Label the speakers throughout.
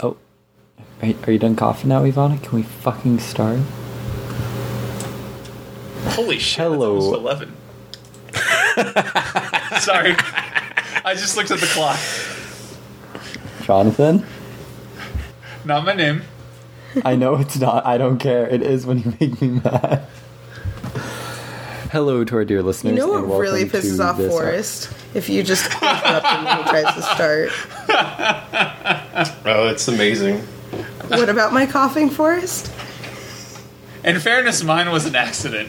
Speaker 1: oh, are, are you done coughing now, Ivana? Can we fucking start?
Speaker 2: Holy shit! that's
Speaker 1: Hello.
Speaker 2: almost eleven. Sorry, I just looked at the clock.
Speaker 1: Jonathan?
Speaker 2: Not my name.
Speaker 1: I know it's not. I don't care. It is when you make me mad. Hello to our dear listeners.
Speaker 3: You know
Speaker 1: and
Speaker 3: what
Speaker 1: welcome
Speaker 3: really
Speaker 1: to
Speaker 3: pisses off
Speaker 1: this-
Speaker 3: Forrest? If you just keep up and when he tries to start.
Speaker 4: Oh, it's amazing.
Speaker 3: What about my coughing, Forrest?
Speaker 2: In fairness, mine was an accident.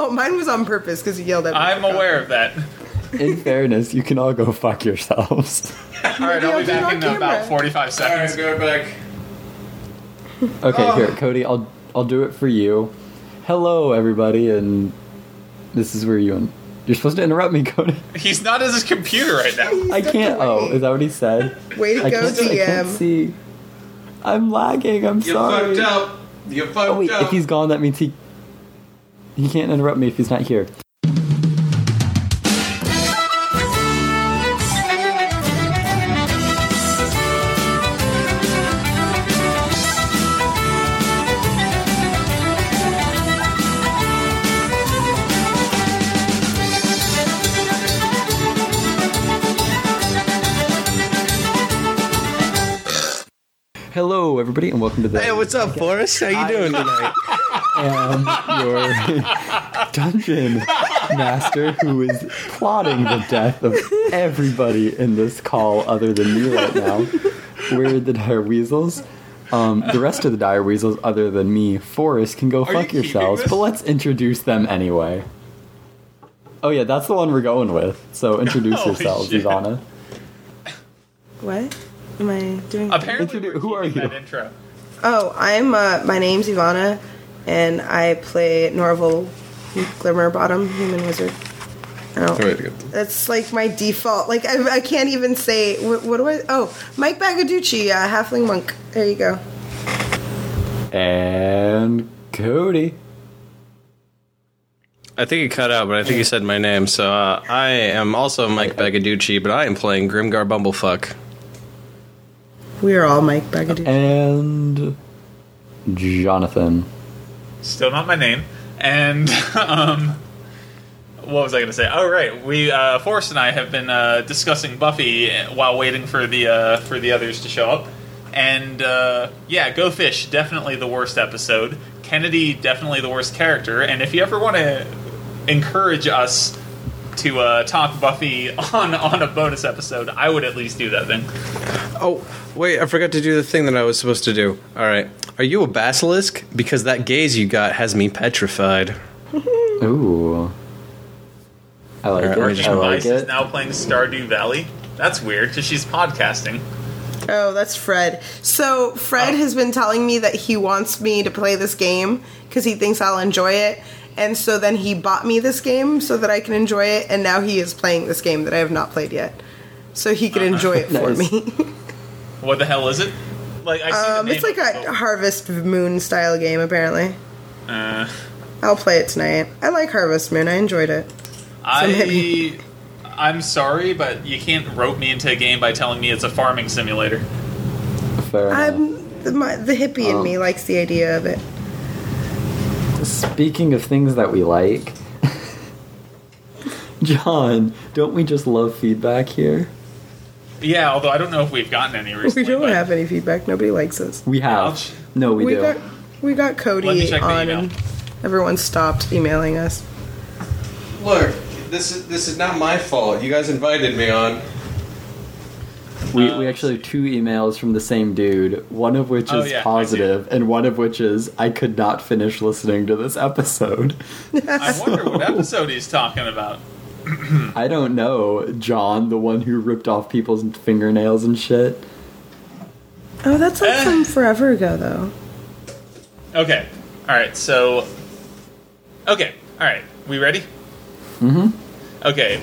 Speaker 3: Oh, mine was on purpose because he yelled at me.
Speaker 2: I'm aware of that.
Speaker 1: In fairness, you can all go fuck yourselves.
Speaker 2: All right, I'll be
Speaker 3: Maybe I'll
Speaker 2: back
Speaker 3: do
Speaker 2: in
Speaker 3: it on
Speaker 2: about
Speaker 3: camera.
Speaker 2: 45 seconds.
Speaker 4: go back.
Speaker 1: Okay,
Speaker 3: Oh.
Speaker 1: here, Cody, I'll I'll do it for you. Hello, everybody, and this is where you and you're supposed to interrupt me, Cody.
Speaker 2: He's not at his computer right now.
Speaker 3: He
Speaker 1: I
Speaker 3: stepped
Speaker 1: can't.
Speaker 3: away.
Speaker 1: Oh, is that what he said?
Speaker 3: Way to
Speaker 1: I
Speaker 3: go,
Speaker 1: can't, I can't
Speaker 3: DM.
Speaker 1: see. I'm lagging. I'm
Speaker 4: You
Speaker 1: sorry.
Speaker 4: fucked up. You fucked
Speaker 1: Oh wait,
Speaker 4: up.
Speaker 1: if he's gone, that means he he can't interrupt me if he's not here. Hello, everybody, and welcome to the
Speaker 5: Hey, what's up, Forrest? How you doing tonight?
Speaker 1: am your dungeon master who is plotting the death of everybody in this call other than me right now. We're the Dire Weasels. Um, the rest of the Dire Weasels, other than me, Forrest, can go fuck
Speaker 2: keeping
Speaker 1: yourselves,
Speaker 2: this?
Speaker 1: but let's introduce them anyway. Oh, yeah, that's the one we're going with. So introduce
Speaker 2: Holy
Speaker 1: yourselves,
Speaker 2: shit.
Speaker 1: Ivana.
Speaker 3: What am I doing?
Speaker 2: Apparently,
Speaker 1: Introdu-
Speaker 2: we're
Speaker 1: who are
Speaker 2: keeping
Speaker 1: you?
Speaker 2: That intro.
Speaker 3: Oh, I'm. Uh, my name's Ivana, and I play Norval Glimmerbottom, human wizard. I don't- That's like my default. Like I, I can't even say what, what do I? Oh, Mike Bagaducci, uh, halfling monk. There you go.
Speaker 1: And Cody.
Speaker 5: I think it cut out, but I think you said my name. So uh, I am also Mike Bagaducci, but I am playing Grimgar Bumblefuck.
Speaker 3: We are all Mike Bagaducci.
Speaker 1: And Jonathan.
Speaker 2: Still not my name. And, um, what was I going to say? Oh, right. We, uh, Forrest and I have been, uh, discussing Buffy while waiting for the, uh, for the others to show up. And, uh, yeah, Go Fish, definitely the worst episode. Kennedy, definitely the worst character. And if you ever want to encourage us to, uh, talk Buffy on, on a bonus episode, I would at least do that thing.
Speaker 5: Oh, wait, I forgot to do the thing that I was supposed to do. All right. Are you a basilisk? Because that gaze you got has me petrified.
Speaker 1: Ooh. I like
Speaker 5: Alright, let me
Speaker 1: it.
Speaker 5: just
Speaker 1: I
Speaker 2: Mice
Speaker 1: like
Speaker 2: is
Speaker 1: it.
Speaker 2: now playing Stardew Valley. That's weird because she's podcasting.
Speaker 3: Oh, that's Fred. So Fred
Speaker 2: Oh.
Speaker 3: has been telling me that he wants me to play this game because he thinks I'll enjoy it. And so then he bought me this game so that I can enjoy it. And now he is playing this game that I have not played yet, so he
Speaker 2: Uh-huh.
Speaker 3: can enjoy it for
Speaker 1: Nice.
Speaker 3: me.
Speaker 2: What the hell is it? Like I see
Speaker 3: Um,
Speaker 2: the
Speaker 3: it's
Speaker 2: name
Speaker 3: like a Harvest Moon style game, apparently.
Speaker 2: Uh.
Speaker 3: I'll play it tonight. I like Harvest Moon. I enjoyed it.
Speaker 2: I I'm sorry, but you can't rope me into a game by telling me it's a farming simulator.
Speaker 1: Fair enough.
Speaker 3: I'm the, my, the hippie
Speaker 2: Oh.
Speaker 3: in me likes the idea of it.
Speaker 1: Speaking of things that we like, John, don't we just love feedback here?
Speaker 2: Yeah, although I don't know if we've gotten any recently.
Speaker 3: We don't
Speaker 2: but
Speaker 3: have any feedback. Nobody likes us.
Speaker 1: We have.
Speaker 2: Ouch.
Speaker 1: No, we, do.
Speaker 3: got we got
Speaker 2: Let me
Speaker 3: Cody
Speaker 2: check the
Speaker 3: on,
Speaker 2: email.
Speaker 3: and everyone stopped emailing us.
Speaker 5: Look, this is this is not my fault. You guys invited me on.
Speaker 1: we, we actually have two emails from the same dude, one of which
Speaker 2: Oh,
Speaker 1: is
Speaker 2: yeah, I
Speaker 1: positive, and one of which is, I could not finish listening to this episode.
Speaker 2: I wonder what episode he's talking about.
Speaker 1: I don't know, John, the one who ripped off people's fingernails and shit.
Speaker 3: Oh, that's like
Speaker 2: Eh.
Speaker 3: from forever ago, though.
Speaker 2: Okay. All right. So. Okay. All right. We ready? Mm-hmm. Okay.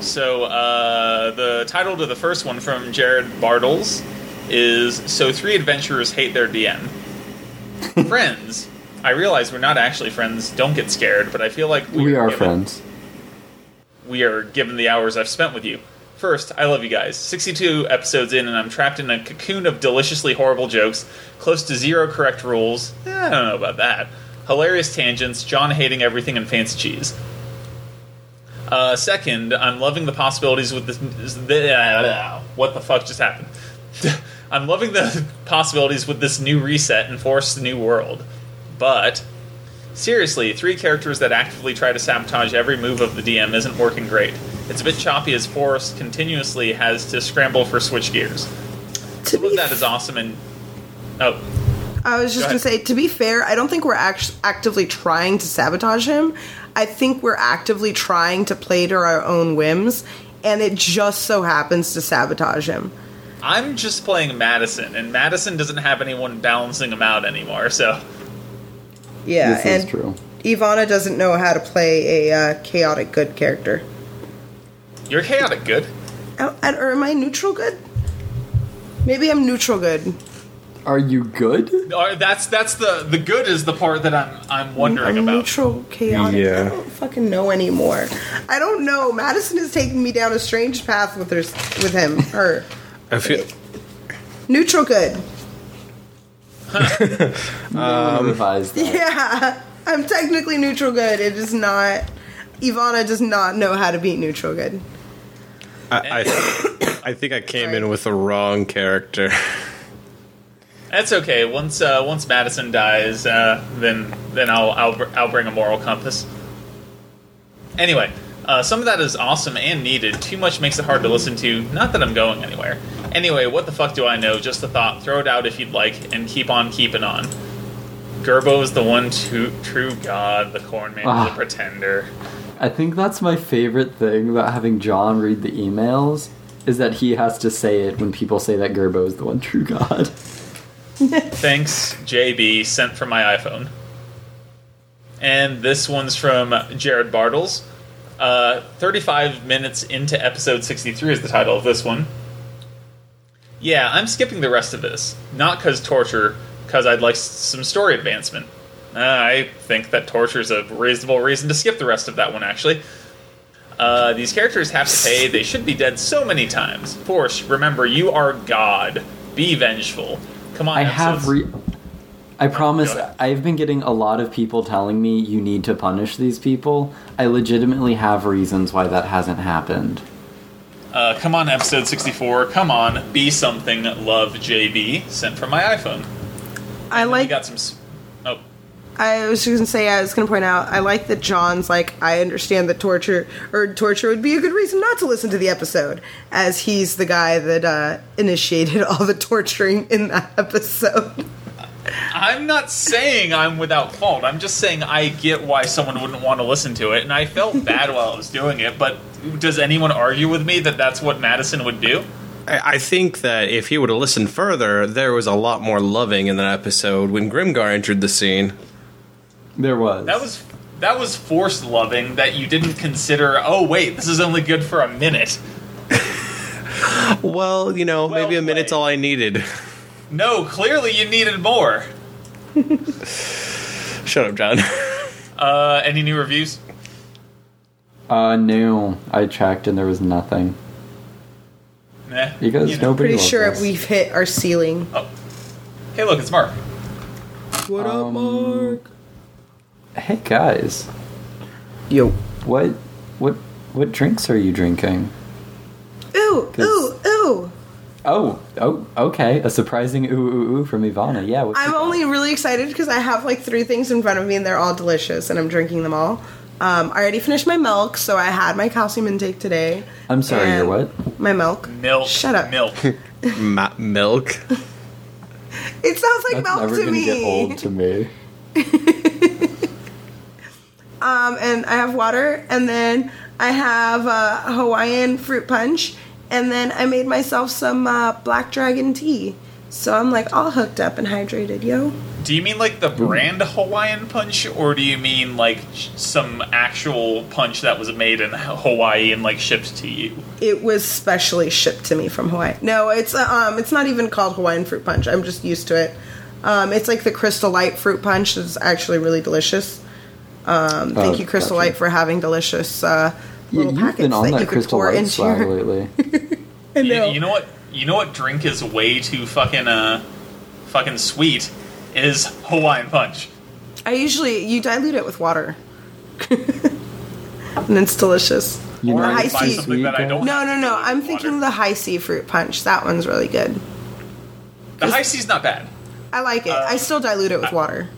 Speaker 2: So uh, the title to the first one from Jared Bartles is "So Three Adventurers Hate Their DM." friends. I realize we're not actually friends. Don't get scared. But I feel like
Speaker 1: We, are
Speaker 2: given-
Speaker 1: friends.
Speaker 2: we are given the hours I've spent with you. First, I love you guys. 62 episodes in, and I'm trapped in a cocoon of deliciously horrible jokes, close to zero correct rules. Eh, I don't know about that. Hilarious tangents, John hating everything, and fancy cheese. Uh, second, I'm loving the possibilities with this. this- What the fuck just happened? I'm loving the possibilities with this new reset and forced new world. But Seriously, three characters that actively try to sabotage every move of the DM isn't working great. It's a bit choppy as Forrest continuously has to scramble for switch gears.
Speaker 3: To
Speaker 2: Some of
Speaker 3: be,
Speaker 2: that is awesome and. Oh,
Speaker 3: I was just
Speaker 2: Go
Speaker 3: gonna
Speaker 2: ahead.
Speaker 3: say, to be fair, I don't think we're act- actively trying to sabotage him. I think we're actively trying to play to our own whims, and it just so happens to sabotage him.
Speaker 2: I'm just playing Madison, and Madison doesn't have anyone balancing him out anymore, so.
Speaker 3: Yeah,
Speaker 1: this
Speaker 3: and
Speaker 1: is true.
Speaker 3: Ivana doesn't know how to play a uh, chaotic good character.
Speaker 2: You're chaotic good.
Speaker 3: Oh, and- Or am I neutral good? Maybe I'm neutral good.
Speaker 1: Are you good?
Speaker 2: Or Uh, that's that's the the good is the part that I'm I'm wondering
Speaker 3: I'm
Speaker 2: about.
Speaker 3: neutral chaotic.
Speaker 5: Yeah.
Speaker 3: I don't fucking know anymore. I don't know. Madison is taking me down a strange path with her, with him, her.
Speaker 5: I feel
Speaker 3: Neutral good.
Speaker 1: Um, revise that.
Speaker 3: Yeah, I'm technically neutral good. It is not. Ivana does not know how to be neutral good.
Speaker 5: I, I, I think I came in with the wrong character.
Speaker 2: That's okay. Once uh, once Madison dies, uh, then then I'll, I'll br- I'll bring a moral compass. Anyway, uh, some of that is awesome and needed. Too much makes it hard to listen to. Not that I'm going anywhere. Anyway, what the fuck do I know? Just a thought. Throw it out if you'd like, and keep on keeping on. Gerbo is the one to, true god. The corn man, is
Speaker 1: Ah.
Speaker 2: the pretender.
Speaker 1: I think that's my favorite thing about having John read the emails is that he has to say it when people say that Gerbo is the one true God.
Speaker 2: Thanks, JB, sent from my iPhone. And this one's from Jared Bartles. Uh, 35 minutes into episode 63 is the title of this one. Yeah, I'm skipping the rest of this. Not because torture, because I'd like s- some story advancement. Uh, I think that torture's a reasonable reason to skip the rest of that one, actually. Uh, these characters have to pay. They should be dead so many times. Force, remember, you are God. Be vengeful. Come on,
Speaker 1: I have
Speaker 2: episodes.
Speaker 1: re. I promise.
Speaker 2: ahead.
Speaker 1: I've been getting a lot of people telling me you need to punish these people. I legitimately have reasons why that hasn't happened.
Speaker 2: Uh, come on, episode 64. Come on, be something, love JB, sent from my iPhone.
Speaker 3: I
Speaker 2: And then we
Speaker 3: like.
Speaker 2: got some. s- Oh,
Speaker 3: I was just gonna say. I was gonna point out. I like that John's like. I understand that torture or torture would be a good reason not to listen to the episode, as he's the guy that uh, initiated all the torturing in that episode.
Speaker 2: I'm not saying I'm without fault. I'm just saying I get why someone wouldn't want to listen to it, and I felt bad while I was doing it. But does anyone argue with me that that's what Madison would do?
Speaker 5: I, I think that if he would have listened further, there was a lot more loving in that episode when Grimgar entered the scene.
Speaker 1: There was.
Speaker 2: That was that was forced loving that you didn't consider. Oh wait, this is only good for a minute.
Speaker 5: Well, you know,
Speaker 2: Well
Speaker 5: maybe a minute's
Speaker 2: played.
Speaker 5: all I needed.
Speaker 2: No, clearly you needed more.
Speaker 5: Shut up, John.
Speaker 2: Uh, any new reviews?
Speaker 1: Uh, no. I checked and there was nothing.
Speaker 2: Nah.
Speaker 1: Because
Speaker 2: you know.
Speaker 1: nobody.
Speaker 3: Pretty
Speaker 1: loves
Speaker 3: sure
Speaker 1: us.
Speaker 3: we've hit our ceiling.
Speaker 2: Oh. Hey, look, it's Mark.
Speaker 3: What
Speaker 1: Um,
Speaker 3: up, Mark?
Speaker 1: Hey guys,
Speaker 3: Yo.
Speaker 1: what, what, what drinks are you drinking?
Speaker 3: Ooh,
Speaker 1: 'Cause-
Speaker 3: ooh, oooo.
Speaker 1: Oh, oh, okay. A surprising ooh ooh ooh from Ivana. Yeah. what's
Speaker 3: I'm
Speaker 1: it-
Speaker 3: only really excited because I have like three things in front of me and they're all delicious and I'm drinking them all. Um, I already finished my milk, so I had my calcium intake today.
Speaker 1: I'm sorry. You're
Speaker 3: And
Speaker 1: what?
Speaker 3: My milk.
Speaker 2: Milk.
Speaker 3: Shut up.
Speaker 2: Milk.
Speaker 5: Ma- milk.
Speaker 3: It sounds like
Speaker 1: That's
Speaker 3: milk
Speaker 1: never
Speaker 3: to
Speaker 1: gonna
Speaker 3: me.
Speaker 1: get old to me.
Speaker 3: um, and I have water, and then I have uh, Hawaiian fruit punch, and then I made myself some uh, black dragon tea. So I'm like all hooked up and hydrated, yo.
Speaker 2: Do you mean like the brand Hawaiian punch, or do you mean like sh- some actual punch that was made in Hawaii and like shipped to you?
Speaker 3: It was specially shipped to me from Hawaii. No, it's uh, um, it's not even called Hawaiian fruit punch. I'm just used to it. Um, it's like the Crystal Light fruit punch. It's actually really delicious. Um, thank you, Crystal
Speaker 1: Oh, gotcha.
Speaker 3: Light, for having delicious uh,
Speaker 1: You,
Speaker 3: little
Speaker 1: you've
Speaker 3: packets
Speaker 1: been on
Speaker 3: that
Speaker 1: that
Speaker 3: you could
Speaker 1: crystal
Speaker 3: pour
Speaker 1: light
Speaker 3: into your.
Speaker 1: swag lately.
Speaker 3: I
Speaker 2: You,
Speaker 3: know.
Speaker 2: you know what? You know what drink is way too fucking uh, fucking sweet is Hawaiian punch.
Speaker 3: I usually you dilute it with water, and it's delicious.
Speaker 1: You
Speaker 2: or
Speaker 1: know,
Speaker 2: I
Speaker 3: I
Speaker 2: can buy
Speaker 3: see.
Speaker 2: something that I don't.
Speaker 3: No, no, no. I'm
Speaker 2: Water.
Speaker 3: thinking the high sea fruit punch. That one's really good.
Speaker 2: The high C's not bad.
Speaker 3: I like it.
Speaker 2: Uh,
Speaker 3: I still dilute it with water.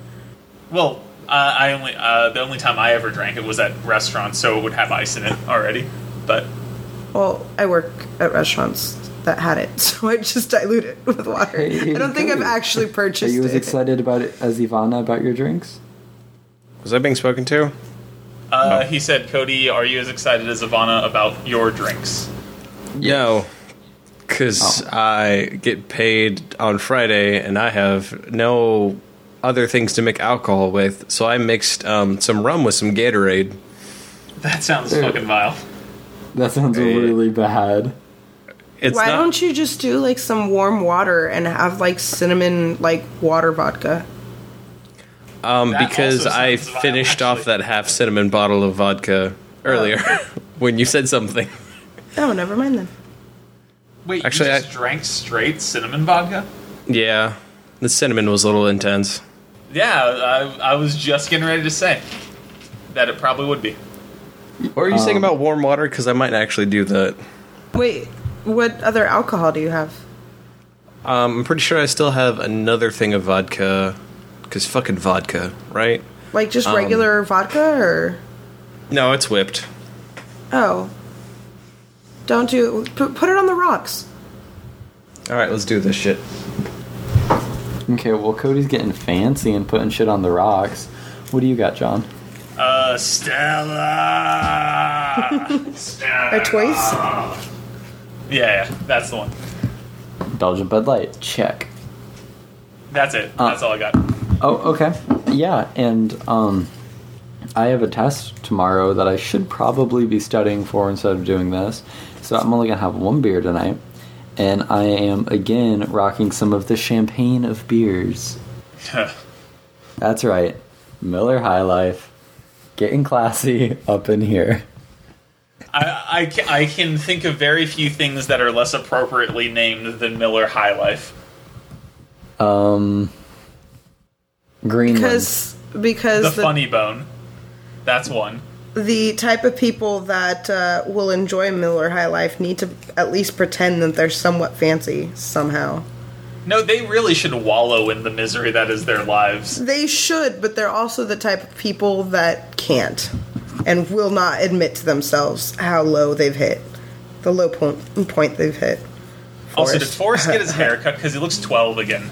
Speaker 2: Well, uh, I only uh, the only time I ever drank it was at restaurants, so it would have ice in it already. But
Speaker 3: Well, I work at restaurants that had it, so I just dilute it with water.
Speaker 1: Hey, here
Speaker 3: I don't
Speaker 1: you
Speaker 3: think
Speaker 1: go.
Speaker 3: I've actually
Speaker 1: Are
Speaker 3: purchased
Speaker 1: you as
Speaker 3: it.
Speaker 1: excited about it as Ivana about your drinks?
Speaker 5: Was I being spoken to?
Speaker 2: uh, he said, "Cody, are you as excited as Ivana about your drinks?"
Speaker 5: No, because I get paid on Friday and I have no other things to make alcohol with, so I mixed um, some rum with some Gatorade.
Speaker 2: That sounds
Speaker 1: Ew.
Speaker 2: fucking vile.
Speaker 1: That sounds
Speaker 5: Hey.
Speaker 1: really bad.
Speaker 5: It's
Speaker 3: Why
Speaker 5: not,
Speaker 3: don't you just do like some warm water and have like cinnamon like water vodka?
Speaker 5: um,
Speaker 2: That
Speaker 5: because
Speaker 2: also
Speaker 5: I
Speaker 2: sounds vile,
Speaker 5: finished off
Speaker 2: actually. Oh.
Speaker 5: that half cinnamon bottle of vodka earlier when you said something.
Speaker 3: Oh, never mind then.
Speaker 2: Wait,
Speaker 5: Actually,
Speaker 2: you
Speaker 5: I-
Speaker 2: just drank straight cinnamon vodka?
Speaker 5: Yeah, the cinnamon was a little intense.
Speaker 2: Yeah, I, I was just getting ready to say that it probably would be.
Speaker 5: Or are you
Speaker 2: Um,
Speaker 5: saying about warm water? Because I might actually do that.
Speaker 3: Wait, what other alcohol do you have?
Speaker 5: Um, I'm pretty sure I still have another thing of vodka. Because fucking vodka, right?
Speaker 3: Like
Speaker 1: Um,
Speaker 3: just regular vodka or
Speaker 5: No, it's whipped.
Speaker 3: oh. Don't do put, put it on the rocks.
Speaker 5: All right, let's do this shit.
Speaker 1: Okay, well, Cody's getting fancy and putting shit on the rocks. What do you got, John?
Speaker 2: Uh, Stella. Stella.
Speaker 3: Or toys?
Speaker 2: Yeah, yeah, that's the one.
Speaker 1: Belgian Bud Light. Check.
Speaker 2: That's it. That's all I got.
Speaker 1: Oh, okay. Yeah, and um, I have a test tomorrow that I should probably be studying for instead of doing this. So I'm only gonna have one beer tonight, and I am again rocking some of the champagne of beers. That's right, Miller High Life, getting classy up in here.
Speaker 2: I, I, ca- I can think of very few things that are less appropriately named than Miller High Life.
Speaker 1: Um, Greenland.
Speaker 3: Because
Speaker 2: The
Speaker 3: because the,
Speaker 2: Funny Bone. That's one.
Speaker 3: the, type of people that uh, will enjoy Miller High Life need to at least pretend that they're somewhat fancy somehow.
Speaker 2: No, they really should wallow in the misery that is their lives.
Speaker 3: They should, but they're also the type of people that can't and will not admit to themselves how low they've hit, the low point, point they've hit.
Speaker 2: Also, did
Speaker 3: Forrest.
Speaker 2: Forrest get his hair cut because he looks 12 again?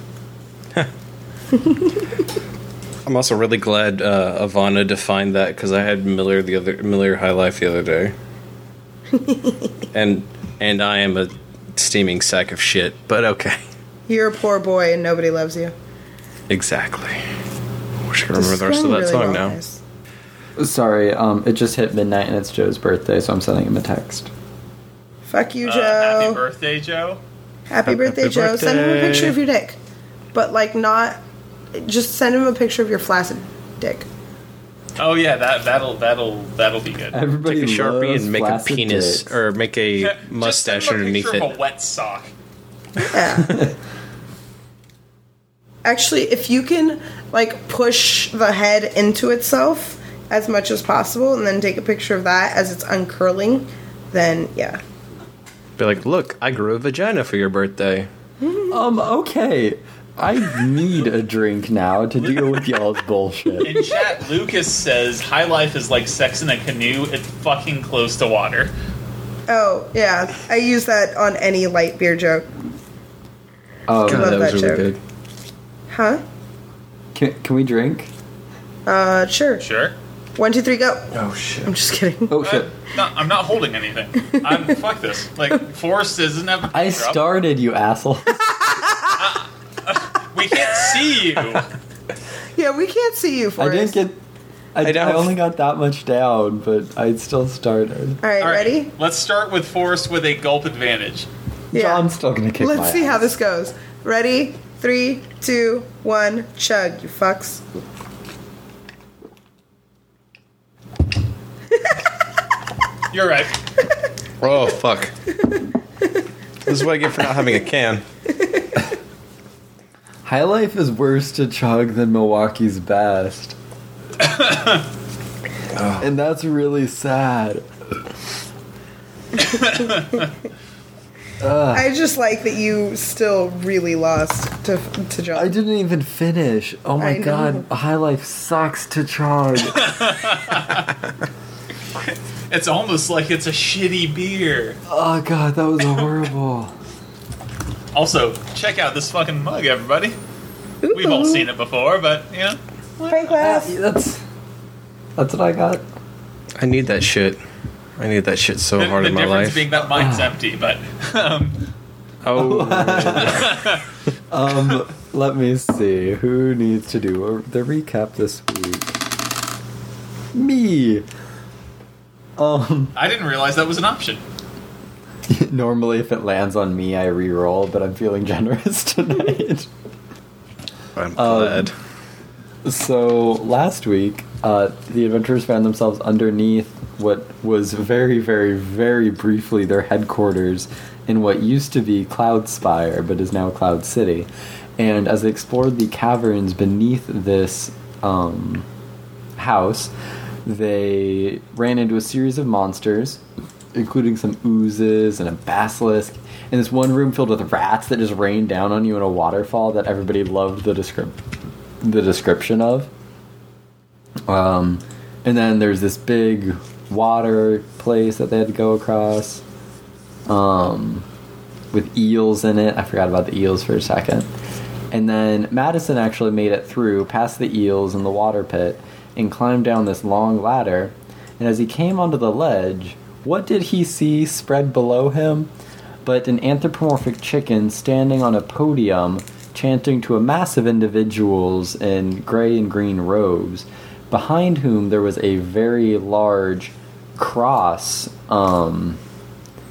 Speaker 5: I'm also really glad uh, Ivana defined that because I had Miller the other Miller High Life the other day, and and I am a steaming sack of shit. But okay,
Speaker 3: You're a poor boy and nobody loves you.
Speaker 5: exactly. Wish I could remember the rest of that
Speaker 3: Really
Speaker 5: song
Speaker 3: well,
Speaker 5: now.
Speaker 3: guys.
Speaker 1: Sorry, um, it just hit midnight and it's Joe's birthday, so I'm sending him a text.
Speaker 3: Fuck you,
Speaker 2: Uh,
Speaker 3: Joe.
Speaker 2: happy birthday, Joe.
Speaker 3: Happy birthday,
Speaker 5: Happy
Speaker 3: Joe. Send him a
Speaker 5: birthday.
Speaker 3: picture of your dick. But, like, not. Just send him a picture of your flaccid dick.
Speaker 2: Oh yeah, that that'll that'll that'll be good.
Speaker 1: Everybody
Speaker 5: Take a sharpie
Speaker 1: loves
Speaker 5: and make a
Speaker 1: flaccid
Speaker 5: penis
Speaker 1: dicks.
Speaker 5: or make a
Speaker 2: Just
Speaker 5: mustache
Speaker 2: send him a
Speaker 5: underneath
Speaker 2: picture Of a
Speaker 5: it.
Speaker 2: wet sock.
Speaker 3: Yeah. Actually, if you can like push the head into itself as much as possible and then take a picture of that as it's uncurling, then yeah.
Speaker 5: Be like, look, I grew a vagina for your birthday.
Speaker 1: Um, okay. I need a drink now to deal with y'all's bullshit.
Speaker 2: In chat, Lucas says high life is like sex in a canoe. It's fucking close to water.
Speaker 3: Oh, yeah. I use that on any light beer joke.
Speaker 1: Oh,
Speaker 5: God,
Speaker 3: love
Speaker 5: that was
Speaker 3: that
Speaker 5: really
Speaker 3: joke.
Speaker 5: good.
Speaker 3: Huh?
Speaker 1: can, can we drink?
Speaker 3: Uh, sure.
Speaker 2: Sure.
Speaker 3: One, two, three, go.
Speaker 4: Oh shit.
Speaker 3: I'm just kidding.
Speaker 1: Oh shit.
Speaker 2: I'm not, I'm not holding anything. I'm fuck this. Like Forrest doesn't have. a
Speaker 1: I
Speaker 2: picture up.
Speaker 1: started, you asshole.
Speaker 2: We can't see you.
Speaker 3: Yeah, we can't see you,
Speaker 1: I
Speaker 3: Forrest.
Speaker 1: didn't get. I,
Speaker 5: I know.
Speaker 1: I only got that much down, but I still started.
Speaker 3: All right,
Speaker 2: All right,
Speaker 3: ready?
Speaker 2: Let's start with Forrest with a gulp advantage.
Speaker 3: Yeah.
Speaker 1: John's still gonna kick my
Speaker 3: Let's see
Speaker 1: ass.
Speaker 3: how this goes. Ready? Three, two, one, chug, you fucks.
Speaker 2: You're right.
Speaker 5: Oh fuck! this is what I get for not having a can.
Speaker 1: High Life is worse to chug than Milwaukee's best. and that's really sad. Ugh.
Speaker 3: I just like that you still really lost to to John.
Speaker 1: I didn't even finish. Oh my
Speaker 3: I know.
Speaker 1: god, High Life sucks to chug.
Speaker 2: It's almost like it's a shitty beer.
Speaker 1: oh god, that was horrible.
Speaker 2: Also, check out this fucking mug, everybody. We've all seen it before, but you know.
Speaker 3: Break
Speaker 1: Ah,
Speaker 3: glass.
Speaker 1: that's that's what I got.
Speaker 5: I need that shit. I need that shit so
Speaker 2: The,
Speaker 5: hard
Speaker 2: the
Speaker 5: in my
Speaker 2: difference
Speaker 5: life. Ah.
Speaker 2: being that mine's empty, but um,
Speaker 5: oh,
Speaker 1: Um, let me see. Who needs to do a, the recap this week? Me. Um,
Speaker 2: I didn't realize that was an option.
Speaker 1: normally if it lands on me, I re-roll, but I'm feeling generous tonight.
Speaker 5: I'm glad.
Speaker 1: So last week, uh, the adventurers found themselves underneath what was very, very, very briefly their headquarters in what used to be Cloudspire, but is now Cloud City. And as they explored the caverns beneath this um, house, they ran into a series of monsters, including some oozes and a basilisk, and this one room filled with rats that just rained down on you in a waterfall that everybody loved the description the description of. Um, and then there's this big water place that they had to go across um, with eels in it. I forgot about the eels for a second. And then Madison actually made it through past the eels and the water pit and climbed down this long ladder. And as he came onto the ledge, what did he see spread below him? But an anthropomorphic chicken standing on a podium chanting to a mass of individuals in gray and green robes, behind whom there was a very large cross um,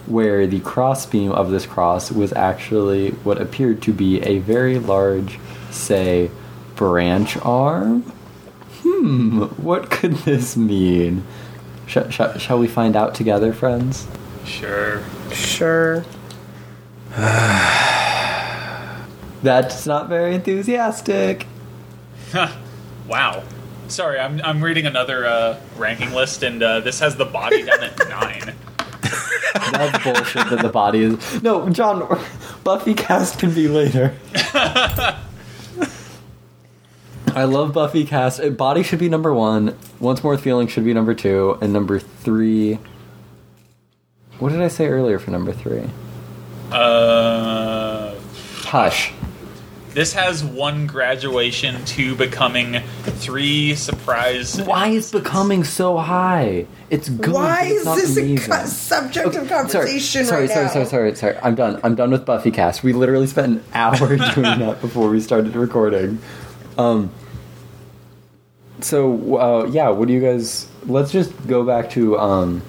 Speaker 1: where the crossbeam of this cross was actually what appeared to be a very large, say, branch arm? Hmm, what could this mean? Sh- sh- shall we find out together, friends?
Speaker 2: Sure.
Speaker 3: Sure.
Speaker 1: That's not very enthusiastic.
Speaker 2: Wow. Sorry, I'm, I'm reading another uh, ranking list, and uh, this has the body down at nine.
Speaker 1: That's bullshit that the body is. No, John, Buffy cast can be later. I love Buffy cast. Uh, Body should be number one. Once More Feeling should be number two. And number three. What did I say earlier for number three?
Speaker 2: Uh,
Speaker 1: Hush.
Speaker 2: this has one graduation, two becoming, three surprise.
Speaker 1: Why is becoming so high? It's good.
Speaker 3: Why
Speaker 1: but it's
Speaker 3: is
Speaker 1: not
Speaker 3: this a
Speaker 1: amazing.
Speaker 3: cu- subject of
Speaker 1: Sorry,
Speaker 3: conversation
Speaker 1: sorry, sorry,
Speaker 3: right now?
Speaker 1: sorry, sorry, sorry. I'm done. I'm done with Buffy Cast. We literally spent an hour doing that before we started recording. Um. So uh, yeah, what do you guys? Let's just go back to um,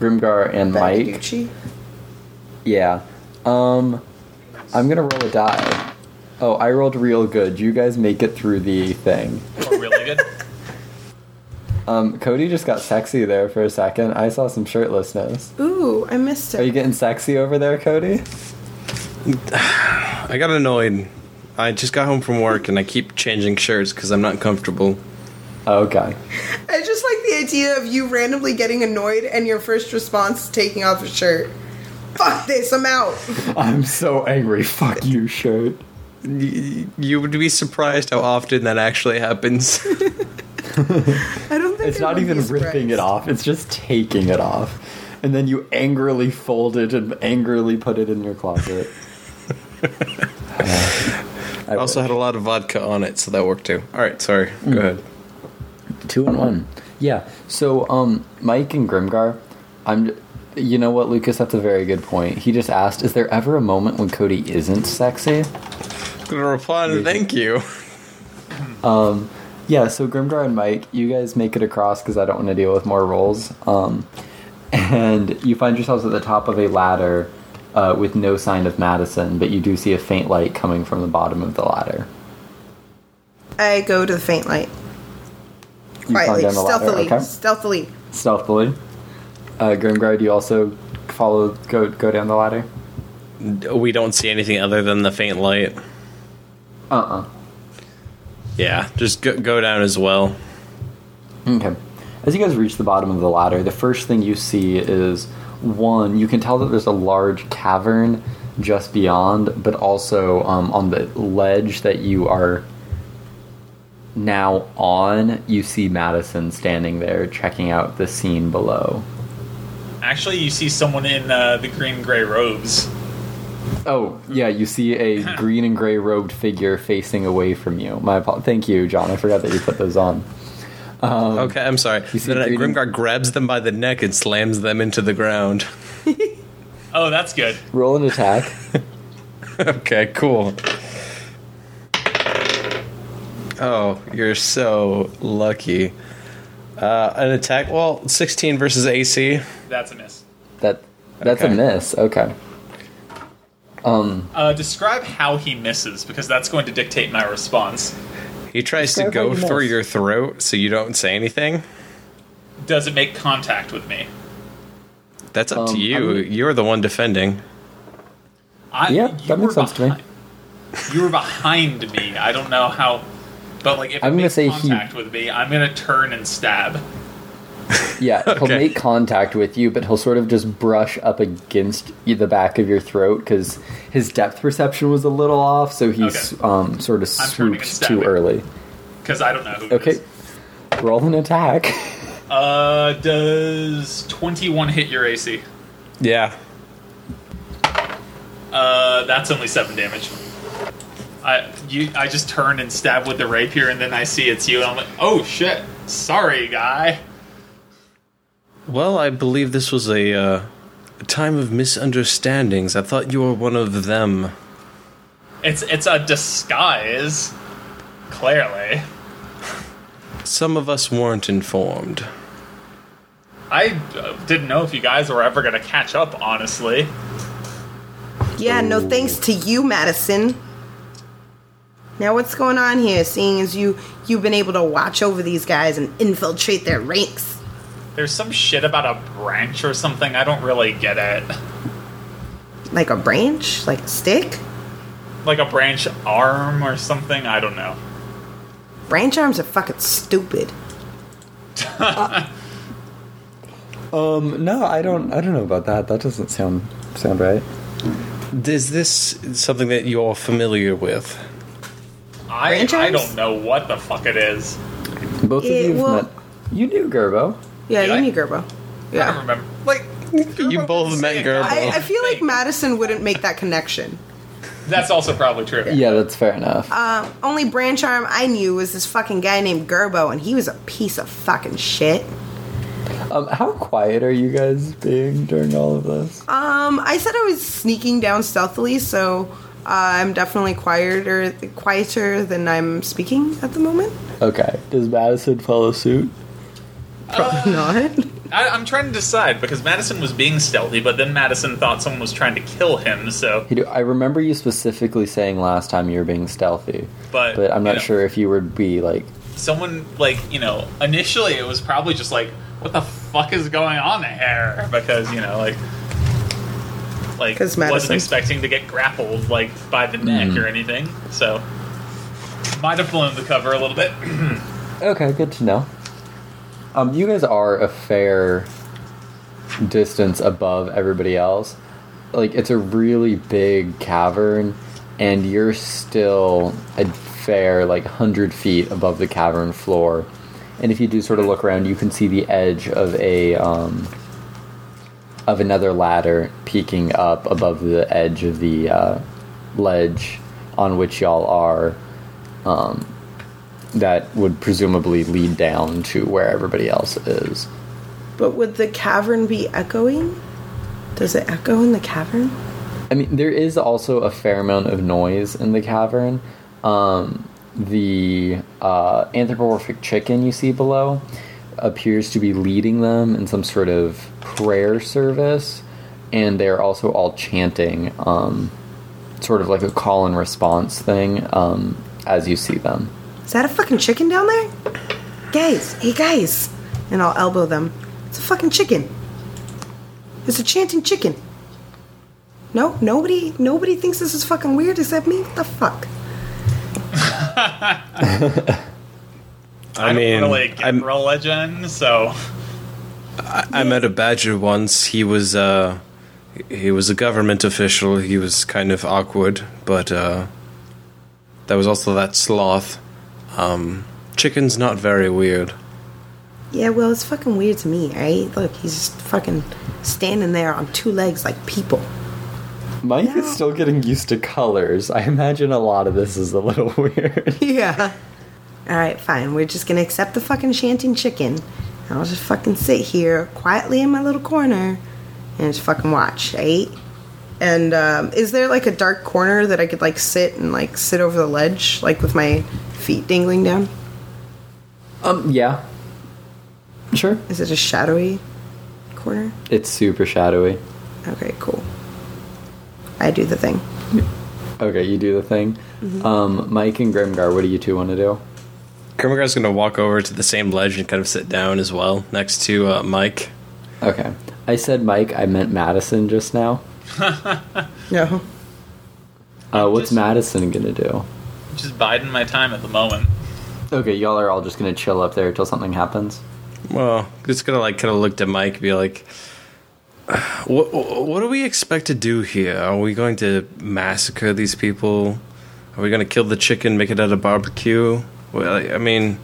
Speaker 1: Grimgar and
Speaker 3: Back to
Speaker 1: Mike.
Speaker 3: Gucci.
Speaker 1: Yeah. Um, I'm gonna roll a die. Oh, I rolled real good. You guys make it through the thing.
Speaker 2: Or Oh, really good.
Speaker 1: Um, Cody just got sexy there for a second. I saw some shirtlessness.
Speaker 3: Ooh, I missed
Speaker 1: Are you
Speaker 3: it.
Speaker 1: getting sexy over there, Cody?
Speaker 5: I got annoyed. I just got home from work and I keep changing shirts because I'm not comfortable.
Speaker 1: Okay.
Speaker 3: I just like the idea of you randomly getting annoyed and your first response is taking off a shirt. Fuck this, I'm out.
Speaker 1: I'm so angry. Fuck you, shirt.
Speaker 5: Y- You would be surprised how often that actually happens.
Speaker 3: I don't think
Speaker 1: It's
Speaker 3: I
Speaker 1: not
Speaker 3: would be
Speaker 1: even ripping it
Speaker 3: surprised.
Speaker 1: off, it's just taking it off. And then you angrily fold it and angrily put it in your closet. I
Speaker 5: I Mm. also had a lot of vodka on it, so that worked too. All right, sorry. Go ahead.
Speaker 1: two and one. Yeah. So, um, Mike and Grimgar, I'm. You know what, Lucas? That's a very good point. He just asked, "Is there ever a moment when Cody isn't sexy?"
Speaker 5: I'm gonna reply and thank you.
Speaker 1: Yeah, so Grimgar and Mike, you guys make it across because I don't want to deal with more rolls. Um, and you find yourselves at the top of a ladder uh, with no sign of Madison, but you do see a faint light coming from the bottom of the ladder.
Speaker 3: I go to the faint light.
Speaker 1: You climb
Speaker 3: Quietly,
Speaker 1: down the ladder,
Speaker 3: stealthily,
Speaker 1: okay?
Speaker 3: stealthily.
Speaker 1: Stealthily. Uh, Grimgard, you also follow, go go down the ladder.
Speaker 5: We don't see anything other than the faint light.
Speaker 1: Uh uh
Speaker 5: Yeah, just go, go down as well.
Speaker 1: Okay. As you guys reach the bottom of the ladder, the first thing you see is one, you can tell that there's a large cavern just beyond, but also um, on the ledge that you are now on, you see Madison standing there checking out the scene below.
Speaker 2: Actually, you see someone in uh, the green gray robes.
Speaker 1: Oh, yeah, you see a green and gray robed figure facing away from you. My apo- Thank you, John. I forgot that you put those on.
Speaker 5: okay, I'm sorry.
Speaker 1: see
Speaker 5: Then uh,
Speaker 1: Greeting-
Speaker 5: Grimgar grabs them by the neck and slams them into the ground.
Speaker 2: Oh, that's good.
Speaker 1: Roll an attack.
Speaker 5: okay, cool. Oh, you're so lucky. Uh, an attack. Well, 16 versus AC.
Speaker 2: That's a miss.
Speaker 1: That that's a
Speaker 5: Okay.
Speaker 1: miss. Okay.
Speaker 2: Uh, describe how he misses, because that's going to dictate my response.
Speaker 5: He tries to
Speaker 1: Describe how
Speaker 5: go
Speaker 1: you miss.
Speaker 5: through your throat so you don't say anything.
Speaker 2: Does it make contact with me?
Speaker 5: That's up
Speaker 1: Um,
Speaker 5: to you.
Speaker 1: I'm-
Speaker 5: You're the one defending.
Speaker 2: I,
Speaker 1: Yeah, that
Speaker 2: you
Speaker 1: makes
Speaker 2: were
Speaker 1: sense to me.
Speaker 2: behi- You were behind me. I don't know how, but like if
Speaker 1: I'm
Speaker 2: it
Speaker 1: gonna
Speaker 2: makes
Speaker 1: say he-
Speaker 2: contact with me, I'm gonna turn and stab.
Speaker 1: Yeah, he'll
Speaker 5: Okay.
Speaker 1: make contact with you, but he'll sort of just brush up against you- the back of your throat because his depth perception was a little off, so he
Speaker 2: Okay.
Speaker 1: s um, sort of
Speaker 2: I'm turning and
Speaker 1: swooped too
Speaker 2: stabbing.
Speaker 1: early.
Speaker 2: Because I don't know who. It
Speaker 1: Okay,
Speaker 2: is.
Speaker 1: roll an attack.
Speaker 2: Uh, does 21 hit your AC?
Speaker 5: Yeah.
Speaker 2: Uh, that's only seven damage. I you I just turn and stab with the rapier, and then I see it's you, and I'm like, oh shit, sorry guy.
Speaker 5: Well, I believe this was a uh, time of misunderstandings. I thought you were one of them.
Speaker 2: It's it's a disguise, clearly.
Speaker 5: Some of us weren't informed.
Speaker 2: I uh, didn't know if you guys were ever gonna catch up, honestly.
Speaker 3: Yeah, no thanks to you, Madison. Now what's going on here? Seeing as you you've been able to watch over these guys and infiltrate their ranks.
Speaker 2: There's some shit about a branch or something. I don't really get it.
Speaker 3: Like a branch? Like a stick?
Speaker 2: Like a branch arm or something. I don't know.
Speaker 3: Branch arms are fucking stupid.
Speaker 1: um, no, I don't. I don't know about that. That doesn't sound sound right.
Speaker 5: Is this something that you're familiar with?
Speaker 2: I
Speaker 3: Branch
Speaker 2: I
Speaker 3: arms?
Speaker 2: don't know what the fuck it is.
Speaker 1: Both of
Speaker 3: It
Speaker 1: you
Speaker 3: will-
Speaker 1: have met. You knew Gerbo.
Speaker 3: Yeah,
Speaker 2: Yeah, I-
Speaker 3: you need Gerbo.
Speaker 2: I don't
Speaker 3: Yeah.
Speaker 2: remember. Like
Speaker 5: You
Speaker 2: Gerbo
Speaker 5: both
Speaker 2: didn't
Speaker 5: met
Speaker 2: say it.
Speaker 5: Gerbo.
Speaker 3: I, I feel like
Speaker 2: Thank-
Speaker 3: Madison wouldn't make that connection.
Speaker 2: That's also probably true.
Speaker 1: Yeah, that's fair enough.
Speaker 3: Um, only branch arm I knew was this fucking guy named Gerbo, and he was a piece of fucking shit.
Speaker 1: Um, how quiet are you guys being during all of this?
Speaker 3: Um, I said I was sneaking down stealthily, so uh, I'm definitely quieter, quieter than I'm speaking at the moment.
Speaker 1: Okay. Does Madison follow suit?
Speaker 3: Probably not.
Speaker 2: I, I'm trying to decide because Madison was being stealthy, but then Madison thought someone was trying to kill him. So,
Speaker 1: You do- I remember you specifically saying last time you were being stealthy,
Speaker 2: but
Speaker 1: but I'm
Speaker 2: you
Speaker 1: not
Speaker 2: know,
Speaker 1: sure if you would be like.
Speaker 2: Someone like you know, initially it was probably just like, "What the fuck is going on here?" Because you know, like, like
Speaker 3: 'Cause
Speaker 2: wasn't
Speaker 3: Madison.
Speaker 2: expecting to get grappled like by the neck
Speaker 5: Hmm.
Speaker 2: or anything. So, might have blown the cover a little bit.
Speaker 1: Okay, good to know. Um, you guys are a fair distance above everybody else. Like it's a really big cavern, and you're still a fair like hundred feet above the cavern floor. And if you do sort of look around, you can see the edge of a um, of another ladder peeking up above the edge of the uh, ledge on which y'all are that would presumably lead down to where everybody else is.
Speaker 3: but would the cavern be echoing? Does it echo in the cavern?
Speaker 1: I mean, there is also a fair amount of noise in the cavern. Um, the uh, anthropomorphic chicken you see below appears to be leading them in some sort of prayer service, and they're also all chanting, um, sort of like a call and response thing, um, as you see them.
Speaker 3: Is that a fucking chicken down there? Guys, hey guys! And I'll elbow them. It's a fucking chicken. It's a chanting chicken. No, nobody, nobody thinks this is fucking weird except me. What the fuck?
Speaker 5: I,
Speaker 2: I
Speaker 5: mean,
Speaker 2: don't really get
Speaker 5: I'm,
Speaker 2: religion, so
Speaker 5: I met a badger once. He was uh, he was a government official. He was kind of awkward, but uh, there was also that sloth. Um, chicken's not very weird.
Speaker 3: Yeah, well, it's fucking weird to me, right? Look, he's just fucking standing there on two legs like people.
Speaker 1: Mike is still getting used to colors. I imagine a lot of this is a little weird.
Speaker 3: Yeah. All right, fine. We're just gonna accept the fucking shanting chicken. And I'll just fucking sit here quietly in my little corner and just fucking watch, right? And um, is there like a dark corner that I could like sit and like sit over the ledge, like with my feet dangling down?
Speaker 1: Um, yeah. Sure.
Speaker 3: Is it a shadowy corner?
Speaker 1: It's super shadowy.
Speaker 3: Okay, cool. I do the thing.
Speaker 1: Okay, you do the thing. Um, Mike and Grimgar, what do you two want to do?
Speaker 5: Kermagar's gonna walk over to the same ledge and kind of sit down as well next to uh, Mike.
Speaker 1: Okay. I said Mike, I meant Madison just now.
Speaker 3: No.
Speaker 1: Uh, what's
Speaker 2: Just-
Speaker 1: Madison gonna do?
Speaker 2: just biding my time at the moment.
Speaker 1: Okay, y'all are all just gonna chill up there till something happens.
Speaker 5: Well, just gonna like kind of look to Mike, and be like, "What? What do we expect to do here? Are we going to massacre these people? Are we gonna kill the chicken, make it out of barbecue? Well, I I mean,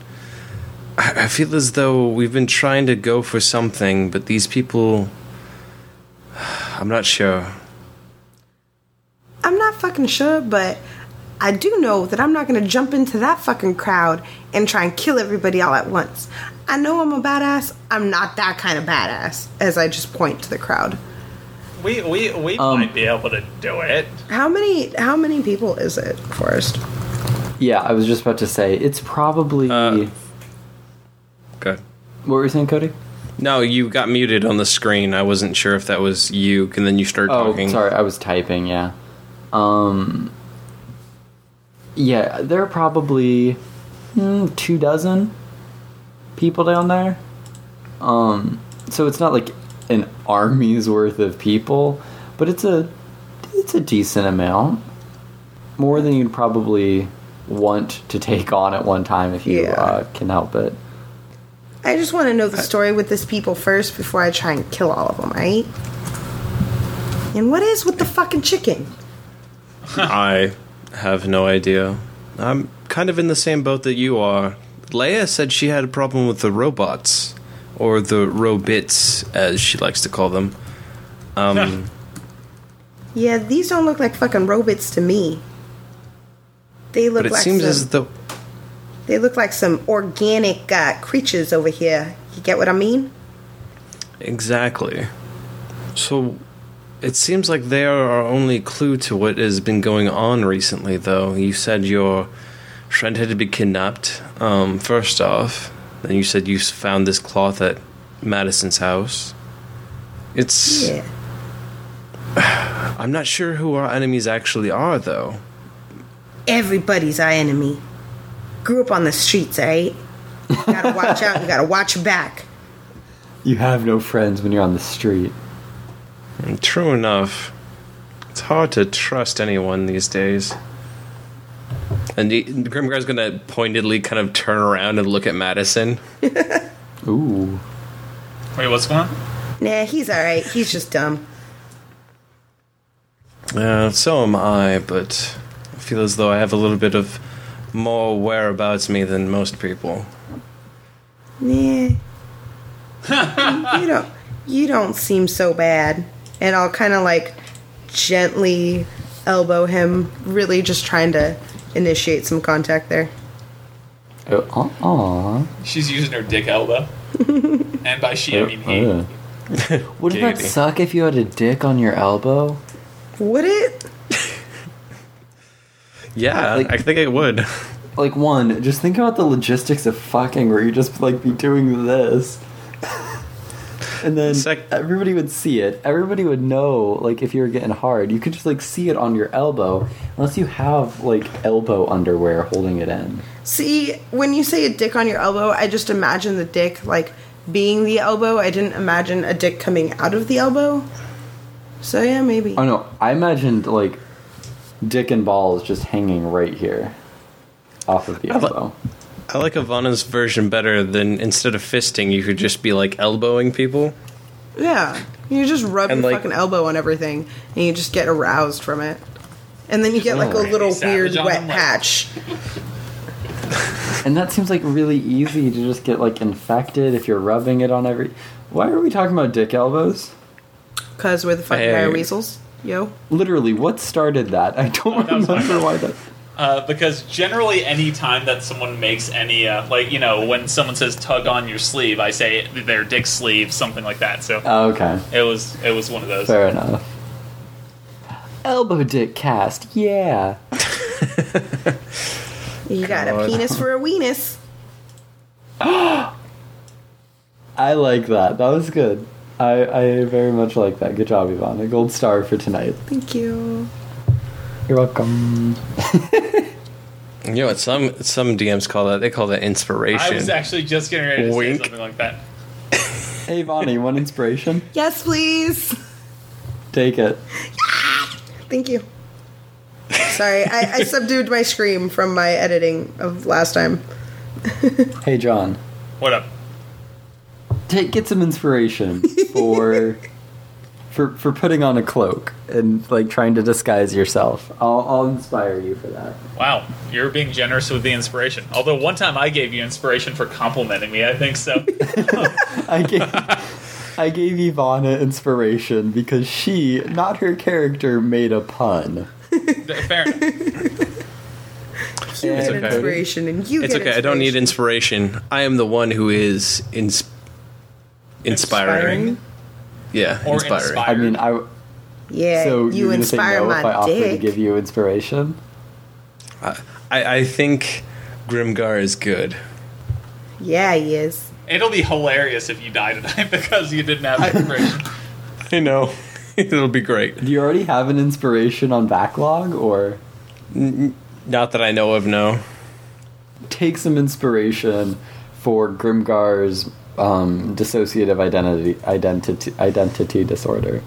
Speaker 5: I I feel as though we've been trying to go for something, but these people, I'm not sure.
Speaker 3: I'm not fucking sure, but I do know that I'm not gonna jump into that fucking crowd and try and kill everybody all at once. I know I'm a badass. I'm not that kind of badass, as I just point to the crowd.
Speaker 2: We we we
Speaker 1: Um,
Speaker 2: might be able to do it.
Speaker 3: How many how many people is it, Forrest?
Speaker 1: Yeah, I was just about to say it's probably
Speaker 5: Uh, Good.
Speaker 1: what were you saying, Cody?
Speaker 5: No, you got muted on the screen. I wasn't sure if that was you, and then you started
Speaker 1: Oh,
Speaker 5: talking.
Speaker 1: sorry, I was typing. Yeah, um, yeah, there are probably hmm, two dozen people down there. Um, so it's not like an army's worth of people, but it's a it's a decent amount, more than you'd probably want to take on at one time if you
Speaker 3: Yeah.
Speaker 1: uh, can help it.
Speaker 3: I just want to know the story with this people first before I try and kill all of them, right? And what is with the fucking chicken?
Speaker 5: I have no idea. I'm kind of in the same boat that you are. Leia said she had a problem with the robots, or the robits, as she likes to call them. Um,
Speaker 3: Yeah, these don't look like fucking robots to me. They look
Speaker 5: but it
Speaker 3: like
Speaker 5: seems
Speaker 3: some-
Speaker 5: as though
Speaker 3: They look like some organic uh, creatures over here. You get what I mean?
Speaker 5: exactly. So it seems like they are our only clue to what has been going on recently. Though you said your friend had to be kidnapped. Um, first off, then you said you s- found this cloth at Madison's house. It's
Speaker 3: Yeah.
Speaker 5: I'm not sure who our enemies actually are, though.
Speaker 3: Everybody's our enemy. Grew up on the streets, alright? gotta watch out, you gotta watch your back.
Speaker 1: You have no friends when you're on the street.
Speaker 5: And true enough, it's hard to trust anyone these days. And the, Grimgar's gonna pointedly kind of turn around and look at Madison.
Speaker 1: Ooh.
Speaker 2: Wait, what's going on?
Speaker 3: Nah, he's alright. He's just dumb.
Speaker 5: Uh, so am I, but I feel as though I have a little bit of more whereabouts me than most people.
Speaker 3: Nah. you don't you don't seem so bad. And I'll kinda like gently elbow him, really just trying to initiate some contact there.
Speaker 1: Oh, aw.
Speaker 2: She's using her dick elbow, and by she I mean
Speaker 5: oh,
Speaker 2: he.
Speaker 1: Uh. Wouldn't that
Speaker 5: Giggity.
Speaker 1: suck if you had a dick on your elbow?
Speaker 3: Would it?
Speaker 5: Yeah,
Speaker 1: Like-
Speaker 5: I think I would.
Speaker 1: Like one, just think about the logistics of fucking where you just like be doing this. and then
Speaker 5: Sec-
Speaker 1: everybody would see it. Everybody would know like if you were getting hard. You could just like see it on your elbow unless you have like elbow underwear holding it in.
Speaker 3: See, when you say a dick on your elbow, I just imagine the dick like being the elbow. I didn't imagine a dick coming out of the elbow. So yeah, maybe.
Speaker 1: Oh no, I imagined like dick and balls just hanging right here off of the
Speaker 5: I li-
Speaker 1: elbow.
Speaker 5: I like Ivana's version better than instead of fisting, you could just be like elbowing people.
Speaker 3: Yeah. You just rub
Speaker 5: And,
Speaker 3: your
Speaker 5: like-
Speaker 3: fucking elbow on everything and you just get aroused from it. And then you get like a
Speaker 1: Oh.
Speaker 3: little
Speaker 2: Savage
Speaker 3: weird
Speaker 2: on
Speaker 3: wet
Speaker 2: them, like-
Speaker 3: patch.
Speaker 1: And that seems like really easy to just get like infected if you're rubbing it on every. Why are we talking about dick elbows?
Speaker 3: Because we're the fucking
Speaker 5: Hey.
Speaker 3: dire weasels. Yo.
Speaker 1: Literally, what started that? I don't
Speaker 2: that was my
Speaker 1: remember
Speaker 2: fault.
Speaker 1: why that.
Speaker 2: Uh, because generally, any time that someone makes any, uh, like, you know, when someone says tug on your sleeve, I say their dick sleeve, something like that. So
Speaker 1: Oh, okay,
Speaker 2: it was it was one of those.
Speaker 1: fair enough. Elbow dick cast, yeah.
Speaker 3: You got a
Speaker 5: God.
Speaker 3: penis for a weenus.
Speaker 1: I like that. That was good. I, I very much like that. Good job, Ivana. Gold star for tonight.
Speaker 3: Thank you.
Speaker 1: You're welcome.
Speaker 5: You know what? Some some DMs call that. They call that
Speaker 2: I
Speaker 5: inspiration.
Speaker 2: was actually just getting ready to
Speaker 5: Wink.
Speaker 2: say something like that.
Speaker 1: Hey, Ivana, you want inspiration?
Speaker 3: Yes, please.
Speaker 1: Take it.
Speaker 3: Thank you. Sorry, I, I subdued my scream from my editing of last time.
Speaker 1: Hey, John.
Speaker 2: What up?
Speaker 1: Take get some inspiration for for for putting on a cloak and like trying to disguise yourself. I'll I'll inspire you for that.
Speaker 2: Wow, you're being generous with the inspiration. Although one time I gave you inspiration for complimenting me, I think so.
Speaker 1: I gave I gave Ivana inspiration because she, not her character, made a pun.
Speaker 2: Fair enough.
Speaker 3: You
Speaker 1: It's
Speaker 3: get
Speaker 5: okay.
Speaker 3: inspiration and you
Speaker 5: it's
Speaker 3: get
Speaker 5: okay. I don't need
Speaker 3: inspiration.
Speaker 5: inspiration. I am the one who is ins- inspiring. Yeah,
Speaker 2: Or
Speaker 5: inspiring.
Speaker 2: inspiring.
Speaker 1: I mean, I
Speaker 3: Yeah,
Speaker 1: so
Speaker 3: you
Speaker 1: you were gonna say
Speaker 3: inspire
Speaker 1: no if I
Speaker 3: my
Speaker 1: offered to
Speaker 3: dick.
Speaker 1: give you inspiration.
Speaker 5: I, I think Grimgar is good.
Speaker 3: yeah, he is.
Speaker 2: It'll be hilarious if you die tonight because you didn't have inspiration.
Speaker 5: I know. It'll be great.
Speaker 1: Do you already have an inspiration on backlog, or
Speaker 5: Not that I know of. No.
Speaker 1: take some inspiration for Grimgar's um, dissociative identity identity identity disorder?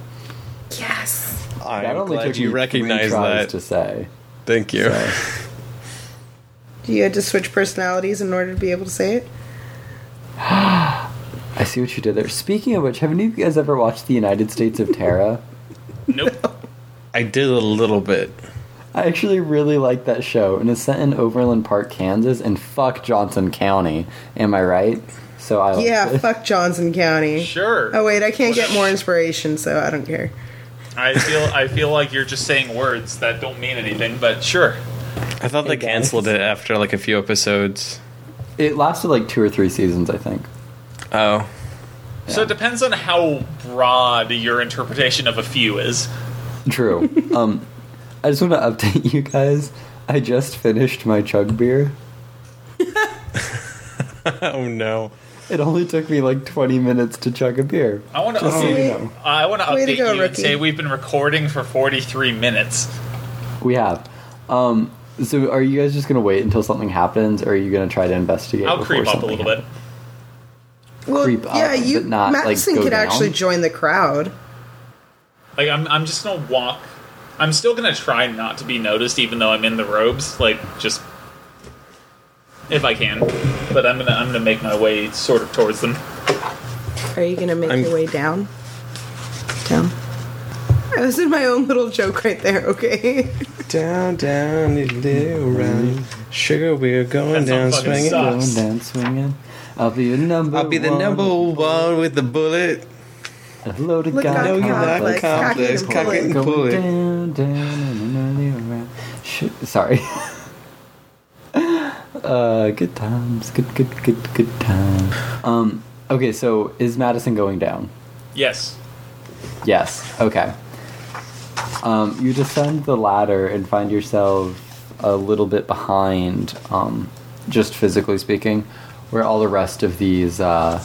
Speaker 3: Yes.
Speaker 1: That
Speaker 5: I'm
Speaker 1: only
Speaker 5: glad
Speaker 1: took me
Speaker 5: you
Speaker 1: three
Speaker 5: recognize
Speaker 1: tries
Speaker 5: that.
Speaker 1: to say.
Speaker 5: Thank you.
Speaker 1: So.
Speaker 3: You had to switch personalities in order to be able to say it.
Speaker 1: I see what you did there. Speaking of which, have any of you guys ever watched The United States of Terra?
Speaker 2: Nope.
Speaker 5: I did a little bit.
Speaker 1: I actually really like that show, and it's set in Overland Park, Kansas, and fuck Johnson County. Am I right? So I like
Speaker 3: Yeah,
Speaker 1: it.
Speaker 3: fuck Johnson County.
Speaker 2: Sure.
Speaker 3: Oh wait, I can't get more inspiration, so I don't care.
Speaker 2: I feel I feel like you're just saying words that don't mean anything, but sure.
Speaker 5: I thought they
Speaker 1: guys.
Speaker 5: canceled it after like a few episodes.
Speaker 1: It lasted like two or three seasons, I think.
Speaker 5: Oh,
Speaker 2: So it depends on how broad your interpretation of a few is.
Speaker 1: True. um, I just want to update you guys. I just finished my chug beer.
Speaker 5: oh no.
Speaker 1: It only took me like 20 minutes to chug a beer.
Speaker 2: I want to
Speaker 1: Just so
Speaker 2: update.
Speaker 1: you
Speaker 3: Sweet.
Speaker 1: know.
Speaker 2: I want to
Speaker 3: Way to
Speaker 2: update
Speaker 3: go,
Speaker 2: you and
Speaker 3: rookie.
Speaker 2: say we've been recording for 43 minutes.
Speaker 1: We have. Um, so are you guys just going to wait until something happens, or are you going to try to investigate?
Speaker 2: I'll
Speaker 1: before
Speaker 2: creep up a
Speaker 1: something
Speaker 2: little
Speaker 1: happens?
Speaker 2: bit.
Speaker 3: Well,
Speaker 1: Creep up,
Speaker 3: yeah, you
Speaker 1: but not, like,
Speaker 3: Madison
Speaker 1: go
Speaker 3: could
Speaker 1: down.
Speaker 3: actually join the crowd.
Speaker 2: Like I'm, I'm just gonna walk. I'm still gonna try not to be noticed, even though I'm in the robes. Like just if I can, but I'm gonna, I'm gonna make my way sort of towards them.
Speaker 3: Are you gonna make
Speaker 5: I'm-
Speaker 3: your way down? Down. I was in my own little joke right there. Okay.
Speaker 5: Down, down, you little round. Sugar, we're going
Speaker 2: That song fucking
Speaker 5: down swinging.
Speaker 2: sucks.
Speaker 1: Going down swinging. I'll be the number.
Speaker 5: I'll be the
Speaker 1: one.
Speaker 5: number one with the bullet.
Speaker 1: A loaded
Speaker 3: Look,
Speaker 1: gun.
Speaker 5: Know you
Speaker 3: Complex,
Speaker 5: like complex,
Speaker 3: cock it and
Speaker 5: cock
Speaker 3: pull
Speaker 5: it and pull
Speaker 1: Going down,
Speaker 5: it.
Speaker 1: down, and another round. Shit, sorry. uh, good times, good, good, good, good time. Um, okay, so is Madison going down?
Speaker 2: Yes.
Speaker 1: Yes. Okay. Um, you descend the ladder and find yourself a little bit behind, um, just physically speaking, where all the rest of these uh,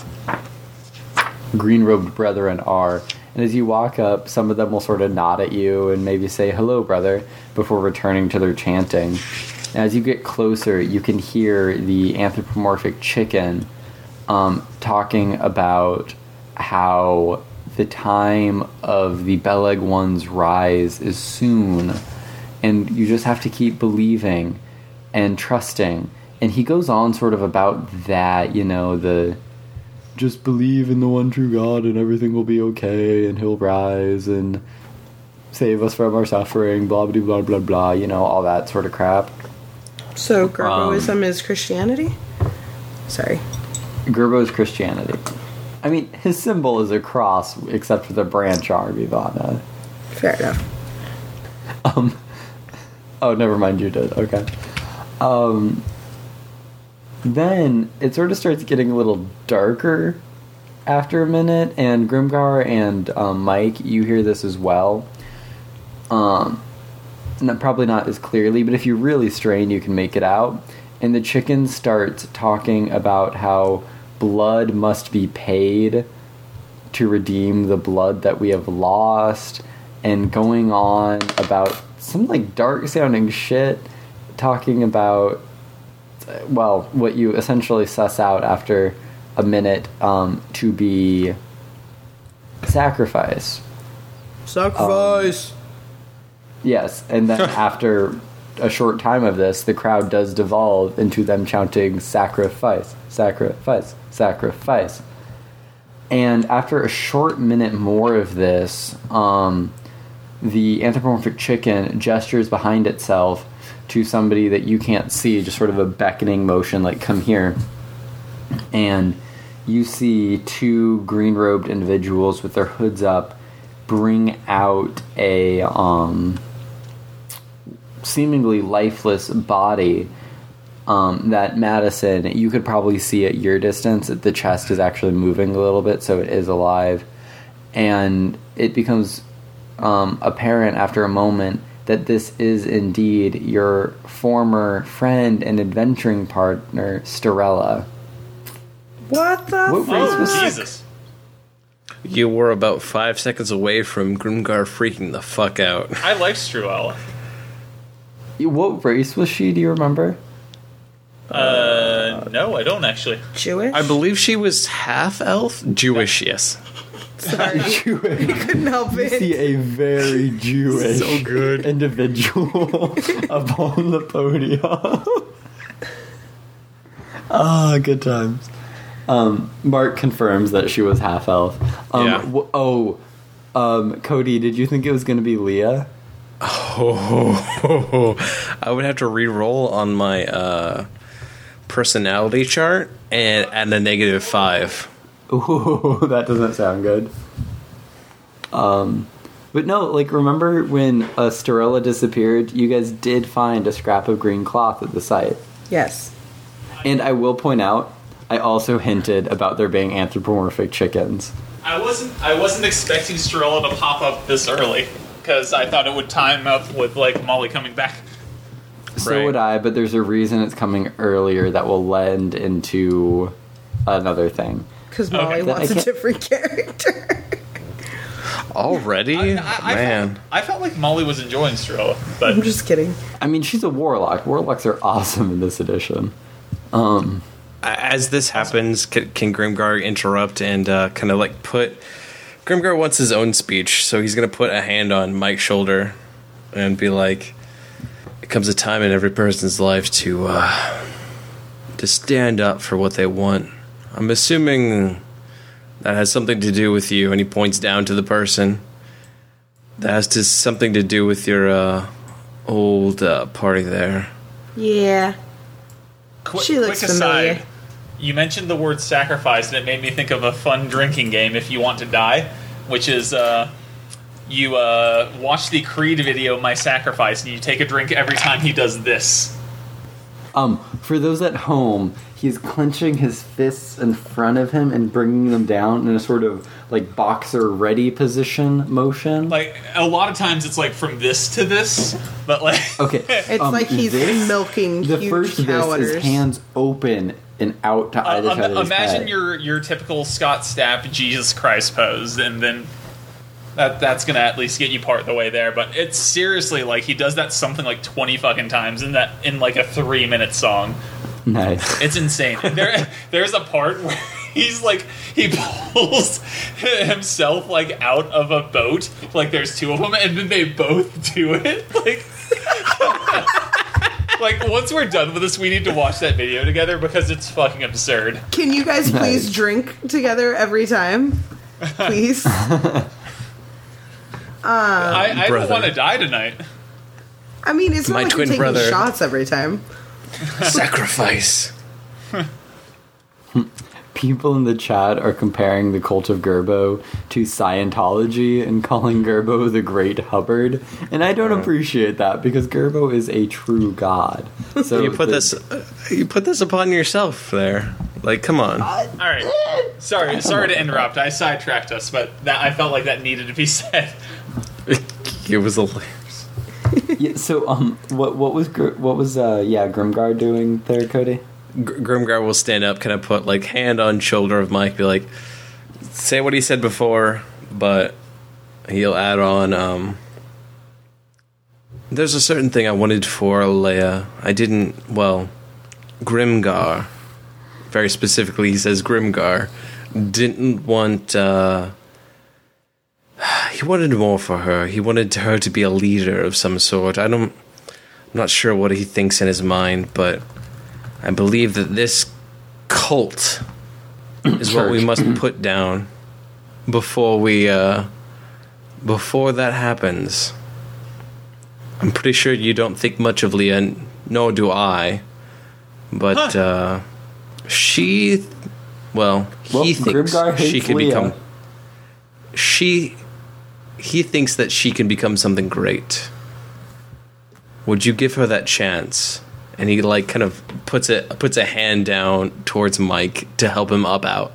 Speaker 1: green robed brethren are. And as you walk up, some of them will sort of nod at you and maybe say, hello, brother, before returning to their chanting. And as you get closer, you can hear the anthropomorphic chicken um, talking about how the time of the Beleg One's rise is soon, and you just have to keep believing and trusting. And he goes on sort of about that, you know, the just believe in the one true God and everything will be okay and he'll rise and save us from our suffering, blah, blah, blah, blah, blah, you know, all that sort of crap.
Speaker 3: So Garboism
Speaker 1: Um,
Speaker 3: is Christianity. Sorry.
Speaker 1: Gerbo's Christianity. I mean, his symbol is a cross, except for the branch arm, Ivana.
Speaker 3: Fair enough.
Speaker 1: Um, oh, never mind, you did. Okay. Um, then it sort of starts getting a little darker after a minute, and Grimgar and um, Mike, you hear this as well. Um, not, probably not as clearly, but if you really strain, you can make it out. And the chicken starts talking about how blood must be paid to redeem the blood that we have lost, and going on about some like dark sounding shit, talking about well, what you essentially suss out after a minute um, to be sacrifice.
Speaker 3: Sacrifice.
Speaker 5: Um,
Speaker 1: Yes, and then after a short time of this, the crowd does devolve into them chanting sacrifice, sacrifice, sacrifice. And after a short minute more of this, um, the anthropomorphic chicken gestures behind itself to somebody that you can't see, just sort of a beckoning motion, like, come here. And you see two green robed individuals with their hoods up bring out a um, seemingly lifeless body um, that Madison, you could probably see at your distance. that The chest is actually moving a little bit, so it is alive. And it becomes um, apparent after a moment that this is indeed your former friend and adventuring partner, Starella.
Speaker 3: What the
Speaker 1: What race
Speaker 3: fuck?
Speaker 1: was-
Speaker 2: Oh, Jesus.
Speaker 5: You were about five seconds away from Grimgar freaking the fuck out.
Speaker 2: I like Struella.
Speaker 1: What race was she? Do you remember?
Speaker 2: Uh, no, I don't actually.
Speaker 3: Jewish?
Speaker 5: I believe she was half elf, Jewish, yes.
Speaker 3: Sorry.
Speaker 1: Jewish.
Speaker 3: couldn't help
Speaker 1: You see
Speaker 3: it.
Speaker 1: a very Jewish
Speaker 5: good.
Speaker 1: individual upon the podium. Ah, good times. Um, Mark confirms that she was half elf. Um,
Speaker 5: Yeah.
Speaker 1: w- oh, um, Cody, did you think it was going to be Leah?
Speaker 5: Oh, I would have to re-roll on my uh, personality chart and add a negative five.
Speaker 1: Ooh, that doesn't sound good. Um, but no, like remember when uh, Starella disappeared? You guys did find a scrap of green cloth at the site.
Speaker 3: Yes.
Speaker 1: And I will point out, I also hinted about there being anthropomorphic chickens.
Speaker 2: I wasn't. I wasn't expecting Strella to pop up this early because I thought it would time up with like Molly coming back.
Speaker 1: So
Speaker 5: Right.
Speaker 1: would I, but there's a reason it's coming earlier that will lend into another thing.
Speaker 3: Because Molly
Speaker 2: Okay.
Speaker 3: wants
Speaker 1: I
Speaker 3: a
Speaker 1: can't-
Speaker 3: different character.
Speaker 5: Already,
Speaker 2: I, I
Speaker 5: man.
Speaker 2: Felt, I felt like Molly was enjoying Strella, but
Speaker 3: I'm just kidding.
Speaker 1: I mean, she's a warlock. Warlocks are awesome in this edition. Um,
Speaker 5: As this happens, can, can Grimgar interrupt and uh, kind of like put? Grimgar wants his own speech, so he's gonna put a hand on Mike's shoulder and be like, "It comes a time in every person's life to uh, to stand up for what they want." I'm assuming that has something to do with you, and he points down to the person. That has to, something to do with your uh, old uh, party there.
Speaker 3: Yeah.
Speaker 2: Qu-
Speaker 3: She looks
Speaker 2: quick
Speaker 3: familiar.
Speaker 2: aside, you mentioned the word sacrifice, and it made me think of a fun drinking game if you want to die, which is uh, you uh, watch the Creed video "My Sacrifice" and you take a drink every time he does this.
Speaker 1: um, for those at home, he's clenching his fists in front of him and bringing them down in a sort of like boxer ready position motion.
Speaker 2: Like a lot of times, it's like from this to this, but like
Speaker 1: okay,
Speaker 3: It's
Speaker 1: um,
Speaker 3: like he's
Speaker 1: this-
Speaker 3: milking
Speaker 1: The
Speaker 3: huge
Speaker 1: first this
Speaker 3: cowards.
Speaker 1: is hands open and out to either
Speaker 2: Uh,
Speaker 1: side
Speaker 2: im-
Speaker 1: of his
Speaker 2: imagine
Speaker 1: head.
Speaker 2: your your typical Scott Stapp Jesus Christ pose, and then that that's gonna at least get you part of the way there. But it's seriously like he does that something like twenty fucking times in that in like a three minute song.
Speaker 1: nice.
Speaker 2: It's insane. there there's a part where he's like he pulls himself like out of a boat. Like there's two of them, and then they both do it. Like. Like once we're done with this, we need to watch that video together because it's fucking absurd.
Speaker 3: Can you guys please
Speaker 1: Nice.
Speaker 3: drink together every time? Please.
Speaker 2: I, I don't
Speaker 5: brother.
Speaker 2: want to die tonight.
Speaker 3: I mean, it's not
Speaker 5: My
Speaker 3: like
Speaker 5: twin
Speaker 3: you're taking
Speaker 5: brother.
Speaker 3: shots every time.
Speaker 5: Sacrifice.
Speaker 1: People in the chat are comparing the cult of Gerbo to Scientology and calling Gerbo the Great Hubbard, and I don't appreciate that because Gerbo is a true god. So
Speaker 5: You put
Speaker 1: the-
Speaker 5: this. uh, You put this upon yourself. There. Like, come on.
Speaker 2: All right, sorry, sorry to interrupt. I sidetracked us, but that I felt like that needed to be said.
Speaker 5: it was a.
Speaker 1: Yeah, so um, what what was Gr- what was uh yeah Grimgar doing there, Cody?
Speaker 5: Gr- Grimgar will stand up, kind of put like hand on shoulder of Mike, be like, say what he said before, but he'll add on. um There's a certain thing I wanted for Leia. I didn't. Well, Grimgar, very specifically, he says Grimgar didn't want. uh He wanted more for her. He wanted her to be a leader of some sort. I don't. I'm not sure what he thinks in his mind, but I believe that this cult is what we
Speaker 1: Church.
Speaker 5: must put down before we uh before that happens. I'm pretty sure you don't think much of Leah, n- nor do I. But uh she well, he
Speaker 1: Well,
Speaker 5: thinks
Speaker 1: Grimgar
Speaker 5: she
Speaker 1: hates
Speaker 5: could
Speaker 1: Leah.
Speaker 5: become she he thinks that she can become something great. Would you give her that chance? And he like kind of puts a puts a hand down towards Mike to help him up out.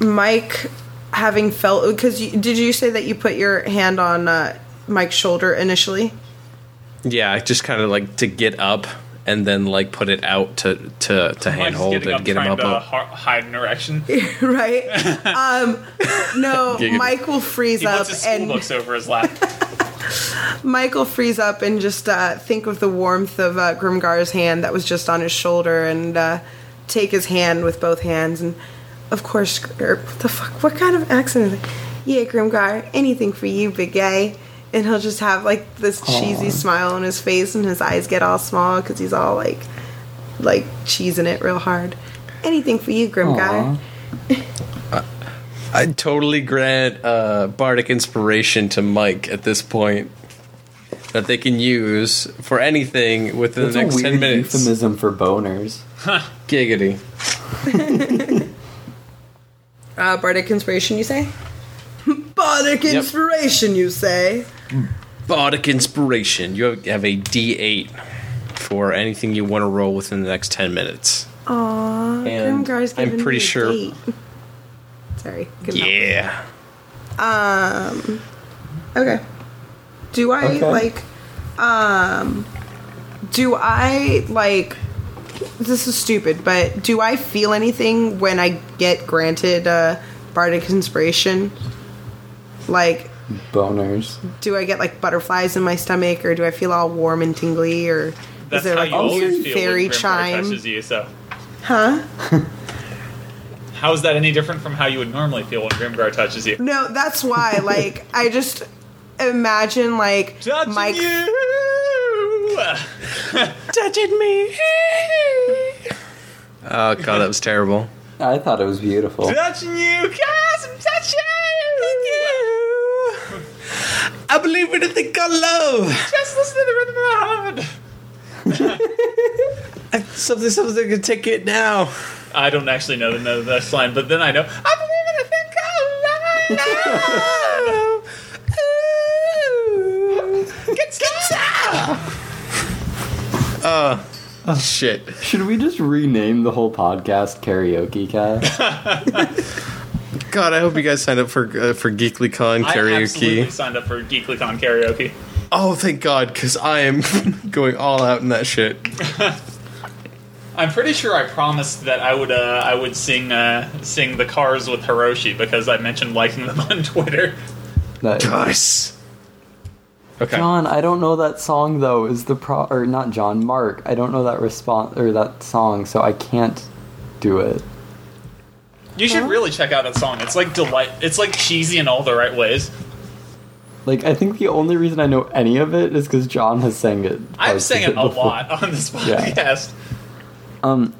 Speaker 3: Mike, having felt because you, did you say that you put your hand on uh, Mike's shoulder initially?
Speaker 5: Yeah, just kind of like to get up and then like put it out to to to
Speaker 2: Mike's
Speaker 5: handhold
Speaker 2: getting
Speaker 5: and
Speaker 2: up
Speaker 5: get him
Speaker 2: trying
Speaker 5: up.
Speaker 2: to
Speaker 5: up.
Speaker 2: har- hide an erection.
Speaker 3: right? Um, no,
Speaker 5: Giggity.
Speaker 3: Mike will freeze
Speaker 2: He
Speaker 3: up
Speaker 2: puts his school
Speaker 3: and
Speaker 2: books over his lap.
Speaker 3: Mike will freeze up and just uh, think of the warmth of uh, Grimgar's hand that was just on his shoulder and uh, take his hand with both hands and of course, Gr- er, what the fuck? What kind of accent? Is it? Yeah, Grimgar, anything for you, big guy. And he'll just have like this cheesy smile on his face, and his eyes get all small because he's all like, like cheesing it real hard. Anything for you, Grimgar.
Speaker 1: Aw.
Speaker 5: I totally grant uh, bardic inspiration to Mike at this point that they can use for anything within
Speaker 1: That's
Speaker 5: the next
Speaker 1: a weird
Speaker 5: ten minutes.
Speaker 1: euphemism for boners.
Speaker 5: Giggity.
Speaker 3: Uh, bardic inspiration, you say? bardic inspiration, you say?
Speaker 5: Bardic inspiration. You have, have a D8 for anything you want to roll within the next ten minutes.
Speaker 3: Aww,
Speaker 5: And
Speaker 3: Grimgar's
Speaker 5: I'm
Speaker 3: giving
Speaker 5: pretty
Speaker 3: me a
Speaker 5: sure-
Speaker 3: date. Sorry. Good enough.
Speaker 5: Yeah.
Speaker 3: Okay. Do I
Speaker 1: Okay.
Speaker 3: like? Um, do I like? This is stupid, but do I feel anything when I get granted uh, bardic inspiration? Like,
Speaker 1: Boners.
Speaker 3: do I get like butterflies in my stomach, or do I feel all warm and tingly, or
Speaker 2: That's
Speaker 3: is there
Speaker 2: how
Speaker 3: like
Speaker 2: you always
Speaker 3: weird
Speaker 2: feel
Speaker 3: fairy
Speaker 2: when Grimgar
Speaker 3: chime?
Speaker 2: touches you. So,
Speaker 3: Huh?
Speaker 2: how is that any different from how you would normally feel when Grimgar touches you?
Speaker 3: No, that's why. Like, I just imagine like
Speaker 2: Touching
Speaker 3: Mike.
Speaker 2: you.
Speaker 5: Touching me. oh, God, that was terrible.
Speaker 1: I thought it was beautiful.
Speaker 2: touching you, guys, I'm touching you.
Speaker 5: I believe in a thing called love.
Speaker 2: Just listen to the rhythm of my heart.
Speaker 5: Something, something can take it now.
Speaker 2: I don't actually know the know the next line, but then I know. I believe in a thing called love.
Speaker 5: Get Uh, shit.
Speaker 1: Should we just rename the whole podcast Karaoke Cast?
Speaker 5: God, I hope you guys signed up for uh, for GeeklyCon
Speaker 2: I
Speaker 5: karaoke.
Speaker 2: absolutely signed up for GeeklyCon karaoke.
Speaker 5: Oh, thank God, because I am going all out in that shit.
Speaker 2: I'm pretty sure I promised that I would uh, I would sing uh, sing the Cars with Hiroshi because I mentioned liking them on Twitter.
Speaker 1: That-
Speaker 5: Nice. Okay.
Speaker 1: John, I don't know that song though. Is the pro or not John Mark? I don't know that response or that song, so I can't do it.
Speaker 2: You should really check out that song. It's like delight. It's like cheesy in all the right ways.
Speaker 1: Like, I think the only reason I know any of it is because John has sang it.
Speaker 2: I've
Speaker 1: like,
Speaker 2: sang it a
Speaker 1: before.
Speaker 2: lot on this
Speaker 1: Yeah.
Speaker 2: podcast.
Speaker 1: Um,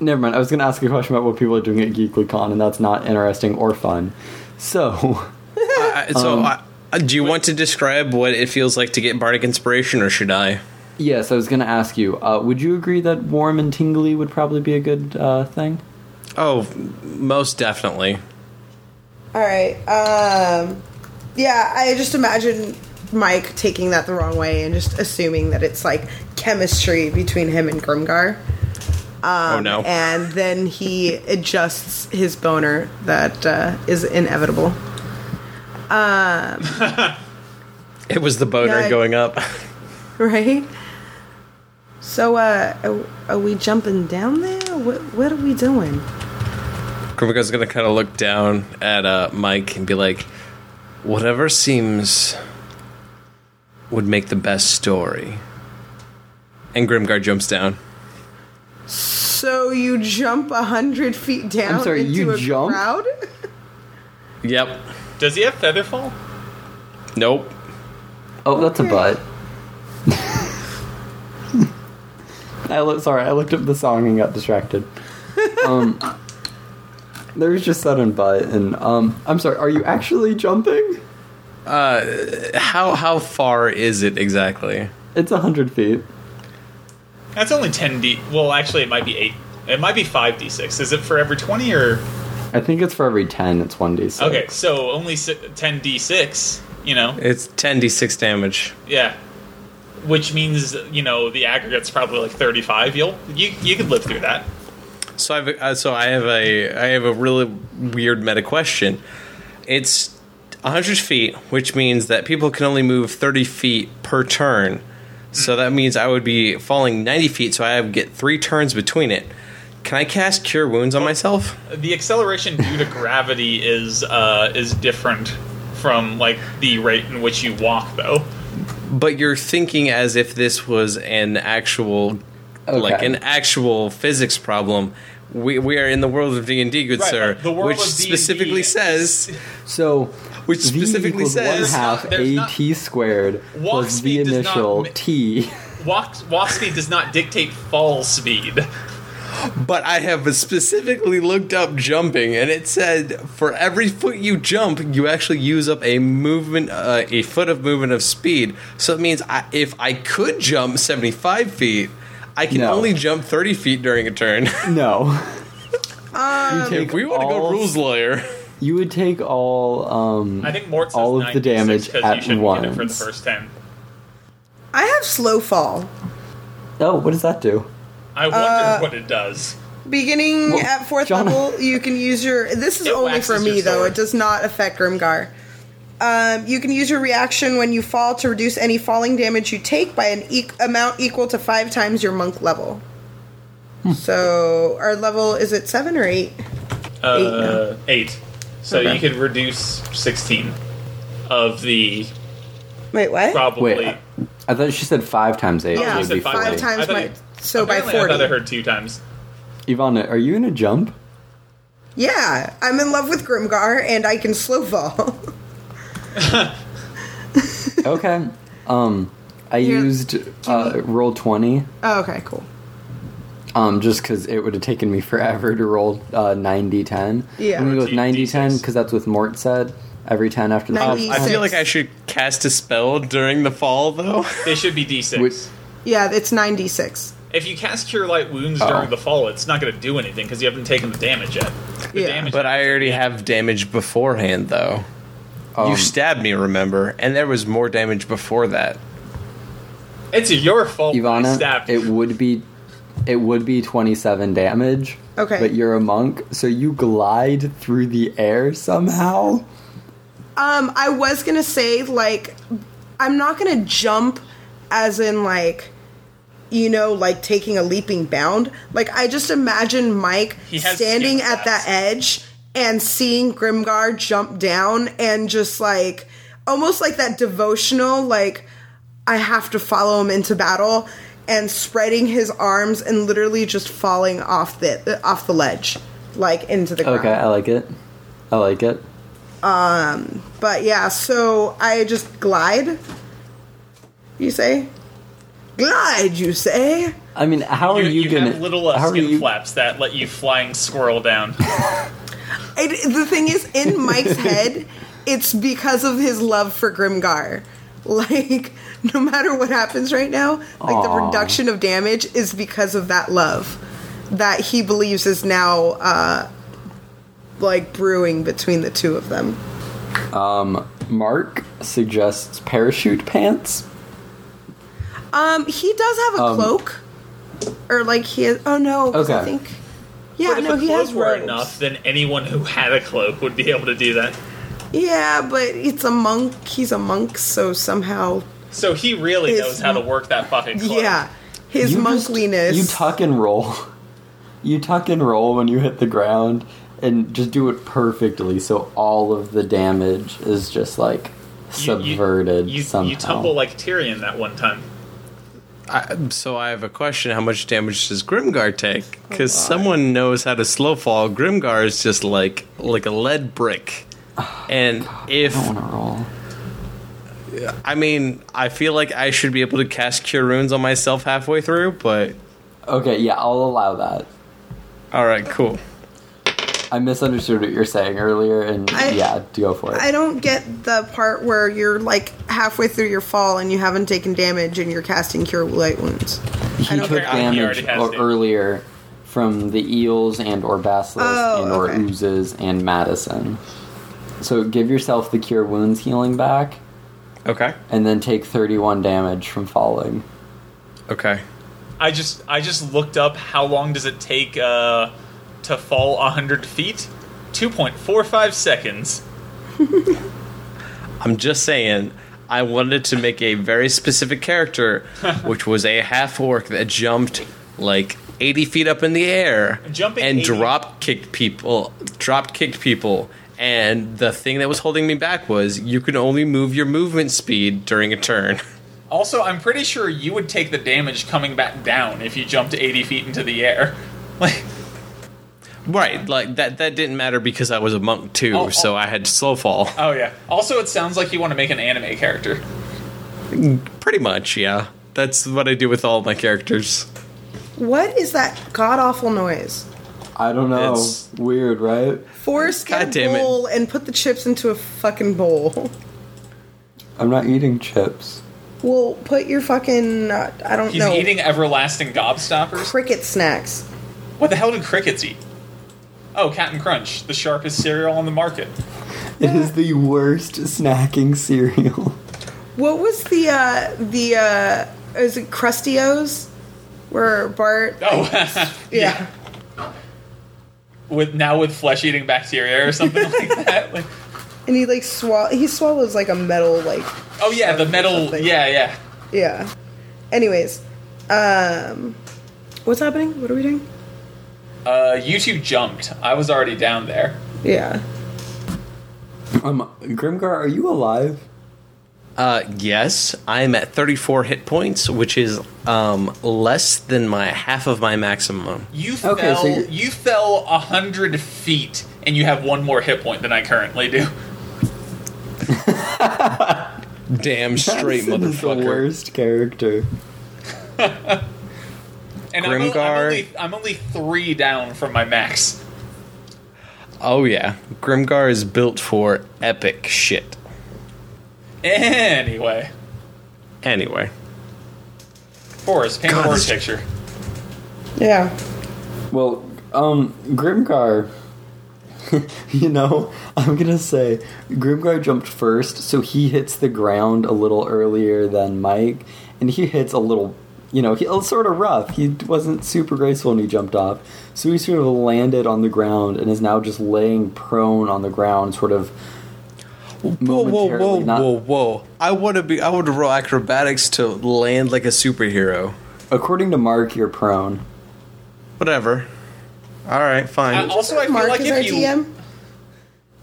Speaker 1: never mind. I was going to ask a question about what people are doing at GeeklyCon, and that's not interesting or fun. So,
Speaker 5: I, so, I, uh, do you want to describe what it feels like to get bardic inspiration, or should I?
Speaker 1: yes, I was going to ask you. Uh, would you agree that warm and tingly would probably be a good uh, thing?
Speaker 5: Oh, most definitely.
Speaker 3: All right. Um, yeah, I just imagine Mike taking that the wrong way and just assuming that it's like chemistry between him and Grimgar.
Speaker 5: oh no.
Speaker 3: Um, And then he adjusts his boner that uh, is inevitable.
Speaker 5: It was the boner
Speaker 3: Yeah.
Speaker 5: going up.
Speaker 3: Right? So, uh, are, are we jumping down there? What, what are we doing?
Speaker 5: Krimiko's gonna kind of look down at uh, Mike and be like, "Whatever seems would make the best story." And Grimgar jumps down.
Speaker 3: So you jump a hundred feet down
Speaker 1: I'm sorry,
Speaker 3: into
Speaker 1: you
Speaker 3: a
Speaker 1: jump?
Speaker 3: crowd?
Speaker 5: Yep.
Speaker 2: Does he have featherfall?
Speaker 5: Nope.
Speaker 1: Oh, that's a
Speaker 3: Okay.
Speaker 1: butt. I look sorry. I looked up the song and got distracted. Um, there's just sudden butt, and um, I'm sorry. Are you actually jumping?
Speaker 5: Uh, How how far is it exactly?
Speaker 1: It's a hundred feet.
Speaker 2: That's only ten d. Well, actually, it might be eight. It might be five d six. Is it for every twenty or?
Speaker 1: I think it's for every ten. It's one d six.
Speaker 2: Okay, so only ten d six. You know,
Speaker 5: It's ten d six damage.
Speaker 2: yeah. Which means you know the aggregate's probably like thirty five. You'll you you could live through that.
Speaker 5: So I've uh, so I have a I have a really weird meta question. It's 100 feet, which means that people can only move 30 feet per turn. So that means I would be falling 90 feet, so I have get three turns between it. Can I cast Cure Wounds on myself?
Speaker 2: The acceleration due to gravity is uh is different from like the rate in which you walk though.
Speaker 5: But you're thinking as if this was an actual, like
Speaker 1: Okay.
Speaker 5: an actual physics problem. We, we are in the world of D and D, good
Speaker 2: Right,
Speaker 5: sir,
Speaker 2: but the world
Speaker 5: which
Speaker 2: of D&D
Speaker 5: specifically
Speaker 2: is-
Speaker 5: says
Speaker 1: So
Speaker 5: Which
Speaker 1: v
Speaker 5: specifically
Speaker 1: equals one
Speaker 5: says-
Speaker 1: half
Speaker 2: There's not-
Speaker 1: at squared
Speaker 2: Walk
Speaker 1: plus the
Speaker 2: speed does not
Speaker 1: initial
Speaker 2: ma-
Speaker 1: t.
Speaker 2: Walk walk speed does not dictate fall speed.
Speaker 5: But I have specifically looked up jumping, and it said for every foot you jump, you actually use up a movement, uh, a foot of movement of speed. So it means I, if I could jump seventy-five feet, I can
Speaker 1: No.
Speaker 5: only jump thirty feet during a turn.
Speaker 1: No. You
Speaker 5: if
Speaker 1: take
Speaker 5: we want to go
Speaker 1: all-
Speaker 5: rules lawyer,
Speaker 1: You would take all. Um,
Speaker 2: I think Mort says
Speaker 1: All of the
Speaker 2: 96
Speaker 1: damage
Speaker 2: 'cause
Speaker 1: at
Speaker 2: you shouldn't get it for the
Speaker 1: once.
Speaker 2: first ten.
Speaker 3: I have slow fall.
Speaker 1: oh, what does that do?
Speaker 2: I wonder
Speaker 3: Uh,
Speaker 2: what it does.
Speaker 3: Beginning
Speaker 1: Well,
Speaker 3: at fourth
Speaker 1: John-
Speaker 3: level, you can use your. This is
Speaker 2: It
Speaker 3: only for
Speaker 2: waxes your
Speaker 3: me though;
Speaker 2: sword.
Speaker 3: it does not affect Grimgar. Um, you can use your reaction when you fall to reduce any falling damage you take by an e- amount equal to five times your monk level. Hmm. So our level is it seven or eight?
Speaker 2: Uh,
Speaker 3: Eight now.
Speaker 2: eight. So
Speaker 3: Okay.
Speaker 2: you could reduce sixteen of the
Speaker 3: Wait, what?
Speaker 2: probably.
Speaker 1: Wait, I, I thought she said five times eight. so
Speaker 3: Yeah,
Speaker 2: You
Speaker 1: it'd
Speaker 2: said
Speaker 1: be
Speaker 2: five
Speaker 1: 40.
Speaker 3: Five times
Speaker 2: I thought
Speaker 3: my-
Speaker 2: you-
Speaker 3: so Oh, by
Speaker 2: apparently I thought I
Speaker 3: 40.
Speaker 2: heard two times.
Speaker 1: Ivana, are you gonna jump?
Speaker 3: Yeah, I'm in love with Grimgar, and I can slow fall.
Speaker 1: Okay. Um, I
Speaker 3: Here,
Speaker 1: used uh, roll twenty.
Speaker 3: oh, okay, cool.
Speaker 1: Um, just because it would have taken me forever to roll uh, 90 10.
Speaker 3: Yeah.
Speaker 1: I'm going to go with
Speaker 2: D-
Speaker 1: 90 10
Speaker 2: D6.
Speaker 1: because that's what Mort said. Every 10 after the first
Speaker 3: Ninety-
Speaker 5: I
Speaker 1: time.
Speaker 5: feel like I should cast a spell during the fall, though.
Speaker 2: They should be D six.
Speaker 1: Which-
Speaker 3: Yeah, it's ninety six.
Speaker 2: If you cast Cure Light Wounds
Speaker 1: Oh.
Speaker 2: during the fall, it's not going to do anything because you haven't taken the damage yet. The
Speaker 3: Yeah.
Speaker 2: damage.
Speaker 5: But I already have damage beforehand, though.
Speaker 1: Um.
Speaker 5: you stabbed me, remember? And there was more damage before that.
Speaker 2: it's your fault. I
Speaker 1: Ivana,
Speaker 2: stabbed.
Speaker 1: it would be. It would be 27 damage.
Speaker 3: Okay.
Speaker 1: But you're a monk, so you glide through the air somehow.
Speaker 3: Um, I was gonna say like, I'm not gonna jump, as in like, you know, like taking a leaping bound. Like I just imagine Mike
Speaker 2: He has
Speaker 3: standing
Speaker 2: skin
Speaker 3: at that
Speaker 2: flaps.
Speaker 3: edge and seeing Grimgar jump down and just like, almost like that devotional like, I have to follow him into battle. and spreading his arms and literally just falling off the off the ledge, like into the ground.
Speaker 1: Okay, I like it. I like it.
Speaker 3: But yeah, so I just glide. You say, glide. You say.
Speaker 1: I mean, how are
Speaker 2: You,
Speaker 1: you,
Speaker 2: you
Speaker 1: gonna?
Speaker 2: have little uh,
Speaker 1: how are
Speaker 2: skin
Speaker 1: you-
Speaker 2: flaps that let you flying squirrel down.
Speaker 3: It, the thing is, in Mike's head, it's because of his love for Grimgar. Like, no matter what happens right now, like the
Speaker 1: Aw.
Speaker 3: reduction of damage is because of that love that he believes is now uh, like brewing between the two of them.
Speaker 1: Mark suggests parachute pants.
Speaker 3: Um, he does have a
Speaker 1: Um,
Speaker 3: cloak, or like he has. Oh no, 'cause I
Speaker 1: Okay.
Speaker 3: think. Yeah,
Speaker 2: but if
Speaker 3: no,
Speaker 2: a
Speaker 3: he
Speaker 2: cloak
Speaker 3: has
Speaker 2: were
Speaker 3: robes.
Speaker 2: enough, then anyone who had a cloak would be able to do that.
Speaker 3: Yeah, but it's a monk. He's a monk, so somehow,
Speaker 2: So he really
Speaker 3: His-
Speaker 2: knows how to work that fucking cloak.
Speaker 3: yeah, his
Speaker 1: You just-
Speaker 3: monkliness.
Speaker 1: you tuck and roll. You tuck and roll when you hit the ground, and just do it perfectly. So all of the damage is just like
Speaker 2: You- you-
Speaker 1: subverted
Speaker 2: You,
Speaker 1: somehow.
Speaker 2: you tumble like Tyrion that one time.
Speaker 5: I, so I have a question: How much damage does Grimgar take? Because someone knows how to slow fall. Grimgar is just like like a lead brick. And if
Speaker 1: I want to roll.
Speaker 5: I mean, I feel like I should be able to cast Cure Runes on myself halfway through, but
Speaker 1: Okay, yeah, I'll allow that.
Speaker 5: all right, cool.
Speaker 1: I misunderstood what you were saying earlier, and
Speaker 3: I-
Speaker 1: yeah, go for it.
Speaker 3: I don't get the part where you're like halfway through your fall and you haven't taken damage and you're casting cure light wounds. I
Speaker 1: he
Speaker 3: don't
Speaker 1: took
Speaker 3: care.
Speaker 2: Oh, he
Speaker 1: damage
Speaker 2: already has
Speaker 1: or
Speaker 2: it.
Speaker 1: earlier from the eels and or basilisks
Speaker 3: Oh,
Speaker 1: and or
Speaker 3: okay.
Speaker 1: oozes and Madison. So give yourself the cure wounds healing back,
Speaker 5: Okay,
Speaker 1: and then take thirty-one damage from falling.
Speaker 5: okay.
Speaker 2: I just I just looked up how long does it take uh, to fall hundred feet? Two point four five seconds.
Speaker 5: I'm just saying, I wanted to make a very specific character, which was a half orc that jumped like 80 feet up in the air
Speaker 2: Jumping
Speaker 5: and
Speaker 2: 80.
Speaker 5: drop kicked people, drop kicked people. And the thing that was holding me back was you can only move your movement speed during a turn.
Speaker 2: Also, I'm pretty sure you would take the damage coming back down if you jumped eighty feet into the air. Like
Speaker 5: Right, like that that didn't matter because I was a monk too,
Speaker 2: Oh, oh.
Speaker 5: so I had slow fall.
Speaker 2: oh yeah. Also, it sounds like you want to make an anime character.
Speaker 5: Pretty much, yeah. That's what I do with all my characters.
Speaker 3: What is that god awful noise?
Speaker 1: I don't know.
Speaker 5: It's-
Speaker 1: Weird, right?
Speaker 3: Forrest,
Speaker 5: God
Speaker 3: get a
Speaker 5: damn it.
Speaker 3: bowl and put the chips into a fucking bowl.
Speaker 1: I'm not eating chips.
Speaker 3: Well, put your fucking uh, I don't
Speaker 2: He's
Speaker 3: know
Speaker 2: eating everlasting gobstoppers.
Speaker 3: cricket snacks.
Speaker 2: What the hell do crickets eat? Oh, Captain Crunch, the sharpest cereal on the market.
Speaker 1: It is the worst snacking cereal.
Speaker 3: What was the uh the uh is it Crustios? Where Bart
Speaker 2: Oh,
Speaker 3: Yeah.
Speaker 2: with now with flesh-eating bacteria or something like that. Like,
Speaker 3: And he like swallow he swallows like a metal like
Speaker 2: oh yeah, the metal.
Speaker 3: Something.
Speaker 2: Yeah, yeah.
Speaker 3: yeah. Anyways, um what's happening? What are we doing?
Speaker 2: Uh, you two jumped. I was already down there.
Speaker 3: Yeah.
Speaker 1: Um, Grimgar, are you alive?
Speaker 5: Uh, yes, I'm at 34 hit points, which is um, less than my half of my maximum.
Speaker 2: You fell.
Speaker 1: Okay, so you-
Speaker 2: you fell a hundred feet, and you have one more hit point than I currently do.
Speaker 5: Damn straight,
Speaker 1: Madison is the
Speaker 5: motherfucker.
Speaker 1: worst character.
Speaker 2: And I'm, o- I'm
Speaker 5: Grimgar.
Speaker 2: only I'm only three down from my max.
Speaker 5: Oh yeah, Grimgar is built for epic shit.
Speaker 2: Anyway,
Speaker 5: Anyway,
Speaker 2: Forrest, paint
Speaker 5: God,
Speaker 2: a word
Speaker 5: this-
Speaker 2: picture.
Speaker 3: Yeah.
Speaker 1: Well, um, Grimgar, you know, I'm gonna say Grimgar jumped first, so he hits the ground a little earlier than Mike, and he hits a little, you know, he it was sort of rough. He wasn't super graceful when he jumped off, so he sort of landed on the ground and is now just laying prone on the ground, sort of.
Speaker 5: whoa, whoa, whoa,
Speaker 1: momentarily not-
Speaker 5: whoa, whoa! I want to be. I want to roll acrobatics to land like a superhero.
Speaker 1: According to Mark, you're prone.
Speaker 5: Whatever. All right,
Speaker 2: I,
Speaker 5: fine.
Speaker 2: Uh, also, I feel
Speaker 3: Mark
Speaker 2: like
Speaker 3: is our
Speaker 2: if you
Speaker 3: DM.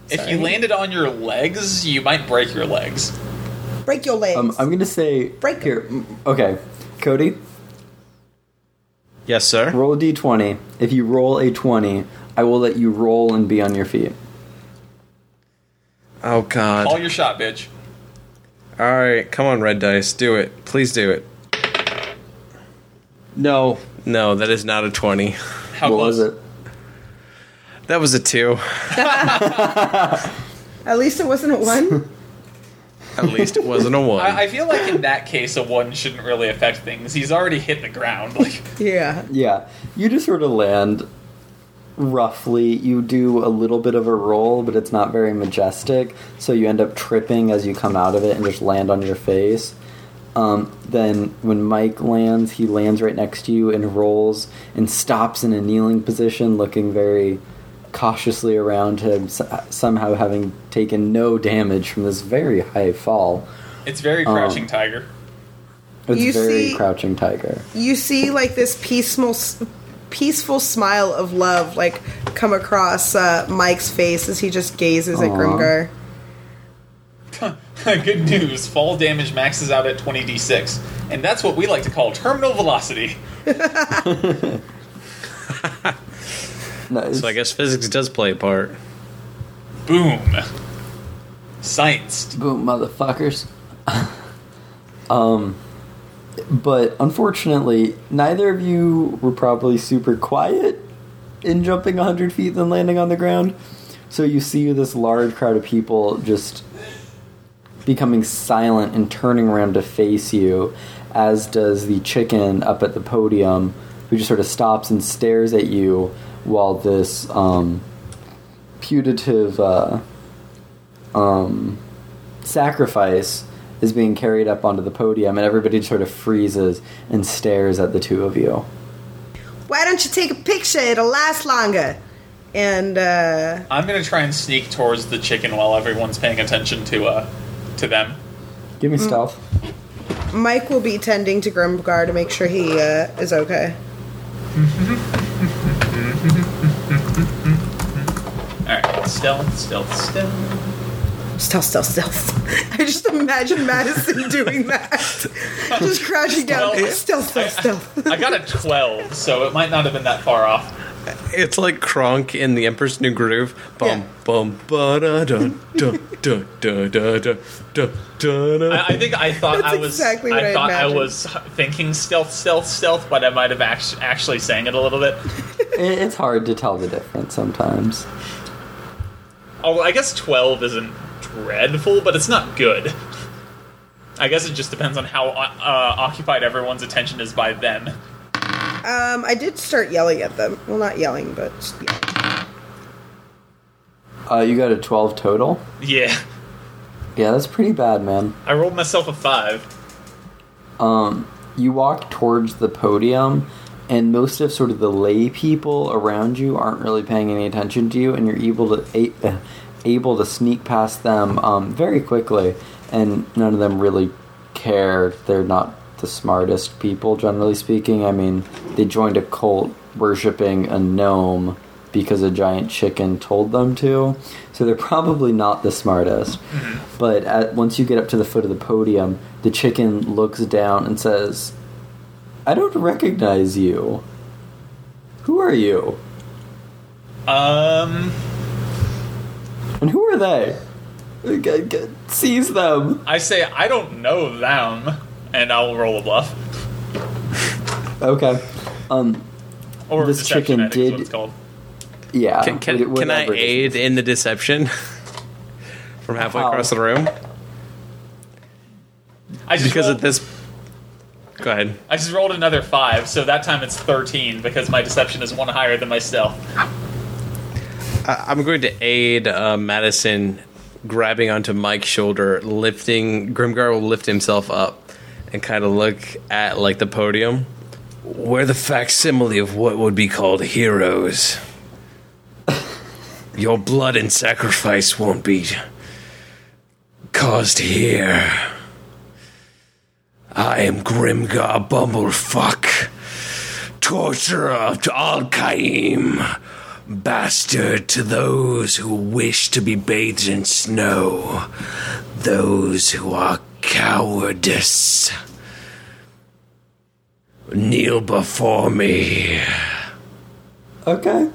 Speaker 2: if you landed on your legs, you might break your legs.
Speaker 3: Break your legs.
Speaker 1: Um, I'm gonna say
Speaker 3: Break 'em.
Speaker 1: here. mm, Okay, Cody,
Speaker 5: Yes, sir.
Speaker 1: Roll a d20. If you roll a 20, I will let you roll and be on your feet.
Speaker 5: Oh God.
Speaker 2: Call
Speaker 5: All
Speaker 2: your shot, bitch.
Speaker 5: right, come on, red dice, do it. Please do it. No, no, that is not a twenty.
Speaker 2: How
Speaker 1: what
Speaker 2: close?
Speaker 1: was it?
Speaker 5: That was a two.
Speaker 3: At least it wasn't at one.
Speaker 5: At least it wasn't a one.
Speaker 2: I, I feel like in that case, a one shouldn't really affect things. He's already hit the ground. Like,
Speaker 3: yeah.
Speaker 1: Yeah. You just sort of land roughly. You do a little bit of a roll, but it's not very majestic. So you end up tripping as you come out of it and just land on your face. Um, then when Mike lands, he lands right next to you and rolls and stops in a kneeling position, looking very cautiously around him, s- somehow having taken no damage from this very high fall.
Speaker 2: it's very crouching tiger.
Speaker 1: It's
Speaker 3: You
Speaker 1: very
Speaker 3: see-
Speaker 1: crouching tiger.
Speaker 3: You see, like this peaceful, s- peaceful smile of love, like come across uh, Mike's face as he just gazes at
Speaker 1: Aw.
Speaker 3: Grimgar.
Speaker 2: Good news. Fall damage maxes out at 20d6, and that's what we like to call terminal velocity.
Speaker 1: Nice.
Speaker 5: so I guess physics does play a part.
Speaker 2: Boom. Science.
Speaker 1: Boom, motherfuckers. um, but unfortunately, neither of you were probably super quiet in jumping 100 feet than landing on the ground. So you see this large crowd of people just becoming silent and turning around to face you, as does the chicken up at the podium, who just sort of stops and stares at you while this um, putative. Uh, um, sacrifice is being carried up onto the podium, and everybody sort of freezes and stares at the two of you.
Speaker 3: Why don't you take a picture? It'll last longer. And uh,
Speaker 2: I'm gonna try and sneak towards the chicken while everyone's paying attention to uh to them.
Speaker 1: Give me stealth.
Speaker 3: Mike will be tending to Grimgar to make sure he uh, is okay.
Speaker 2: Alright, stealth, stealth, stealth.
Speaker 3: Stealth, stealth, stealth. I just imagine Madison doing that. just crouching down. Stealth, stealth, stealth.
Speaker 2: I got a 12, so it might not have been that far off.
Speaker 5: It's like Kronk in The Emperor's New Groove. Bum
Speaker 3: Yeah.
Speaker 5: bum ba da da da da da da da da da. da.
Speaker 2: I, I think I thought
Speaker 3: That's
Speaker 2: I was
Speaker 3: exactly what
Speaker 2: I
Speaker 3: I
Speaker 2: thought I
Speaker 3: imagined.
Speaker 2: was thinking stealth, stealth, stealth, but I might have act- actually sang it a little bit.
Speaker 1: I- It's hard to tell the difference sometimes.
Speaker 2: Oh, I guess 12 isn't dreadful, but it's not good. I guess it just depends on how uh, occupied everyone's attention is by then.
Speaker 3: Um, I did start yelling at them. Well, not yelling, but just yelling.
Speaker 1: Uh, you got a 12 total?
Speaker 2: Yeah,
Speaker 1: Yeah, that's pretty bad, man.
Speaker 2: I rolled myself a 5.
Speaker 1: you walk towards the podium and most of sort of the lay people around you aren't really paying any attention to you and you're able to a, uh, able to sneak past them um, very quickly and none of them really care they're not the smartest people generally speaking i mean they joined a cult worshipping a gnome because a giant chicken told them to so they're probably not the smartest but at, once you get up to the foot of the podium, the chicken looks down and says, I don't recognize you. Who are you?
Speaker 2: Um,
Speaker 1: And who are they? G- g- Sees them.
Speaker 2: I say I don't know them, and I'll roll a bluff.
Speaker 1: Okay. Um,
Speaker 2: Or
Speaker 1: This
Speaker 2: deception,
Speaker 1: chicken
Speaker 2: I think is
Speaker 1: did-
Speaker 2: what it's called.
Speaker 1: yeah.
Speaker 5: Can, can,
Speaker 1: wh-
Speaker 5: can I
Speaker 1: whatever it is.
Speaker 5: aid in the deception from halfway
Speaker 1: How?
Speaker 5: across the room?
Speaker 2: I just
Speaker 5: Because
Speaker 2: rolled,
Speaker 5: at this, go ahead.
Speaker 2: I just rolled another 5, so that time it's 13 because my deception is one higher than my stealth.
Speaker 5: I, I'm going to aid uh, Madison, grabbing onto Mike's shoulder, lifting Grimgar will lift himself up, and kind of look at like the podium, where the facsimile of what would be called heroes. Your blood and sacrifice won't be caused here. I am Grimgar Bumblefuck, torturer of Al Qaim bastard to those who wish to be bathed in snow, those who are cowardice. Kneel before me.
Speaker 1: Okay.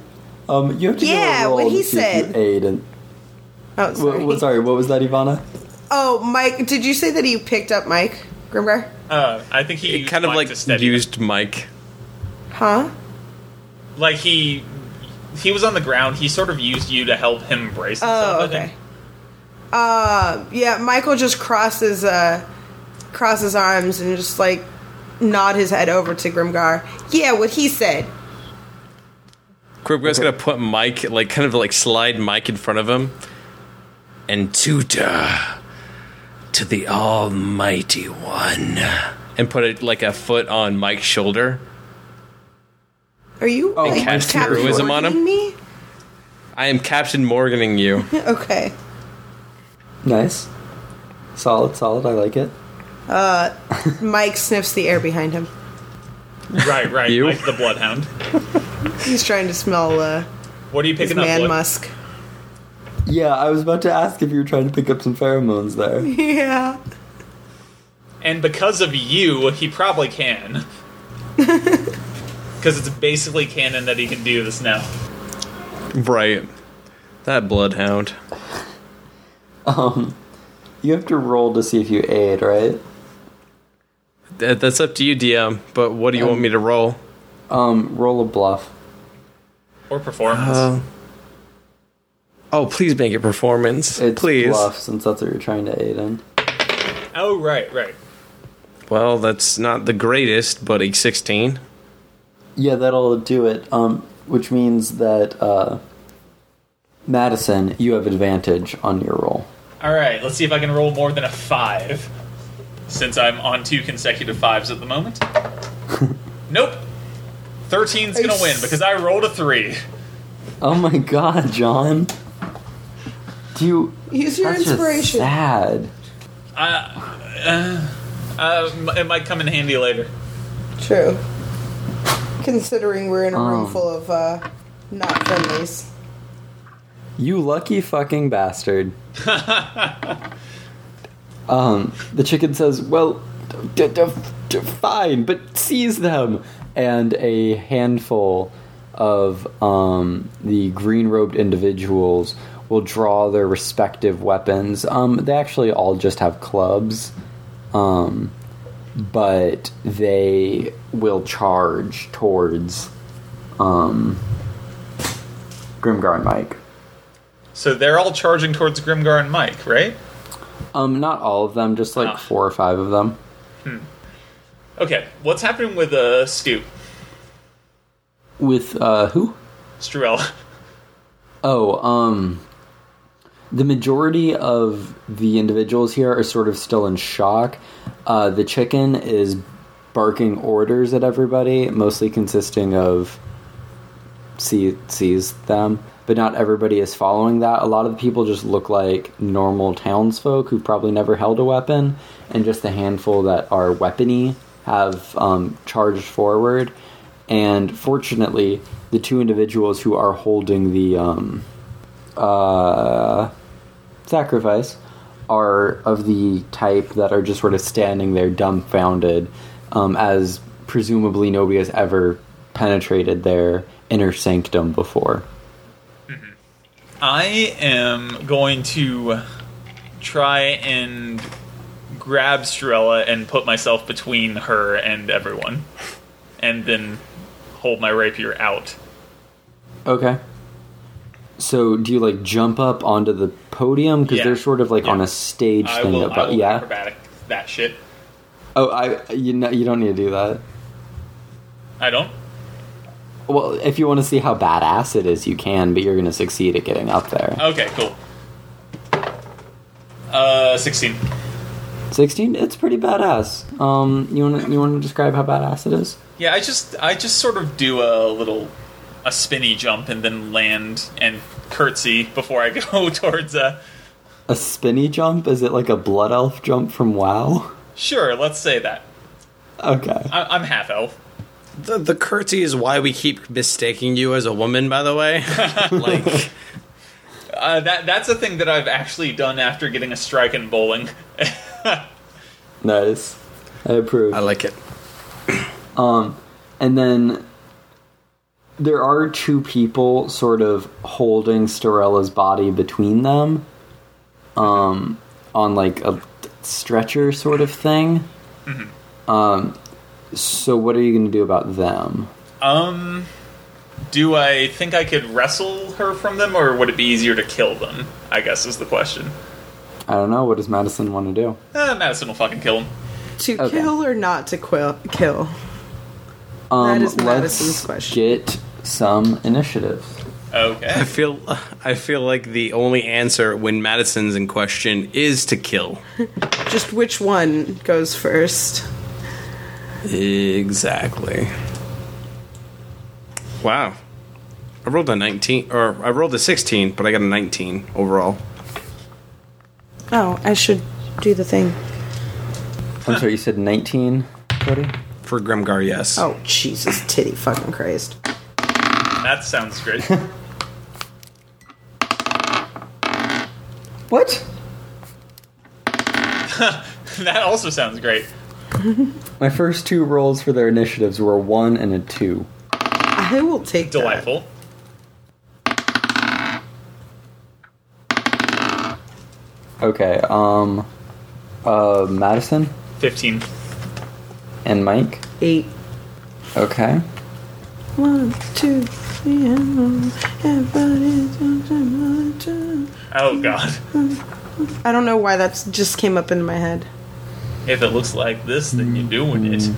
Speaker 1: Um, you have to
Speaker 3: Yeah,
Speaker 1: do a roll
Speaker 3: what
Speaker 1: to
Speaker 3: he
Speaker 1: see if you
Speaker 3: said.
Speaker 1: Aid and
Speaker 3: Oh,
Speaker 1: Wha-
Speaker 3: sorry.
Speaker 1: wha- sorry, what was that, Ivana?
Speaker 3: Oh, Mike, did you say that you picked up Mike Grimgar?
Speaker 2: Uh, I think he
Speaker 5: It
Speaker 2: used
Speaker 5: kind of
Speaker 2: Mike
Speaker 5: like
Speaker 2: to steady him.
Speaker 5: used Mike.
Speaker 3: Huh?
Speaker 2: like he he was on the ground. He sort of used you to help him brace himself.
Speaker 3: Oh,
Speaker 2: I think.
Speaker 3: okay. Uh, yeah, Michael just crosses uh, crosses arms and just like nod his head over to Grimgar. Yeah, what he said.
Speaker 5: Quibgo's gonna put Mike, like, kind of like slide Mike in front of him, and tutor to the Almighty One, and put it like a foot on Mike's shoulder.
Speaker 3: Are you
Speaker 1: Oh,
Speaker 3: like,
Speaker 5: cast
Speaker 3: Captain
Speaker 5: heroism on him?
Speaker 3: Morgan Me?
Speaker 5: I am Captain Morganing you.
Speaker 3: Okay.
Speaker 1: Nice. Solid, solid, I like it.
Speaker 3: Mike sniffs the air behind him.
Speaker 2: Right, right.
Speaker 5: You?
Speaker 2: Like the bloodhound.
Speaker 3: He's trying to smell uh,
Speaker 2: What are you
Speaker 3: his
Speaker 2: picking up?
Speaker 3: man
Speaker 2: Wood?
Speaker 3: musk.
Speaker 1: Yeah, I was about to ask if you were trying to pick up some pheromones there.
Speaker 3: Yeah.
Speaker 2: And because of you, he probably can. Because it's basically canon that he can do this now.
Speaker 5: Right. That bloodhound.
Speaker 1: You have to roll to see if you aid, right?
Speaker 5: That, that's up to you, DM, but what do you want me to roll?
Speaker 1: Um, roll a bluff.
Speaker 2: Or performance.
Speaker 1: uh,
Speaker 5: oh, please make it performance.
Speaker 1: It's
Speaker 5: please.
Speaker 1: bluff, since that's what you're trying to aid in.
Speaker 2: oh, right, right.
Speaker 5: Well, that's not the greatest, but a 16.
Speaker 1: Yeah, that'll do it. Um, which means that uh, Madison, you have advantage on your roll.
Speaker 2: All right, let's see if I can roll more than a five. Since I'm on two consecutive fives at the moment. nope. 13's gonna win because I rolled a three.
Speaker 1: Oh my god, John! Do you?
Speaker 3: Use your
Speaker 1: that's just
Speaker 3: inspiration.
Speaker 1: sad.
Speaker 2: Uh, m- it might come in handy later.
Speaker 3: True. Considering we're in a room
Speaker 1: Um.
Speaker 3: full of uh, not friendlies.
Speaker 1: You lucky fucking bastard. um, the chicken says, "Well, d- d- d- fine, but seize them." And a handful of um, the green-robed individuals will draw their respective weapons. Um, they actually all just have clubs, um, but they will charge towards um, Grimgar and Mike.
Speaker 2: So they're all charging towards Grimgar and Mike, right?
Speaker 1: Um, not all of them, just like
Speaker 2: Oh.
Speaker 1: four or five of them.
Speaker 2: Okay, what's happening with uh, Scoop?
Speaker 1: With uh, who?
Speaker 2: Struella.
Speaker 1: Oh, um, the majority of the individuals here are sort of still in shock. Uh, the chicken is barking orders at everybody, mostly consisting of see sees them, but not everybody is following that. A lot of the people just look like normal townsfolk who probably never held a weapon, and just the handful that are weapony have um, charged forward. And fortunately, the two individuals who are holding the um, uh, sacrifice are of the type that are just sort of standing there dumbfounded, um, as presumably nobody has ever penetrated their inner sanctum before.
Speaker 2: I am going to try and grab Strella and put myself between her and everyone, and then hold my rapier out.
Speaker 1: Okay. So do you like jump up onto the podium because
Speaker 2: Yeah.
Speaker 1: they're sort of like on
Speaker 2: Yeah.
Speaker 1: a stage
Speaker 2: I
Speaker 1: thing?
Speaker 2: will, I
Speaker 1: about,
Speaker 2: will
Speaker 1: uh, yeah.
Speaker 2: acrobatic that shit.
Speaker 1: Oh, I you know you don't need to do that.
Speaker 2: I don't.
Speaker 1: Well, if you want to see how badass it is, you can, but you're going to succeed at getting up there.
Speaker 2: Okay, cool. Uh, sixteen.
Speaker 1: 16 it's pretty badass um you want to you want to describe how badass it is
Speaker 2: Yeah, I just I just sort of do a little a spinny jump and then land and curtsy before I go towards uh
Speaker 1: a spinny jump is it like a blood elf jump from wow
Speaker 2: sure, let's say that.
Speaker 1: okay
Speaker 2: I, I'm half elf.
Speaker 5: The, the curtsy is why we keep mistaking you as a woman, by the way. like,
Speaker 2: Uh, that that's a thing that I've actually done after getting a strike in bowling.
Speaker 1: nice i approve
Speaker 5: I like it.
Speaker 1: Um, and then there are two people sort of holding Storella's body between them, um, on like a stretcher sort of thing. Um, so what are you going to do about them?
Speaker 2: Um, do I think I could wrestle her from them, or would it be easier to kill them? I guess is the question.
Speaker 1: I don't know. What does Madison want to do?
Speaker 2: Eh, Madison will fucking kill him.
Speaker 3: To
Speaker 1: Okay.
Speaker 3: kill or not to quill, kill?
Speaker 1: Um,
Speaker 3: is Madison's
Speaker 1: let's
Speaker 3: question.
Speaker 1: get some initiative.
Speaker 5: I
Speaker 2: Okay.
Speaker 5: feel I feel like the only answer when Madison's in question is to kill.
Speaker 3: Just which one goes first?
Speaker 5: Exactly. Wow. I rolled a 19 or I rolled a 16, but I got a 19 overall.
Speaker 3: Oh, I should do the thing.
Speaker 1: I'm sorry, you said 19, Cody?
Speaker 5: For Grimgar, yes.
Speaker 3: Oh, Jesus, titty fucking Christ.
Speaker 2: That sounds great.
Speaker 1: What?
Speaker 2: that also sounds great.
Speaker 1: My first two rolls for their initiatives were a 1 and a 2.
Speaker 3: I will take that.
Speaker 2: Delightful.
Speaker 1: Okay, um. Uh, Madison
Speaker 2: 15.
Speaker 1: and Mike.
Speaker 3: Eight.
Speaker 1: Okay.
Speaker 3: One, two, three, and one. Everybody's on the mountain.
Speaker 2: Oh, God.
Speaker 3: I don't know why that's just came up in my head.
Speaker 2: If it looks like this, then you're doing it.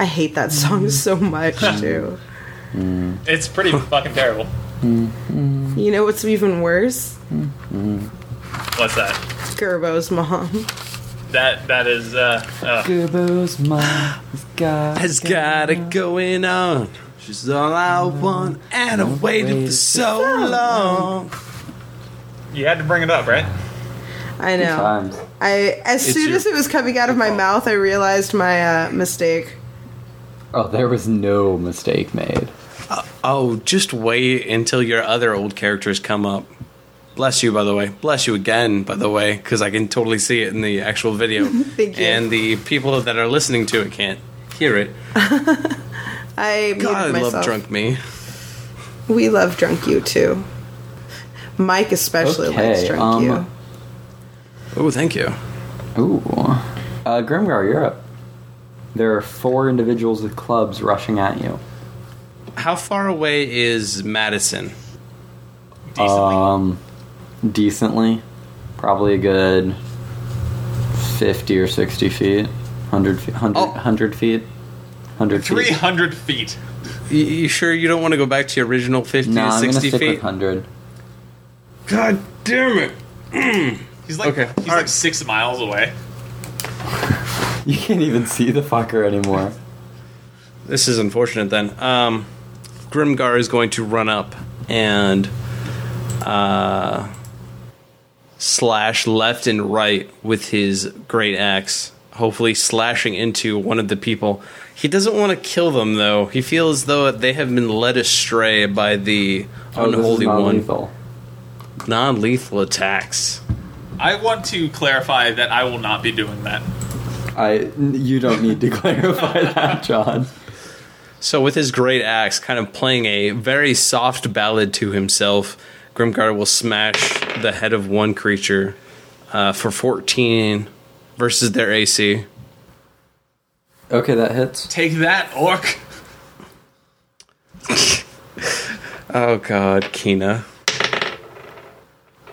Speaker 3: I hate that song so much, too.
Speaker 2: It's pretty fucking terrible.
Speaker 3: You know what's even worse?
Speaker 2: What's that?
Speaker 3: Gerbo's mom.
Speaker 2: That that is uh, uh
Speaker 1: Gurbo's mom's got.
Speaker 5: Has got it going on. She's all I want, and I've waited for so long.
Speaker 2: you had to bring it up, right?
Speaker 3: I know.
Speaker 1: Times.
Speaker 3: I as
Speaker 5: It's
Speaker 3: soon
Speaker 5: your-
Speaker 3: as it was coming out of my mouth, I realized my uh, mistake.
Speaker 1: Oh, there was no mistake made.
Speaker 5: Oh, just wait until your other old characters come up. Bless you, by the way. Bless you again, by the way, because I can totally see it in the actual video.
Speaker 3: Thank you.
Speaker 5: And the people that are listening to it can't hear it.
Speaker 3: I muted
Speaker 5: God, I
Speaker 3: myself.
Speaker 5: love drunk me.
Speaker 3: We love drunk you too. Mike especially likes
Speaker 1: Okay,
Speaker 3: drunk
Speaker 1: um,
Speaker 3: you.
Speaker 5: Oh, thank you.
Speaker 1: Ooh. Uh, Grimgar, you're up. There are four individuals with clubs rushing at you.
Speaker 5: How far away is Madison?
Speaker 2: Decently.
Speaker 1: Um, decently, probably a good fifty or sixty feet, hundred feet, hundred
Speaker 5: Oh.
Speaker 1: feet, hundred feet.
Speaker 2: 300 feet.
Speaker 5: Y- You sure you don't want to go back to your original 50
Speaker 1: No,
Speaker 5: to
Speaker 1: I'm gonna
Speaker 5: 60
Speaker 1: stick
Speaker 5: feet?
Speaker 1: with hundred.
Speaker 5: God damn it.
Speaker 2: He's like
Speaker 5: Okay.
Speaker 2: he's like six miles away.
Speaker 1: You can't even see the fucker anymore.
Speaker 5: This is unfortunate then. Um, Grimgar is going to run up and uh, slash left and right with his great axe, hopefully slashing into one of the people. He doesn't want to kill them though. He feels though they have been led astray by the
Speaker 1: Oh, this is
Speaker 5: unholy
Speaker 1: not
Speaker 5: one.
Speaker 1: lethal.
Speaker 5: Non lethal attacks.
Speaker 2: I want to clarify that I will not be doing that.
Speaker 1: I, n- you don't need to clarify that, John.
Speaker 5: So, with his great axe, kind of playing a very soft ballad to himself, Grimgar will smash the head of one creature uh, for 14 versus their AC.
Speaker 1: Okay, that hits.
Speaker 2: Take that, orc.
Speaker 5: Oh, God, Kina.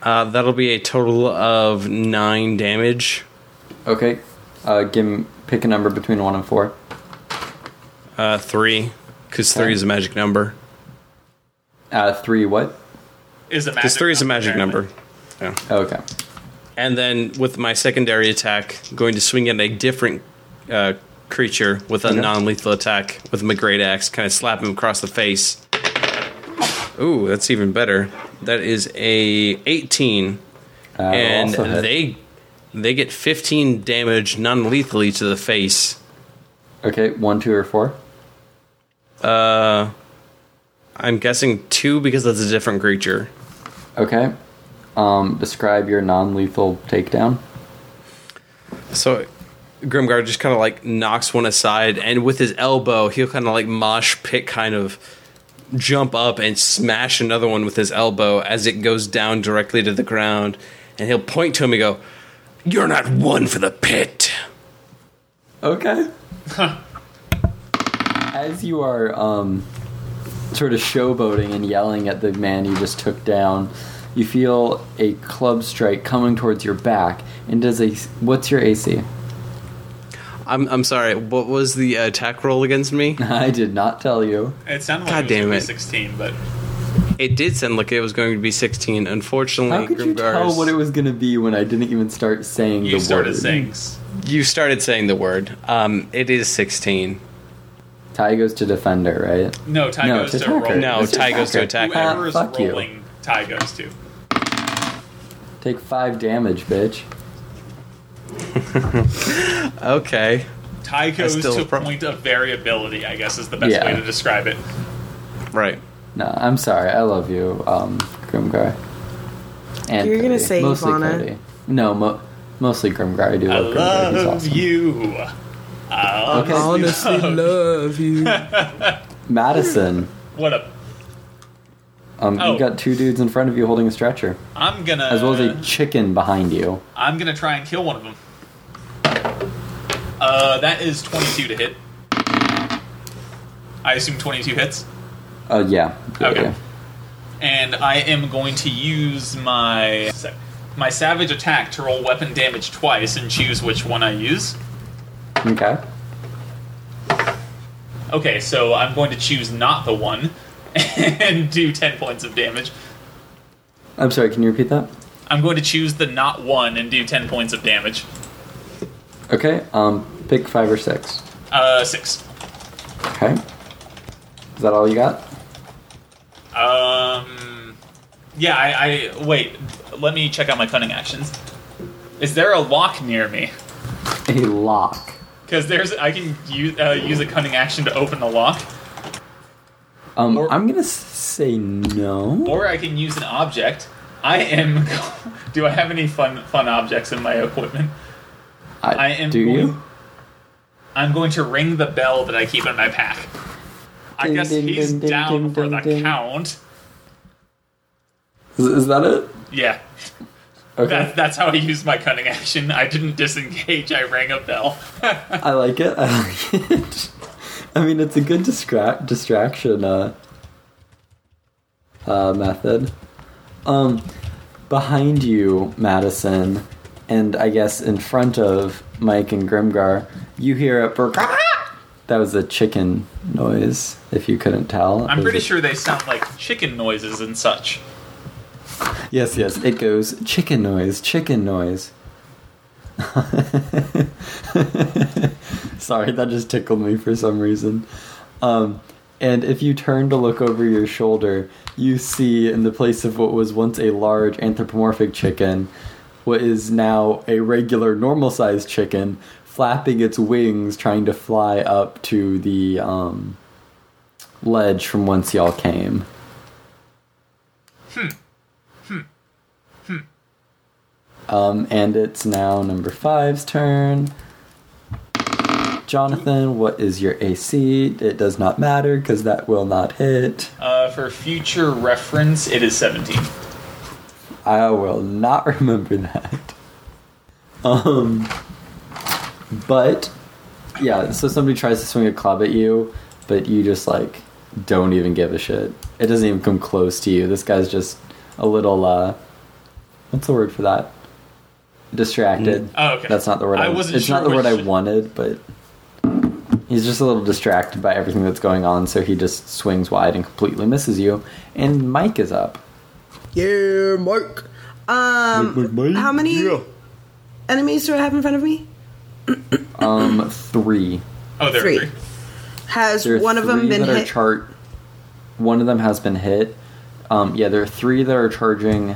Speaker 5: Uh, that'll be a total of 9 damage.
Speaker 1: Okay, uh, give him pick a number between one and four.
Speaker 5: Uh, 3, because 3 is a magic number.
Speaker 1: Uh, three, what?
Speaker 2: Is a magic.
Speaker 5: Because 3 is a
Speaker 2: number,
Speaker 5: magic
Speaker 2: apparently.
Speaker 5: number. Yeah.
Speaker 1: Oh, Okay,
Speaker 5: And then with my secondary attack, going to swing at a different uh, creature with a
Speaker 1: Okay.
Speaker 5: non lethal attack with my great axe, kind of slap him across the face. Ooh, that's even better. That is a 18,
Speaker 1: uh,
Speaker 5: and
Speaker 1: also hit.
Speaker 5: they they get 15 damage non lethally to the face.
Speaker 1: okay one, two, or four.
Speaker 5: I'm guessing two because that's a different creature.
Speaker 1: Okay. Um, describe your non-lethal takedown.
Speaker 5: So Grimgard just kind of like knocks one aside, and with his elbow, he'll kind of like mosh pit kind of jump up and smash another one with his elbow as it goes down directly to the ground. And he'll point to him and go, You're not one for the pit.
Speaker 1: Okay. As you are um, sort of showboating and yelling at the man you just took down, you feel a club strike coming towards your back. And does a what's your AC?
Speaker 5: I'm, I'm sorry, what was the uh, attack roll against me?
Speaker 1: I did not tell you.
Speaker 2: It sounded like
Speaker 5: God
Speaker 2: it was gonna
Speaker 5: damn
Speaker 2: be 16,
Speaker 5: it.
Speaker 2: but
Speaker 5: It did sound like it was going to be 16. Unfortunately,
Speaker 1: How could you
Speaker 5: Grimgar's-
Speaker 1: tell what it was going to be when I didn't even start saying
Speaker 2: you
Speaker 1: the
Speaker 2: started
Speaker 1: word?
Speaker 2: saying.
Speaker 5: you started saying the word. Um, it is 16.
Speaker 1: Ty goes to defender, right?
Speaker 2: No, Ty
Speaker 1: No,
Speaker 2: goes
Speaker 1: it's
Speaker 2: to roll.
Speaker 1: attacker.
Speaker 5: No,
Speaker 1: It's
Speaker 5: Ty goes to
Speaker 1: attacker.
Speaker 5: attacker.
Speaker 2: Whoever
Speaker 1: Ah,
Speaker 2: is
Speaker 1: fuck you.
Speaker 2: rolling, Ty goes to.
Speaker 1: Take five damage, bitch.
Speaker 5: Okay.
Speaker 2: Ty goes
Speaker 5: still
Speaker 2: to
Speaker 5: a pro-
Speaker 2: point of variability, I guess is the best
Speaker 1: Yeah.
Speaker 2: way to describe it.
Speaker 5: Right.
Speaker 1: No, I'm sorry. I love you, um, Grimgar. And
Speaker 3: You were gonna
Speaker 1: Cody.
Speaker 3: say
Speaker 1: mostly
Speaker 3: Ivana.
Speaker 1: Cody. No, mo- mostly Grimgar. I do
Speaker 2: I
Speaker 1: love Grimgar. He's
Speaker 2: love
Speaker 1: awesome.
Speaker 2: you. I
Speaker 1: Okay.
Speaker 2: honestly
Speaker 5: love you.
Speaker 1: Madison,
Speaker 2: What a.
Speaker 1: um,
Speaker 2: Oh.
Speaker 1: you got two dudes in front of you holding a stretcher,
Speaker 2: I'm gonna.
Speaker 1: as well as
Speaker 2: Uh.
Speaker 1: a chicken behind you.
Speaker 2: I'm gonna try and kill one of them. Uh, that is 22 to hit. I assume 22 hits.
Speaker 1: Oh yeah. Yeah,
Speaker 2: Okay.
Speaker 1: yeah.
Speaker 2: and I am going to use my my savage attack to roll weapon damage twice and choose which one I use.
Speaker 1: Okay.
Speaker 2: Okay, so I'm going to choose not the one and do 10 points of damage.
Speaker 1: I'm sorry. Can you repeat that?
Speaker 2: I'm going to choose the not one and do 10 points of damage.
Speaker 1: Okay. Um, pick five or six.
Speaker 2: Uh, six.
Speaker 1: Okay. Is that all you got?
Speaker 2: Um, yeah, I, I wait. Let me check out my cunning actions. Is there a lock near me?
Speaker 1: A lock.
Speaker 2: Because there's, I can use uh, use a cunning action to open the lock,
Speaker 1: Um,
Speaker 2: Or-
Speaker 1: I'm gonna s- say no.
Speaker 2: or I can use an object. I am. Do I have any fun fun objects in my equipment? I am.
Speaker 1: Do
Speaker 2: going,
Speaker 1: you?
Speaker 2: I'm going to ring the bell that I keep in my pack. I
Speaker 1: Ding,
Speaker 2: guess
Speaker 1: ding,
Speaker 2: he's
Speaker 1: ding, ding,
Speaker 2: down
Speaker 1: ding,
Speaker 2: for
Speaker 1: ding,
Speaker 2: the
Speaker 1: ding.
Speaker 2: count.
Speaker 1: Is, is that it?
Speaker 2: Yeah,
Speaker 1: Okay.
Speaker 2: that, that's how I used my cunning action. I didn't disengage. I rang a bell.
Speaker 1: I like it. I like it. I mean, it's a good distra- distraction uh, uh, method. Um, behind you, Madison, and I guess in front of Mike and Grimgar, you hear a burk. That was a chicken noise, if you couldn't tell. It
Speaker 2: I'm
Speaker 1: was
Speaker 2: pretty
Speaker 1: a-
Speaker 2: sure they sound like chicken noises and such.
Speaker 1: Yes, yes. It goes chicken noise, chicken noise. Sorry, that just tickled me for some reason. Um, and if you turn to look over your shoulder, you see in the place of what was once a large anthropomorphic chicken, what is now a regular, normal sized chicken, flapping its wings, trying to fly up to the um, ledge from whence y'all came. Um, and it's now number five's turn. Jonathan, what is your AC? It does not matter because that will not hit.
Speaker 2: Uh, for future reference, it is 17.
Speaker 1: I will not remember that. Um, but yeah, so somebody tries to swing a club at you, but you just like don't even give a shit. It doesn't even come close to you. This guy's just a little uh, what's the word for that? Distracted.
Speaker 2: Oh, okay.
Speaker 1: That's not the word.
Speaker 2: I
Speaker 1: I,
Speaker 2: wasn't
Speaker 1: It's not
Speaker 2: sure
Speaker 1: the word I
Speaker 2: which-
Speaker 1: wanted, but he's just a little distracted by everything that's going on, so he just swings wide and completely misses you. And Mike is up.
Speaker 3: Yeah, Mark. Um, how many enemies do I have in front of me?
Speaker 1: Um, three.
Speaker 2: Oh, there
Speaker 3: Three.
Speaker 2: we go.
Speaker 3: Has
Speaker 1: There are
Speaker 3: one of them
Speaker 1: three
Speaker 3: been
Speaker 1: that are
Speaker 3: hit?
Speaker 1: chart. One of them has been hit. Um, yeah, there are three that are charging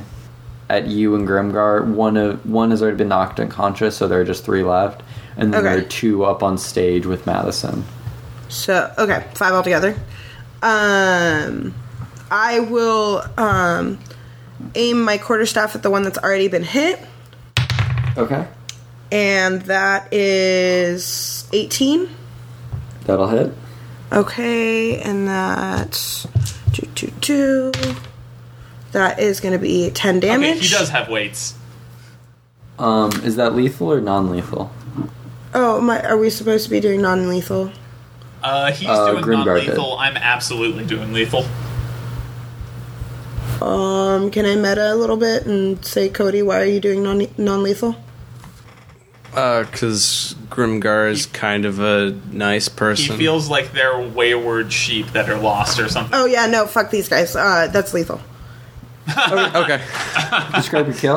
Speaker 1: at you and Grimgar. One of one has already been knocked unconscious, so there are just three left, and then there
Speaker 3: Okay.
Speaker 1: are two up on stage with Madison.
Speaker 3: So okay, five altogether. Um, I will um aim my quarterstaff at the one that's already been hit,
Speaker 1: Okay.
Speaker 3: and that is 18.
Speaker 1: That'll hit.
Speaker 3: Okay, and that's two, two, two. That is going to be 10 damage.
Speaker 2: Okay, he does have weights.
Speaker 1: Um, is that lethal or non-lethal?
Speaker 3: Oh, my, are we supposed to be doing non lethal?
Speaker 2: Uh, he's
Speaker 1: Uh,
Speaker 2: doing
Speaker 1: Grimgard hit.
Speaker 2: non-lethal. I'm absolutely doing lethal.
Speaker 3: Um, can I meta a little bit and say, Cody, why are you doing non lethal?
Speaker 5: Because Uh, Grimgar is kind of a nice
Speaker 2: He
Speaker 5: person.
Speaker 2: feels like they're wayward sheep that are lost or something.
Speaker 3: Oh, yeah, no, fuck these guys. Uh, that's lethal.
Speaker 5: okay.
Speaker 1: Describe your kill.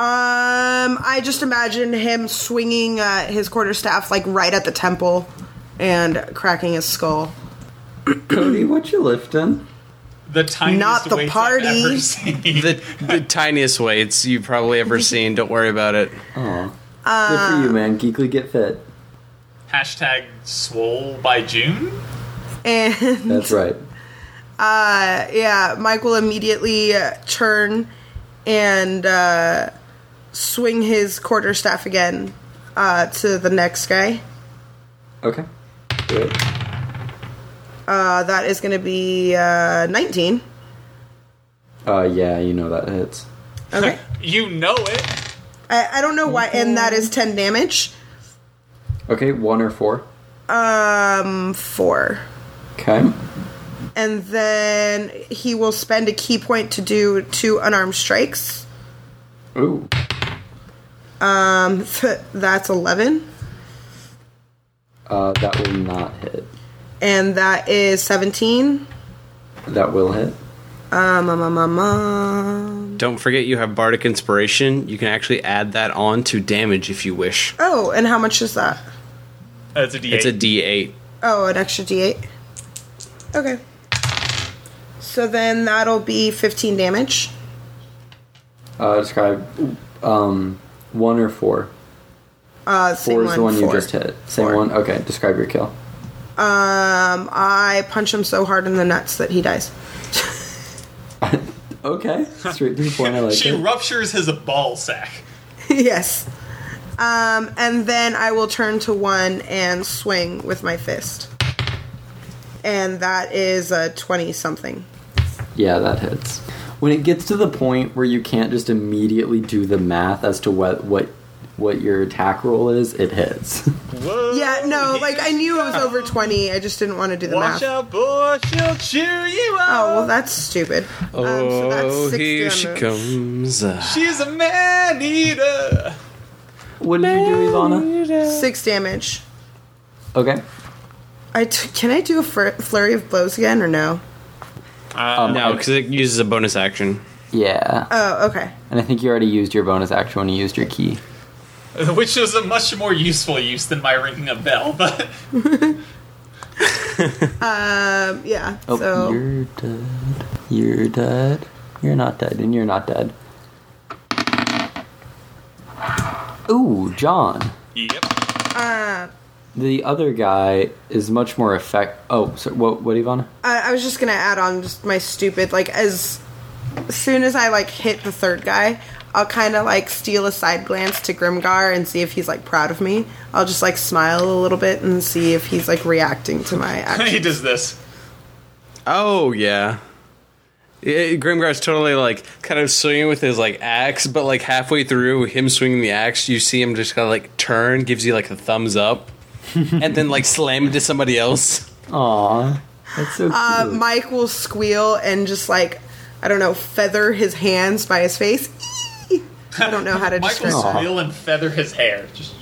Speaker 3: Um, I just imagine him swinging uh, his quarterstaff like right at the temple and cracking his skull.
Speaker 1: Cody, what you lifting?
Speaker 2: The tiniest
Speaker 3: Not the
Speaker 2: weights I've
Speaker 3: party.
Speaker 2: ever seen.
Speaker 5: The, the tiniest weights you've probably ever seen. Don't worry about it.
Speaker 1: Oh, good for
Speaker 3: Uh,
Speaker 1: you, man. Geekly get fit.
Speaker 2: Hashtag swole by June.
Speaker 3: And
Speaker 1: That's right.
Speaker 3: uh, yeah, Mike will immediately uh, turn and uh, swing his quarterstaff again uh, to the next guy.
Speaker 1: Okay. Do it.
Speaker 3: Uh, that is going to be uh, 19.
Speaker 1: Uh, yeah, you know that hits.
Speaker 3: Okay.
Speaker 2: You know it.
Speaker 3: I, I don't know why, and that is 10 damage.
Speaker 1: Okay, one or four.
Speaker 3: Um, four.
Speaker 1: Okay.
Speaker 3: And then he will spend a key point to do two unarmed strikes.
Speaker 1: Ooh.
Speaker 3: Um, th- that's 11.
Speaker 1: Uh, that will not hit.
Speaker 3: And that is 17.
Speaker 1: That will hit.
Speaker 3: Um, um, um, um, um.
Speaker 5: Don't forget you have Bardic Inspiration. You can actually add that on to damage if you wish.
Speaker 3: Oh, and how much is that?
Speaker 2: That's a D8.
Speaker 5: It's a D8.
Speaker 3: Oh, an extra d8. Okay. So then that'll be 15 damage.
Speaker 1: Uh, describe um one or four.
Speaker 3: Uh, same
Speaker 1: Four is the one you
Speaker 3: four.
Speaker 1: just hit. Same
Speaker 3: Four.
Speaker 1: one. Okay. Describe your kill.
Speaker 3: Um, I punch him so hard in the nuts that he dies.
Speaker 1: Okay. Straight three point. I like
Speaker 2: she
Speaker 1: it.
Speaker 2: ruptures his ball sack.
Speaker 3: yes. Um, and then I will turn to one and swing with my fist. And that is a 20 something.
Speaker 1: Yeah, that hits. When it gets to the point where you can't just immediately do the math as to what what what your attack roll is, it hits.
Speaker 2: Whoa.
Speaker 3: Yeah, no, like I knew it was over 20. I just didn't want to do the
Speaker 2: Oh. Watch
Speaker 3: math.
Speaker 2: out, boy. She'll cheer you
Speaker 3: Oh,
Speaker 2: up.
Speaker 3: well, that's stupid.
Speaker 5: Oh,
Speaker 3: Um, so that's six
Speaker 5: here she
Speaker 3: damage.
Speaker 5: comes.
Speaker 2: She's a man eater.
Speaker 1: what did you do, Ivana?
Speaker 3: Six damage.
Speaker 1: Okay.
Speaker 3: I t- can I do a fur- flurry of blows again or no?
Speaker 1: Um,
Speaker 5: No, because it uses a bonus action.
Speaker 1: Yeah.
Speaker 3: Oh, okay.
Speaker 1: And I think you already used your bonus action when you used your key.
Speaker 2: Which is a much more useful use than my ringing a bell, but
Speaker 3: Um, yeah.
Speaker 1: Oh,
Speaker 3: so
Speaker 1: you're dead. You're dead. You're not dead, and you're not dead. Ooh, John.
Speaker 2: yep.
Speaker 1: The other guy is much more effect. Oh, so what? What, Ivana?
Speaker 3: I-, I was just gonna add on just my stupid like as soon as I like hit the third guy, I'll kind of like steal a side glance to Grimgar and see if he's like proud of me. I'll just like smile a little bit and see if he's like reacting to my action.
Speaker 2: he does this.
Speaker 5: Oh yeah. Yeah, Grimgar's totally like kind of swinging with his like axe, but like halfway through him swinging the axe, you see him just kind of like turn, gives you like a thumbs up, and then like slam into somebody else.
Speaker 1: Aw, that's so cute.
Speaker 3: Uh, Mike will squeal and just like I don't know, feather his hands by his face. I don't know how to
Speaker 2: Michael
Speaker 3: describe that.
Speaker 2: squeal and feather his hair. Just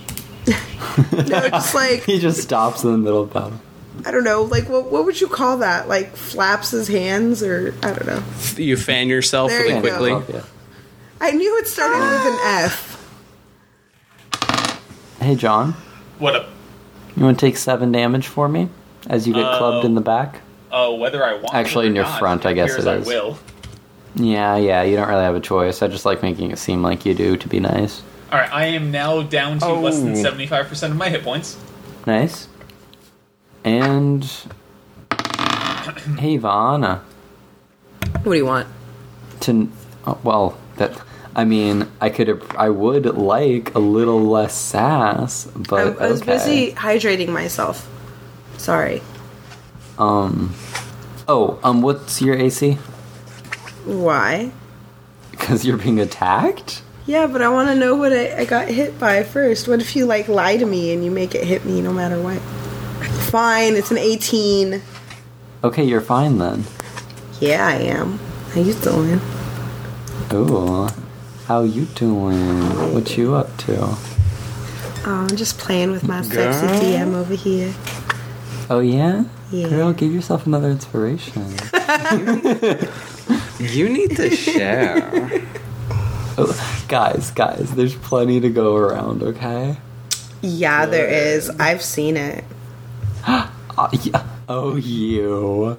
Speaker 3: No, just like
Speaker 1: he just stops in the middle of battle.
Speaker 3: I don't know, like what what would you call that? Like flaps his hands or I don't know.
Speaker 5: You fan yourself
Speaker 3: There
Speaker 5: really
Speaker 3: you go.
Speaker 5: quickly.
Speaker 1: Oh, yeah.
Speaker 3: I knew it started with an F.
Speaker 1: Hey, John.
Speaker 2: what a
Speaker 1: You want to take seven damage for me as you get clubbed in the back?
Speaker 2: oh, whether I want.
Speaker 1: Actually,
Speaker 2: it or
Speaker 1: in your
Speaker 2: not,
Speaker 1: front, I guess
Speaker 2: appears
Speaker 1: it
Speaker 2: I
Speaker 1: is.
Speaker 2: will.
Speaker 1: Yeah, yeah. You don't really have a choice. I just like making it seem like you do to be nice.
Speaker 2: All right, I am now down to less than
Speaker 5: Oh.
Speaker 2: seventy-five percent of my hit points.
Speaker 1: Nice. And hey, Vana.
Speaker 3: What do you want?
Speaker 1: To oh, uh, well, that I mean, I could, ap- I would like a little less sass,
Speaker 3: I,
Speaker 1: but
Speaker 3: I was
Speaker 1: Oh, okay.
Speaker 3: busy hydrating myself. Sorry.
Speaker 1: Um, oh, um, what's your AC?
Speaker 3: Why?
Speaker 1: Because you're being attacked.
Speaker 3: Yeah, but I want to know what I, I got hit by first. What if you like lie to me and you make it hit me no matter what? Fine, it's an 18.
Speaker 1: Okay, you're fine then.
Speaker 3: Yeah, I am. How you doing?
Speaker 1: Ooh, how you doing? What you up to?
Speaker 3: Oh, I'm just playing with my sexy
Speaker 4: Girl.
Speaker 3: DM over here.
Speaker 1: Oh yeah?
Speaker 3: Yeah.
Speaker 1: Girl, give yourself another inspiration.
Speaker 5: You need to share.
Speaker 1: oh, guys, guys, there's plenty to go around, okay?
Speaker 3: Yeah, there is. I've seen it.
Speaker 1: Uh, yeah. Oh, you.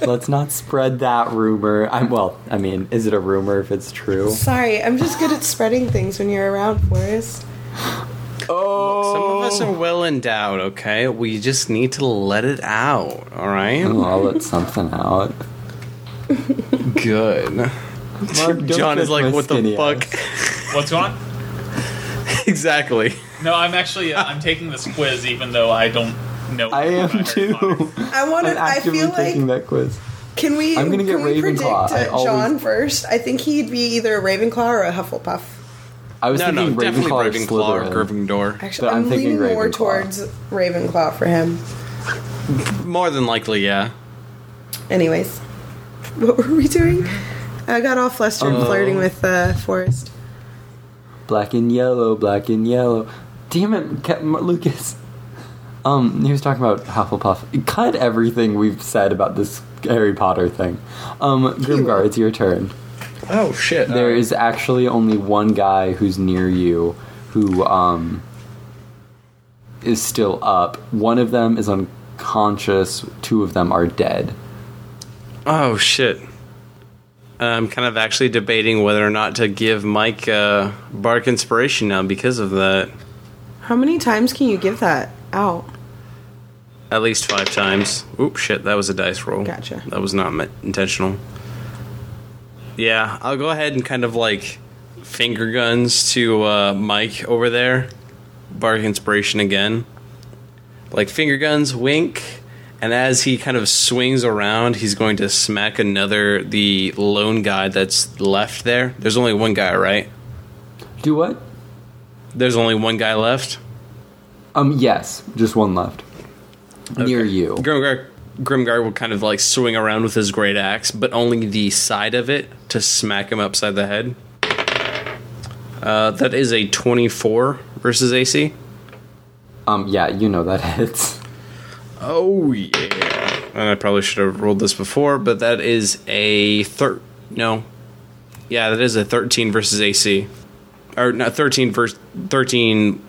Speaker 1: Let's not spread that rumor. I'm well. I mean, is it a rumor if it's true?
Speaker 3: Sorry, I'm just good at spreading things when you're around, Forrest.
Speaker 5: Some of us
Speaker 1: Oh.
Speaker 5: are well endowed, okay? We just need to let it out, all right?
Speaker 1: Oh, I'll let something out.
Speaker 5: Good.
Speaker 1: Mark, don't
Speaker 5: John
Speaker 1: judge
Speaker 5: is
Speaker 1: my
Speaker 5: like, what the
Speaker 1: skinny
Speaker 5: fuck?
Speaker 1: ass."
Speaker 2: What's going on?
Speaker 5: exactly.
Speaker 2: No, I'm actually uh, I'm taking this quiz even though I don't know.
Speaker 1: I
Speaker 2: about
Speaker 1: am
Speaker 2: Harry Potter.
Speaker 1: too.
Speaker 3: I want
Speaker 1: I'm
Speaker 3: to. Oh, I
Speaker 1: actively
Speaker 3: feel like
Speaker 1: taking that quiz.
Speaker 3: can we?
Speaker 1: I'm gonna get
Speaker 3: can we predict
Speaker 1: Ravenclaw. I
Speaker 3: uh,
Speaker 1: always-
Speaker 3: John first? I think he'd be either a Ravenclaw or a Hufflepuff.
Speaker 1: I was
Speaker 5: No, no,
Speaker 1: thinking
Speaker 5: definitely
Speaker 1: Ravenclaw, or
Speaker 5: Ravenclaw or
Speaker 1: Slytherin.
Speaker 5: Gryffindor.
Speaker 3: Actually,
Speaker 1: But I'm
Speaker 3: I'm,
Speaker 1: thinking
Speaker 3: leaning more
Speaker 1: Ravenclaw.
Speaker 3: towards Ravenclaw for him.
Speaker 5: More than likely, yeah.
Speaker 3: Anyways, what were we doing? I got all flustered
Speaker 1: Um,
Speaker 3: flirting with uh, Forrest.
Speaker 1: Black and yellow, black and yellow. Damn it, Cap- M- Lucas. Um, he was talking about Hufflepuff. Cut everything we've said about this Harry Potter thing. Um, Grimgar, it's your turn.
Speaker 5: Oh, shit.
Speaker 1: There is actually only one guy who's near you who um is still up. One of them is unconscious, two of them are dead.
Speaker 5: Oh shit. I'm kind of actually debating whether or not to give Mike uh, Bark inspiration now because of that.
Speaker 3: How many times can you give that out?
Speaker 5: At least five times. Oop, shit, that was a dice roll.
Speaker 3: Gotcha.
Speaker 5: That was not me- intentional. Yeah, I'll go ahead and kind of like finger guns to uh, Mike over there. Bark inspiration again. Like finger guns, wink. And as he kind of swings around, he's going to smack another, the lone guy that's left there. There's only one guy, right?
Speaker 1: Do what?
Speaker 5: There's only one guy left.
Speaker 1: Um yes, just one left. Near you.
Speaker 5: Grimgar, Grimgar will kind of like swing around with his great axe, but only the side of it to smack him upside the head. Uh, that is a 24 versus AC.
Speaker 1: Um yeah, you know that hits.
Speaker 5: Oh, yeah. And I probably should have rolled this before, but that is a thir. No. Yeah, that is a 13 versus AC. Or not 13 versus 13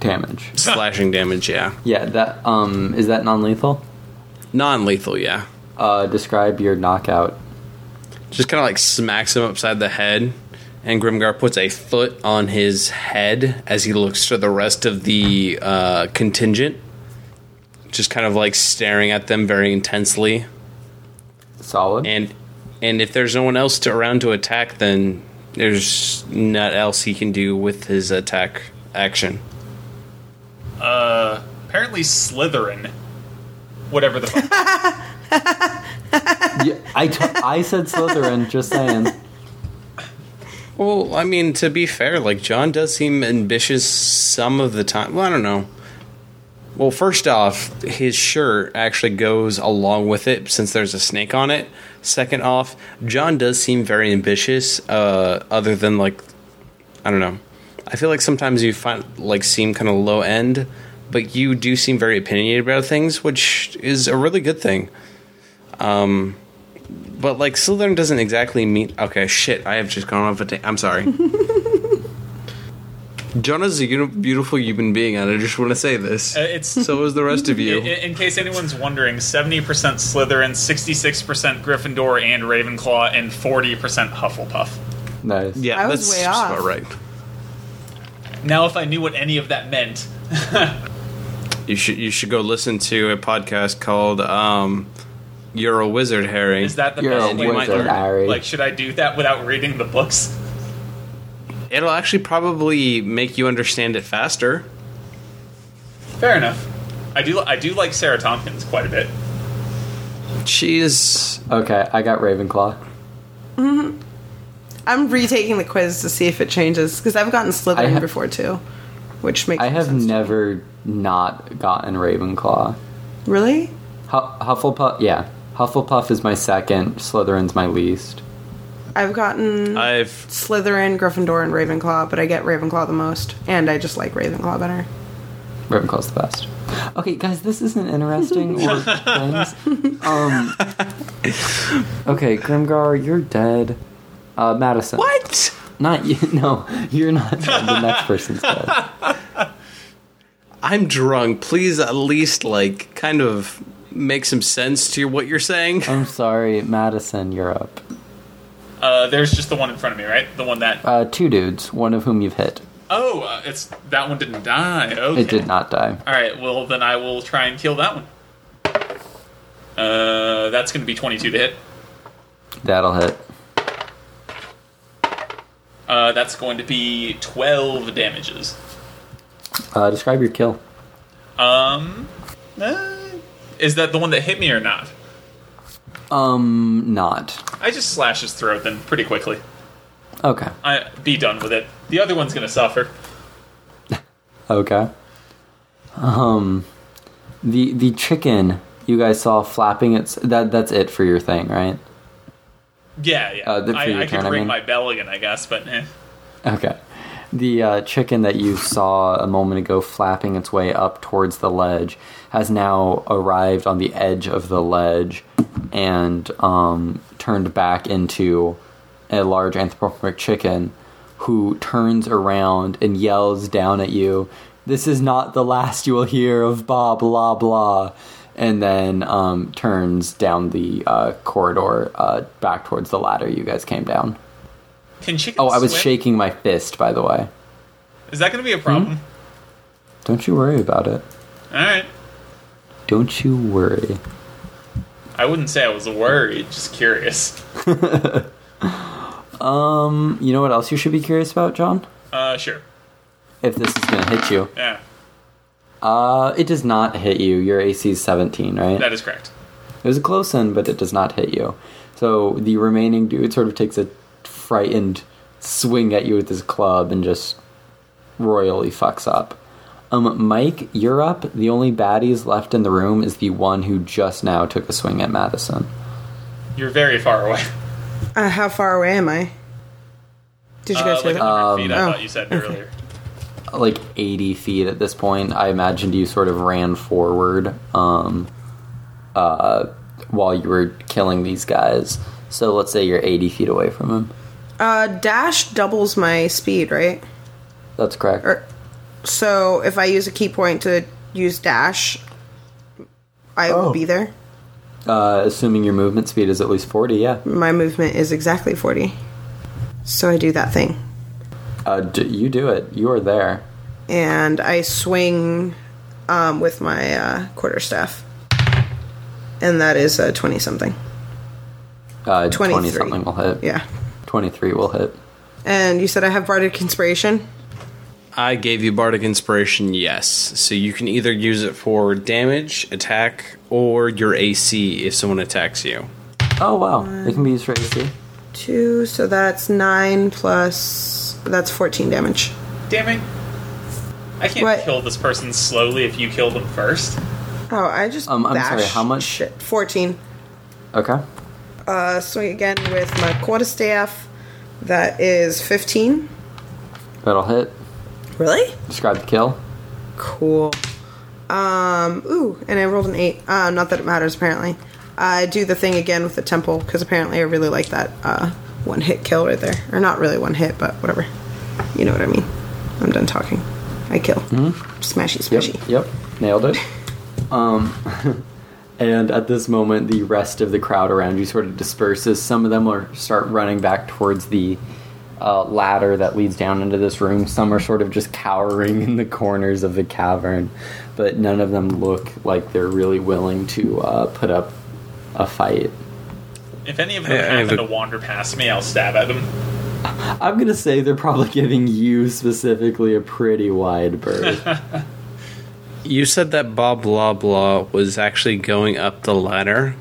Speaker 1: Damage.
Speaker 5: slashing damage, yeah.
Speaker 1: Yeah, that um is that non-lethal?
Speaker 5: Non lethal, yeah.
Speaker 1: Uh describe your knockout.
Speaker 5: just kind of like smacks him upside the head and grimgar puts a foot on his head as he looks to the rest of the uh, contingent just kind of like staring at them very intensely
Speaker 1: Solid.
Speaker 5: and and if there's no one else to, around to attack then there's not else he can do with his attack action
Speaker 2: Uh, apparently Slytherin. Whatever the fuck.
Speaker 1: yeah, I, t- I said Slytherin, just saying.
Speaker 5: well i mean to be fair like john does seem ambitious some of the time well i don't know Well, first off, his shirt actually goes along with it since there's a snake on it. Second off, John does seem very ambitious, uh, other than like, I don't know. I feel like sometimes you find like seem kind of low end, but you do seem very opinionated about things, which is a really good thing. Um, but like Slytherin doesn't exactly mean. Okay, shit, I have just gone off a. ta- I'm sorry. John is a uni- beautiful human being, and I just want to say this.
Speaker 2: Uh, it's
Speaker 5: So is the rest of
Speaker 2: I-
Speaker 5: you.
Speaker 2: In, case anyone's wondering, 70% Slytherin, 66% Gryffindor and Ravenclaw, and 40% Hufflepuff.
Speaker 1: Nice.
Speaker 5: yeah,
Speaker 3: I was
Speaker 5: that's
Speaker 3: way
Speaker 5: just
Speaker 3: off.
Speaker 5: about right.
Speaker 2: Now, if I knew what any of that meant,
Speaker 5: You should you should go listen to a podcast called um, "You're a Wizard, Harry."
Speaker 2: is that the
Speaker 1: You're a
Speaker 2: best way
Speaker 5: might
Speaker 1: wizard,
Speaker 5: learn,
Speaker 1: Harry.
Speaker 2: Like, should I do that without reading the books?
Speaker 5: it'll actually probably make you understand it faster.
Speaker 2: Fair enough. I do. I do like Sarah Tompkins quite a bit.
Speaker 5: She's
Speaker 1: Okay, I got Ravenclaw.
Speaker 3: I'm retaking the quiz to see if it changes because I've gotten
Speaker 1: I
Speaker 3: Slytherin
Speaker 1: ha-
Speaker 3: before too, which makes
Speaker 1: I
Speaker 3: no
Speaker 1: have
Speaker 3: sense.
Speaker 1: never not gotten Ravenclaw.
Speaker 3: really.
Speaker 1: Hu- Hufflepuff, yeah. Hufflepuff is my second. Slytherin's my least.
Speaker 3: I've gotten
Speaker 5: I've
Speaker 3: Slytherin, Gryffindor, and Ravenclaw, but I get Ravenclaw the most, and I just like Ravenclaw better.
Speaker 1: Ravenclaw's the best. Okay, guys, this isn't interesting or things. Um, okay, Grimgar, you're dead. Uh, Madison.
Speaker 5: what?
Speaker 1: Not you. No, you're not dead. The next person's dead.
Speaker 5: I'm drunk. Please at least like kind of make some sense to what you're saying.
Speaker 1: I'm sorry, Madison, you're up.
Speaker 2: Uh, there's just the one in front of me, right? The one that.
Speaker 1: Uh, two dudes, one of whom you've hit.
Speaker 2: Oh, uh, it's that one didn't die. Okay.
Speaker 1: It did not die.
Speaker 2: All right. Well, then I will try and kill that one. Uh, that's going to be 22 to hit.
Speaker 1: That'll hit.
Speaker 2: Uh, that's going to be 12 damages.
Speaker 1: Uh, describe your kill.
Speaker 2: Um, eh, is that the one that hit me or not?
Speaker 1: Um, not.
Speaker 2: I just slash his throat then pretty quickly.
Speaker 1: Okay.
Speaker 2: I be done with it. The other one's going to suffer.
Speaker 1: Okay. Um, the the chicken you guys saw flapping its that that's it for your thing, right?
Speaker 2: Yeah, yeah.
Speaker 1: Uh, then for your
Speaker 2: I, I could
Speaker 1: turn, I
Speaker 2: ring
Speaker 1: mean.
Speaker 2: my bell again, I guess, but eh.
Speaker 1: Okay. The uh, chicken that you saw a moment ago flapping its way up towards the ledge has now arrived on the edge of the ledge and um, turned back into a large anthropomorphic chicken who turns around and yells down at you, This is not the last you will hear of blah, blah, blah. And then um, turns down the uh, corridor uh, back towards the ladder you guys came down.
Speaker 2: Can chickens
Speaker 1: Oh, I was
Speaker 2: swim?
Speaker 1: shaking my fist, by the way.
Speaker 2: Is that going to be a problem?
Speaker 1: Don't you worry about it.
Speaker 2: All right.
Speaker 1: Don't you worry.
Speaker 2: I wouldn't say I was worried, just curious.
Speaker 1: Um, you know what else you should be curious about, John?
Speaker 2: Uh, sure.
Speaker 1: If this is gonna hit you.
Speaker 2: Yeah,
Speaker 1: Uh, it does not hit you. Your AC is 17, right?
Speaker 2: that is correct.
Speaker 1: It was a close in, but it does not hit you. So the remaining dude sort of takes a frightened swing at you with his club and just royally fucks up. Um, Mike, you're up. The only baddies left in the room is the one who just now took a swing at Madison.
Speaker 2: You're very far away.
Speaker 3: Uh, how far away am I? Did you
Speaker 2: Uh,
Speaker 3: guys hear
Speaker 2: like
Speaker 3: that?
Speaker 2: 100 feet, I
Speaker 3: Um,
Speaker 2: thought you said earlier.
Speaker 1: like 80 feet at this point. I imagined you sort of ran forward um, uh, while you were killing these guys. So let's say you're 80 feet away from him.
Speaker 3: uh, dash doubles my speed, right?
Speaker 1: That's correct.
Speaker 3: Or so if I use a key point to use dash, I will be there.
Speaker 1: Uh, assuming your movement speed is at least 40, yeah.
Speaker 3: My movement is exactly forty, so I do that thing,
Speaker 1: Uh, d- you do it. You are there.
Speaker 3: and I swing um, with my uh, quarter staff, and that is uh, twenty something.
Speaker 1: Uh, 20
Speaker 3: 23.
Speaker 1: something will hit.
Speaker 3: Yeah,
Speaker 1: 23 will hit.
Speaker 3: and you said I have bardic inspiration.
Speaker 5: I gave you bardic inspiration, yes. So you can either use it for damage, attack, or your AC if someone attacks you.
Speaker 1: Oh, wow. It can be used for AC.
Speaker 3: Two, so that's nine plus. That's fourteen damage.
Speaker 2: Damn it. I can't
Speaker 3: What?
Speaker 2: kill this person slowly if you kill them first.
Speaker 3: Oh, I just.
Speaker 1: Um, I'm sorry,
Speaker 3: bashed
Speaker 1: how much?
Speaker 3: Shit, fourteen.
Speaker 1: Okay.
Speaker 3: Uh, swing again with my quarterstaff. That is 15.
Speaker 1: That'll hit.
Speaker 3: Really?
Speaker 1: Describe the kill.
Speaker 3: Cool. Um, ooh, and I rolled an 8. Uh, not that it matters, apparently. I do the thing again with the temple, because apparently I really like that uh, one hit kill right there. Or not really one hit, but whatever. You know what I mean. I'm done talking. I kill. Smashy, smashy.
Speaker 1: Mm-hmm. Yep, yep, nailed it. Um, and at this moment, the rest of the crowd around you sort of disperses. Some of them are start running back towards the uh, ladder that leads down into this room. Some are sort of just cowering in the corners of the cavern, but none of them look like they're really willing to uh, put up a fight.
Speaker 2: If any of
Speaker 5: I-
Speaker 2: them
Speaker 5: I have
Speaker 2: happen
Speaker 5: a-
Speaker 2: to wander past me, I'll stab at them.
Speaker 1: I'm gonna say they're probably giving you specifically a pretty wide berth.
Speaker 5: You said that Bob Blah Blah was actually going up the ladder.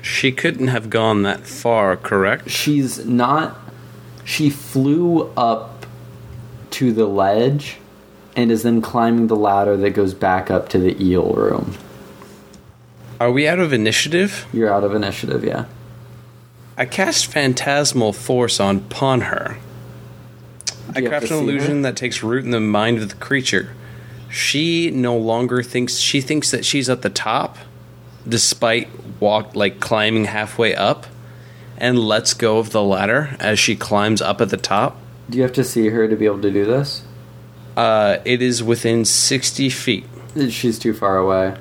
Speaker 5: She couldn't have gone that far, correct?
Speaker 1: She's not. She flew up to the ledge and is then climbing the ladder that goes back up to the eel room.
Speaker 5: Are we out of initiative?
Speaker 1: You're out of initiative, yeah.
Speaker 5: I cast Phantasmal Force on upon her. I
Speaker 1: you have to
Speaker 5: craft an
Speaker 1: see her?
Speaker 5: illusion that takes root in the mind of the creature. She no longer thinks she thinks that she's at the top, despite walk like climbing halfway up, and lets go of the ladder as she climbs up at the top.
Speaker 1: Do you have to see her to be able to do this?
Speaker 5: Uh, it is within sixty feet.
Speaker 1: She's too far away.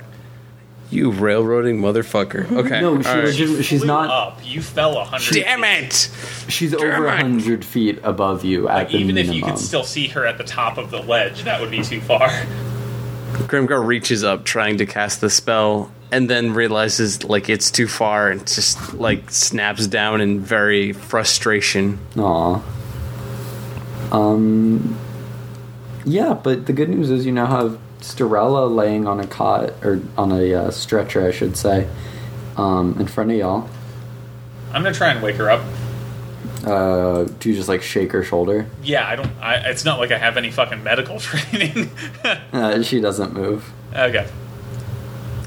Speaker 5: You railroading motherfucker. Okay.
Speaker 1: No, she
Speaker 5: all right.
Speaker 1: legit- she's
Speaker 2: Flew
Speaker 1: not.
Speaker 2: up. You fell a hundred.
Speaker 5: Damn it!
Speaker 1: She's over a
Speaker 5: it.
Speaker 1: hundred feet above you at the
Speaker 2: Even if
Speaker 1: minimum.
Speaker 2: you could still see her at the top of the ledge, that would be too far.
Speaker 5: Grimgar reaches up, trying to cast the spell, and then realizes like it's too far, and just like snaps down in very frustration.
Speaker 1: Aw. Um. Yeah, but the good news is you now have Storella laying on a cot or on a uh, stretcher, I should say, um, in front of y'all.
Speaker 2: I'm gonna try and wake her up.
Speaker 1: Uh, do you just like shake her shoulder?
Speaker 2: Yeah, I don't. I, it's not like I have any fucking medical training.
Speaker 1: Uh, she doesn't move.
Speaker 2: okay.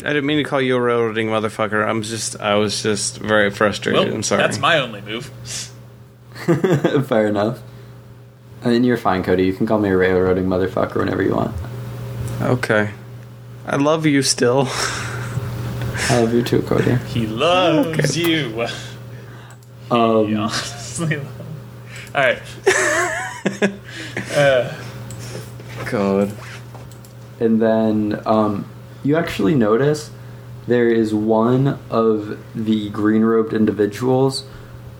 Speaker 5: I didn't mean to call you a railroading motherfucker. I'm just, I was just very frustrated.
Speaker 2: Well,
Speaker 5: I'm sorry.
Speaker 2: that's my only move.
Speaker 1: Fair enough. And you're fine, Cody. You can call me a railroading motherfucker whenever you want.
Speaker 5: okay. I love you still.
Speaker 1: I love you too, Cody.
Speaker 2: He loves you.
Speaker 1: Um,
Speaker 2: He honestly loves. All right.
Speaker 5: God.
Speaker 1: and then um, you actually notice there is one of the green robed individuals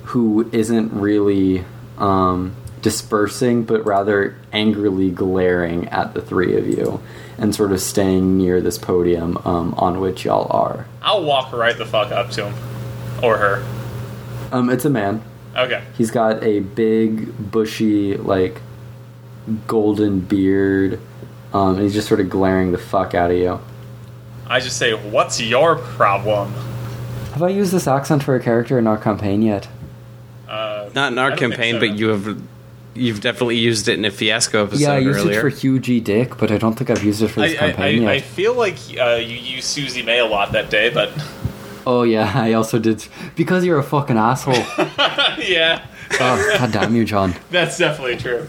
Speaker 1: who isn't really um, dispersing, but rather angrily glaring at the three of you and sort of staying near this podium um, on which y'all are.
Speaker 2: I'll walk right the fuck up to him or her.
Speaker 1: Um, it's a man.
Speaker 2: Okay.
Speaker 1: He's got a big, bushy, like golden beard, um, and he's just sort of glaring the fuck out of you.
Speaker 2: I just say, "What's your problem?"
Speaker 1: Have I used this accent for a character in our campaign yet?
Speaker 2: Uh,
Speaker 5: Not in
Speaker 2: I
Speaker 5: our
Speaker 2: don't
Speaker 5: campaign,
Speaker 2: think so.
Speaker 5: but you have, you've definitely used it in a fiasco episode
Speaker 1: yeah, I used
Speaker 5: earlier.
Speaker 1: it for Hugh G. Dick, but I don't think I've used it for this
Speaker 2: I, I,
Speaker 1: campaign
Speaker 2: I, I
Speaker 1: yet.
Speaker 2: feel like uh, you used Susie May a lot that day, but
Speaker 1: oh yeah, I also did because you're a fucking asshole.
Speaker 2: yeah,
Speaker 1: oh, God damn you, John.
Speaker 2: that's definitely true.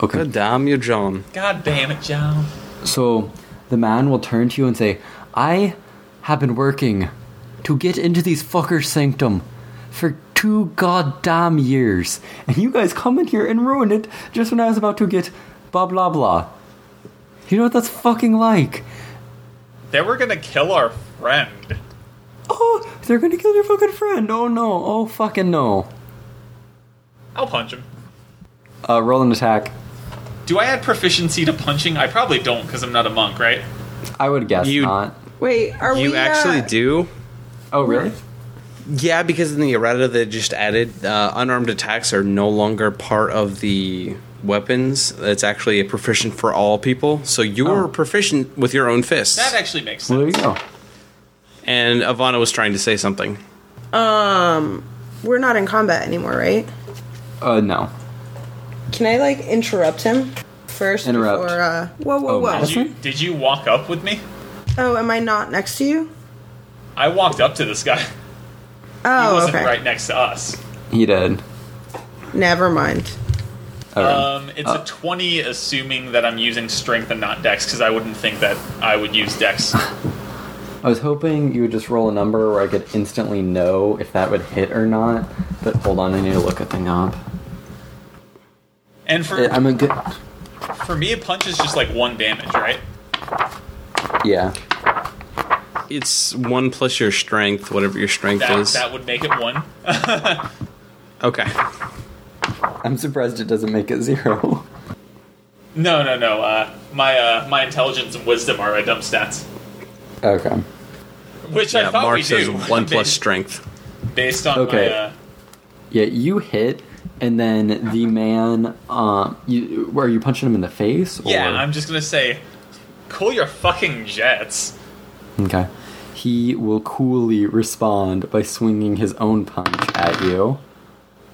Speaker 1: Okay,
Speaker 5: God damn you, John.
Speaker 2: God damn it, John.
Speaker 1: so the man will turn to you and say, "I have been working to get into these fuckers' sanctum for two goddamn years, and you guys come in here and ruin it just when I was about to get blah blah blah." You know what that's fucking like?
Speaker 2: They were gonna kill our friend.
Speaker 1: Oh, they're gonna kill your fucking friend. Oh no. Oh fucking no.
Speaker 2: I'll punch him.
Speaker 1: Uh, roll an attack.
Speaker 2: Do I add proficiency to punching? I probably don't because I'm not a monk, right?
Speaker 1: I would guess
Speaker 5: You-
Speaker 1: not.
Speaker 3: Wait, are we?
Speaker 5: You
Speaker 3: uh,
Speaker 5: actually do?
Speaker 1: Oh really?
Speaker 5: Yeah, because in the errata they just added uh, unarmed attacks are no longer part of the weapons. It's actually a proficient for all people. So you are
Speaker 1: Oh.
Speaker 5: proficient with your own fists.
Speaker 2: That actually makes
Speaker 1: Well, there you
Speaker 2: sense.
Speaker 1: go.
Speaker 5: and Ivana was trying to say something.
Speaker 3: We're not in combat anymore, right?
Speaker 1: Uh, no.
Speaker 3: Can I like interrupt him first?
Speaker 1: Interrupt.
Speaker 3: Before, uh, whoa, whoa,
Speaker 1: Oh,
Speaker 3: whoa!
Speaker 1: my-
Speaker 2: Did you, did you walk up with me?
Speaker 3: Oh, am I not next to you?
Speaker 2: I walked up to this guy. He
Speaker 3: Oh,
Speaker 2: wasn't
Speaker 3: okay.
Speaker 2: right next to us.
Speaker 1: He did.
Speaker 3: Never mind.
Speaker 1: Okay. Uh.
Speaker 2: Um, it's a 20, assuming that I'm using strength and not dex, because I wouldn't think that I would use dex.
Speaker 1: I was hoping you would just roll a number where I could instantly know if that would hit or not. But hold on, I need to look a thing up.
Speaker 2: And for
Speaker 1: I- Uh, I'm a good.
Speaker 2: for me, a punch is just like one damage, right?
Speaker 1: Yeah.
Speaker 5: It's one plus your strength, whatever your strength
Speaker 2: That,
Speaker 5: is.
Speaker 2: that would make it one.
Speaker 5: Okay.
Speaker 1: I'm surprised it doesn't make it zero.
Speaker 2: No, no, no. Uh, my uh, my intelligence and wisdom are my dumb stats,
Speaker 1: okay.
Speaker 2: which
Speaker 5: Yeah,
Speaker 2: I thought
Speaker 5: Mark
Speaker 2: we
Speaker 5: says
Speaker 2: do.
Speaker 5: one plus
Speaker 2: based,
Speaker 5: strength.
Speaker 2: based on
Speaker 1: Okay.
Speaker 2: my. Uh,
Speaker 1: Yeah, you hit, And then the man, um, you, are you punching him in the face? Or?
Speaker 2: Yeah, I'm just gonna say, cool your fucking jets.
Speaker 1: Okay. He will coolly respond by swinging his own punch at you.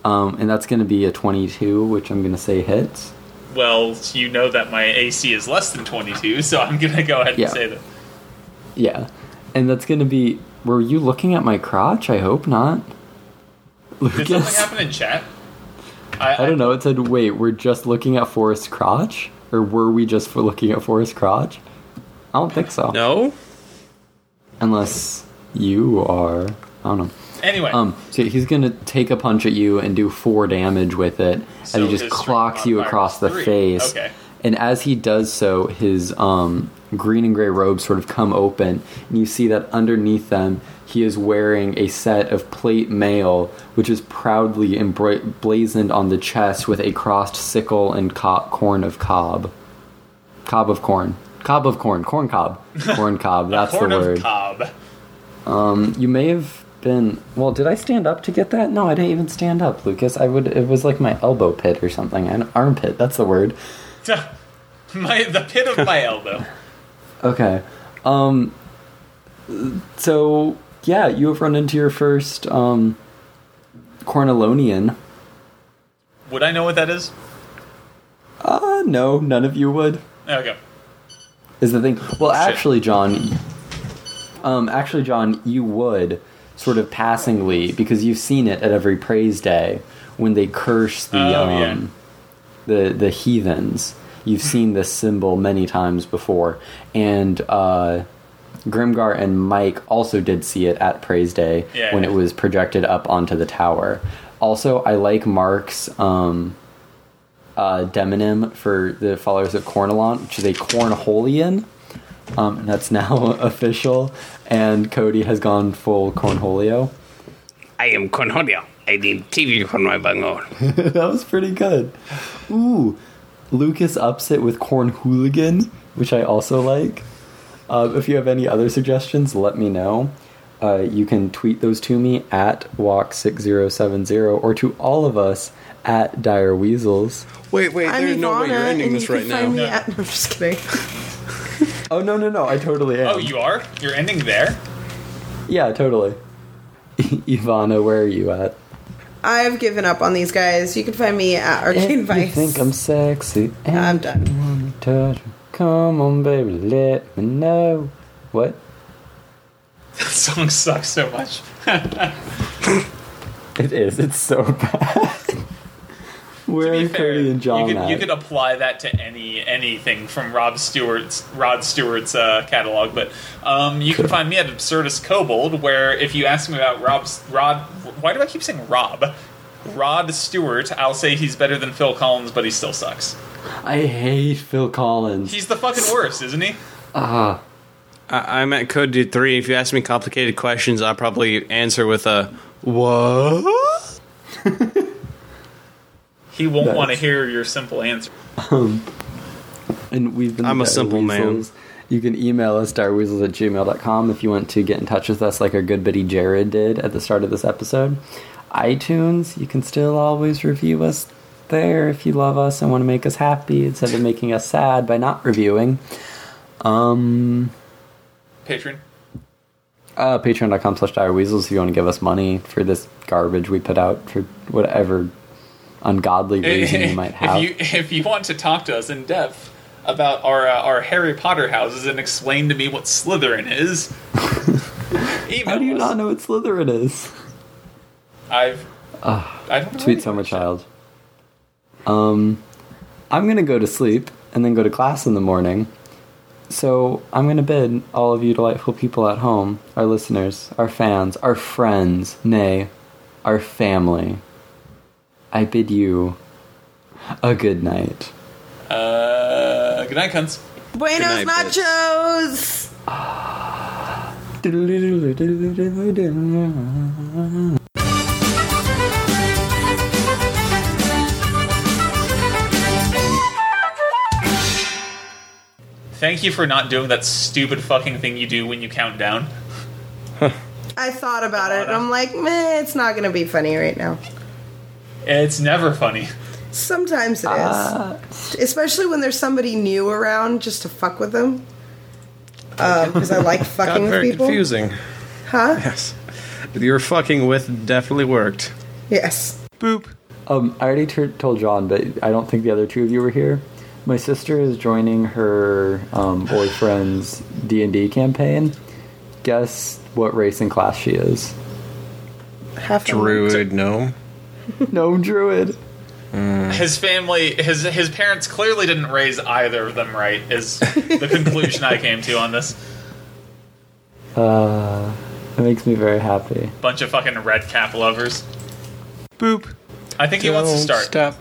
Speaker 1: Um, and that's going to be a 22, which I'm going to say hits.
Speaker 2: Well, you know that my AC is less than 22, so I'm gonna go ahead and
Speaker 1: Yeah.
Speaker 2: say that.
Speaker 1: Yeah. And that's going to be. Were you looking at my crotch? I hope not.
Speaker 2: Did
Speaker 1: Lucas?
Speaker 2: something happen in chat? I,
Speaker 1: I don't know. It said, wait, we're just looking at Forrest's crotch? Or were we just for looking at Forrest's crotch? I don't think so.
Speaker 5: No?
Speaker 1: Unless you are. I don't know.
Speaker 2: Anyway,
Speaker 1: Um, so he's gonna take a punch at you and do four damage with it,
Speaker 2: So
Speaker 1: as he just
Speaker 2: his strength
Speaker 1: clocks you
Speaker 2: modifier
Speaker 1: across
Speaker 2: is
Speaker 1: the
Speaker 2: three.
Speaker 1: face.
Speaker 2: Okay.
Speaker 1: And as he does so, his um, green and gray robes sort of come open, and you see that underneath them he is wearing a set of plate mail, which is proudly embra- blazoned on the chest with a crossed sickle and co- corn of cob, cob of corn, cob of corn, corn cob, corn cob. That's
Speaker 2: Horn
Speaker 1: the
Speaker 2: of
Speaker 1: word.
Speaker 2: Cobb.
Speaker 1: You may have been. Well, did I stand up to get that? No, I didn't even stand up, Lucas. I would. It was like my elbow pit or something. An armpit. That's the word.
Speaker 2: my the pit of my elbow.
Speaker 1: Okay. Um. So yeah, you have run into your first um. Cornelonian.
Speaker 2: Would I know what that is?
Speaker 1: Uh, no, none of you would.
Speaker 2: Okay.
Speaker 1: is the thing. Well,
Speaker 2: Shit.
Speaker 1: actually, John, um, actually, John, you would sort of passingly because you've seen it at every praise day when they curse the
Speaker 2: Oh, yeah.
Speaker 1: um, the the heathens. You've seen this symbol many times before, and uh, Grimgar and Mike also did see it at praise day
Speaker 2: Yeah,
Speaker 1: when
Speaker 2: yeah.
Speaker 1: it was projected up onto the tower. Also, I like Mark's. Um, uh, demonym for the followers of Cornelon, which is a Cornholian. Um, and that's now official. And Cody has gone full Cornholio.
Speaker 6: I am Cornholio. I need TV for my bungalow.
Speaker 1: that was pretty good. Ooh, Lucas ups it with Cornhooligan, which I also like. Uh, if you have any other suggestions, let me know. Uh, you can tweet those to me at walk6070 or to all of us at dire weasels.
Speaker 7: Wait, wait,
Speaker 3: I'm
Speaker 7: there's
Speaker 3: Ivana,
Speaker 7: no way you're ending
Speaker 3: and
Speaker 7: this
Speaker 3: you can
Speaker 7: right now.
Speaker 3: find me at- I'm just kidding.
Speaker 1: Oh, no, no, no, I totally am.
Speaker 2: Oh, you are. You're ending there.
Speaker 1: Yeah, totally. Ivana, where are you at?
Speaker 3: I've given up on these guys. You can find me at Arcane
Speaker 1: you
Speaker 3: Vice.
Speaker 1: think I'm sexy? and
Speaker 3: I'm done.
Speaker 1: you wanna touch me. Come on, baby, let me know. What?
Speaker 2: That song sucks so much.
Speaker 1: It is. It's so bad. where
Speaker 2: To
Speaker 1: are
Speaker 2: be fair,
Speaker 1: Cody and John
Speaker 2: you could,
Speaker 1: at?
Speaker 2: you could apply that to any anything from Rob Stewart's Rod Stewart's uh, catalog, but um, you can
Speaker 1: Sure.
Speaker 2: find me at Absurdist Kobold, where if you ask me about Rob's Rod, why do I keep saying Rob? Rod Stewart, I'll say he's better than Phil Collins, but he still sucks.
Speaker 1: I hate Phil Collins.
Speaker 2: He's the fucking worst, isn't he?
Speaker 1: Ah,
Speaker 5: I- I'm at Code Dude 3. If you ask me complicated questions, I'll probably answer with a, what?
Speaker 2: He won't
Speaker 1: That's-
Speaker 2: want to hear your simple answer.
Speaker 1: and we've been.
Speaker 5: I'm a
Speaker 1: Dire
Speaker 5: simple man.
Speaker 1: Weasels. You can email us direweasels at gmail.com if you want to get in touch with us like our good buddy Jared did at the start of this episode. iTunes, you can still always review us there if you love us and want to make us happy instead of making us sad by not reviewing. Um,
Speaker 2: Patron.
Speaker 1: uh, Patreon.com slash direweasels if you want to give us money for this garbage we put out for whatever ungodly reason you might have.
Speaker 2: If you if you want to talk to us in depth about our uh, our Harry Potter houses and explain to me what Slytherin is, email
Speaker 1: How do you
Speaker 2: us.
Speaker 1: not know what Slytherin is?
Speaker 2: I've I don't know
Speaker 1: Ah, Sweet summer child. Um, I'm gonna go to sleep and then go to class in the morning. So I'm gonna bid all of you delightful people at home, our listeners, our fans, our friends, nay, our family. I bid you a good night.
Speaker 2: Uh, good night, cunts.
Speaker 3: Buenos
Speaker 5: Good night, bitch.
Speaker 3: nachos.
Speaker 1: Um,
Speaker 2: Thank you for not doing that stupid fucking thing you do when you count down.
Speaker 3: I thought about it, and I'm like, meh, it's not gonna be funny right now.
Speaker 2: It's never funny.
Speaker 3: Sometimes it is,
Speaker 1: Ah.
Speaker 3: especially when there's somebody new around just to fuck with them. Because I like
Speaker 5: Got
Speaker 3: fucking with
Speaker 5: very
Speaker 3: people.
Speaker 5: confusing.
Speaker 3: Huh?
Speaker 5: Yes. Your fucking with definitely worked.
Speaker 3: Yes.
Speaker 2: Boop.
Speaker 1: Um, I already tur told John, but I don't think the other two of you were here. My sister is joining her um, boyfriend's D and D campaign. Guess what race and class she is?
Speaker 3: Half
Speaker 5: Druid gnome.
Speaker 1: Gnome druid. Hmm.
Speaker 2: His family, his his parents clearly didn't raise either of them right. Is the conclusion I came to on this
Speaker 1: Uh, that makes me very happy.
Speaker 2: bunch of fucking red cap lovers. Boop. I think he wants to
Speaker 5: Don't
Speaker 2: start. Oh.
Speaker 5: Stop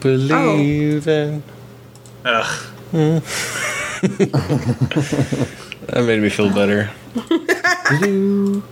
Speaker 5: believing.
Speaker 2: Ugh.
Speaker 5: That made me feel better.
Speaker 1: Blue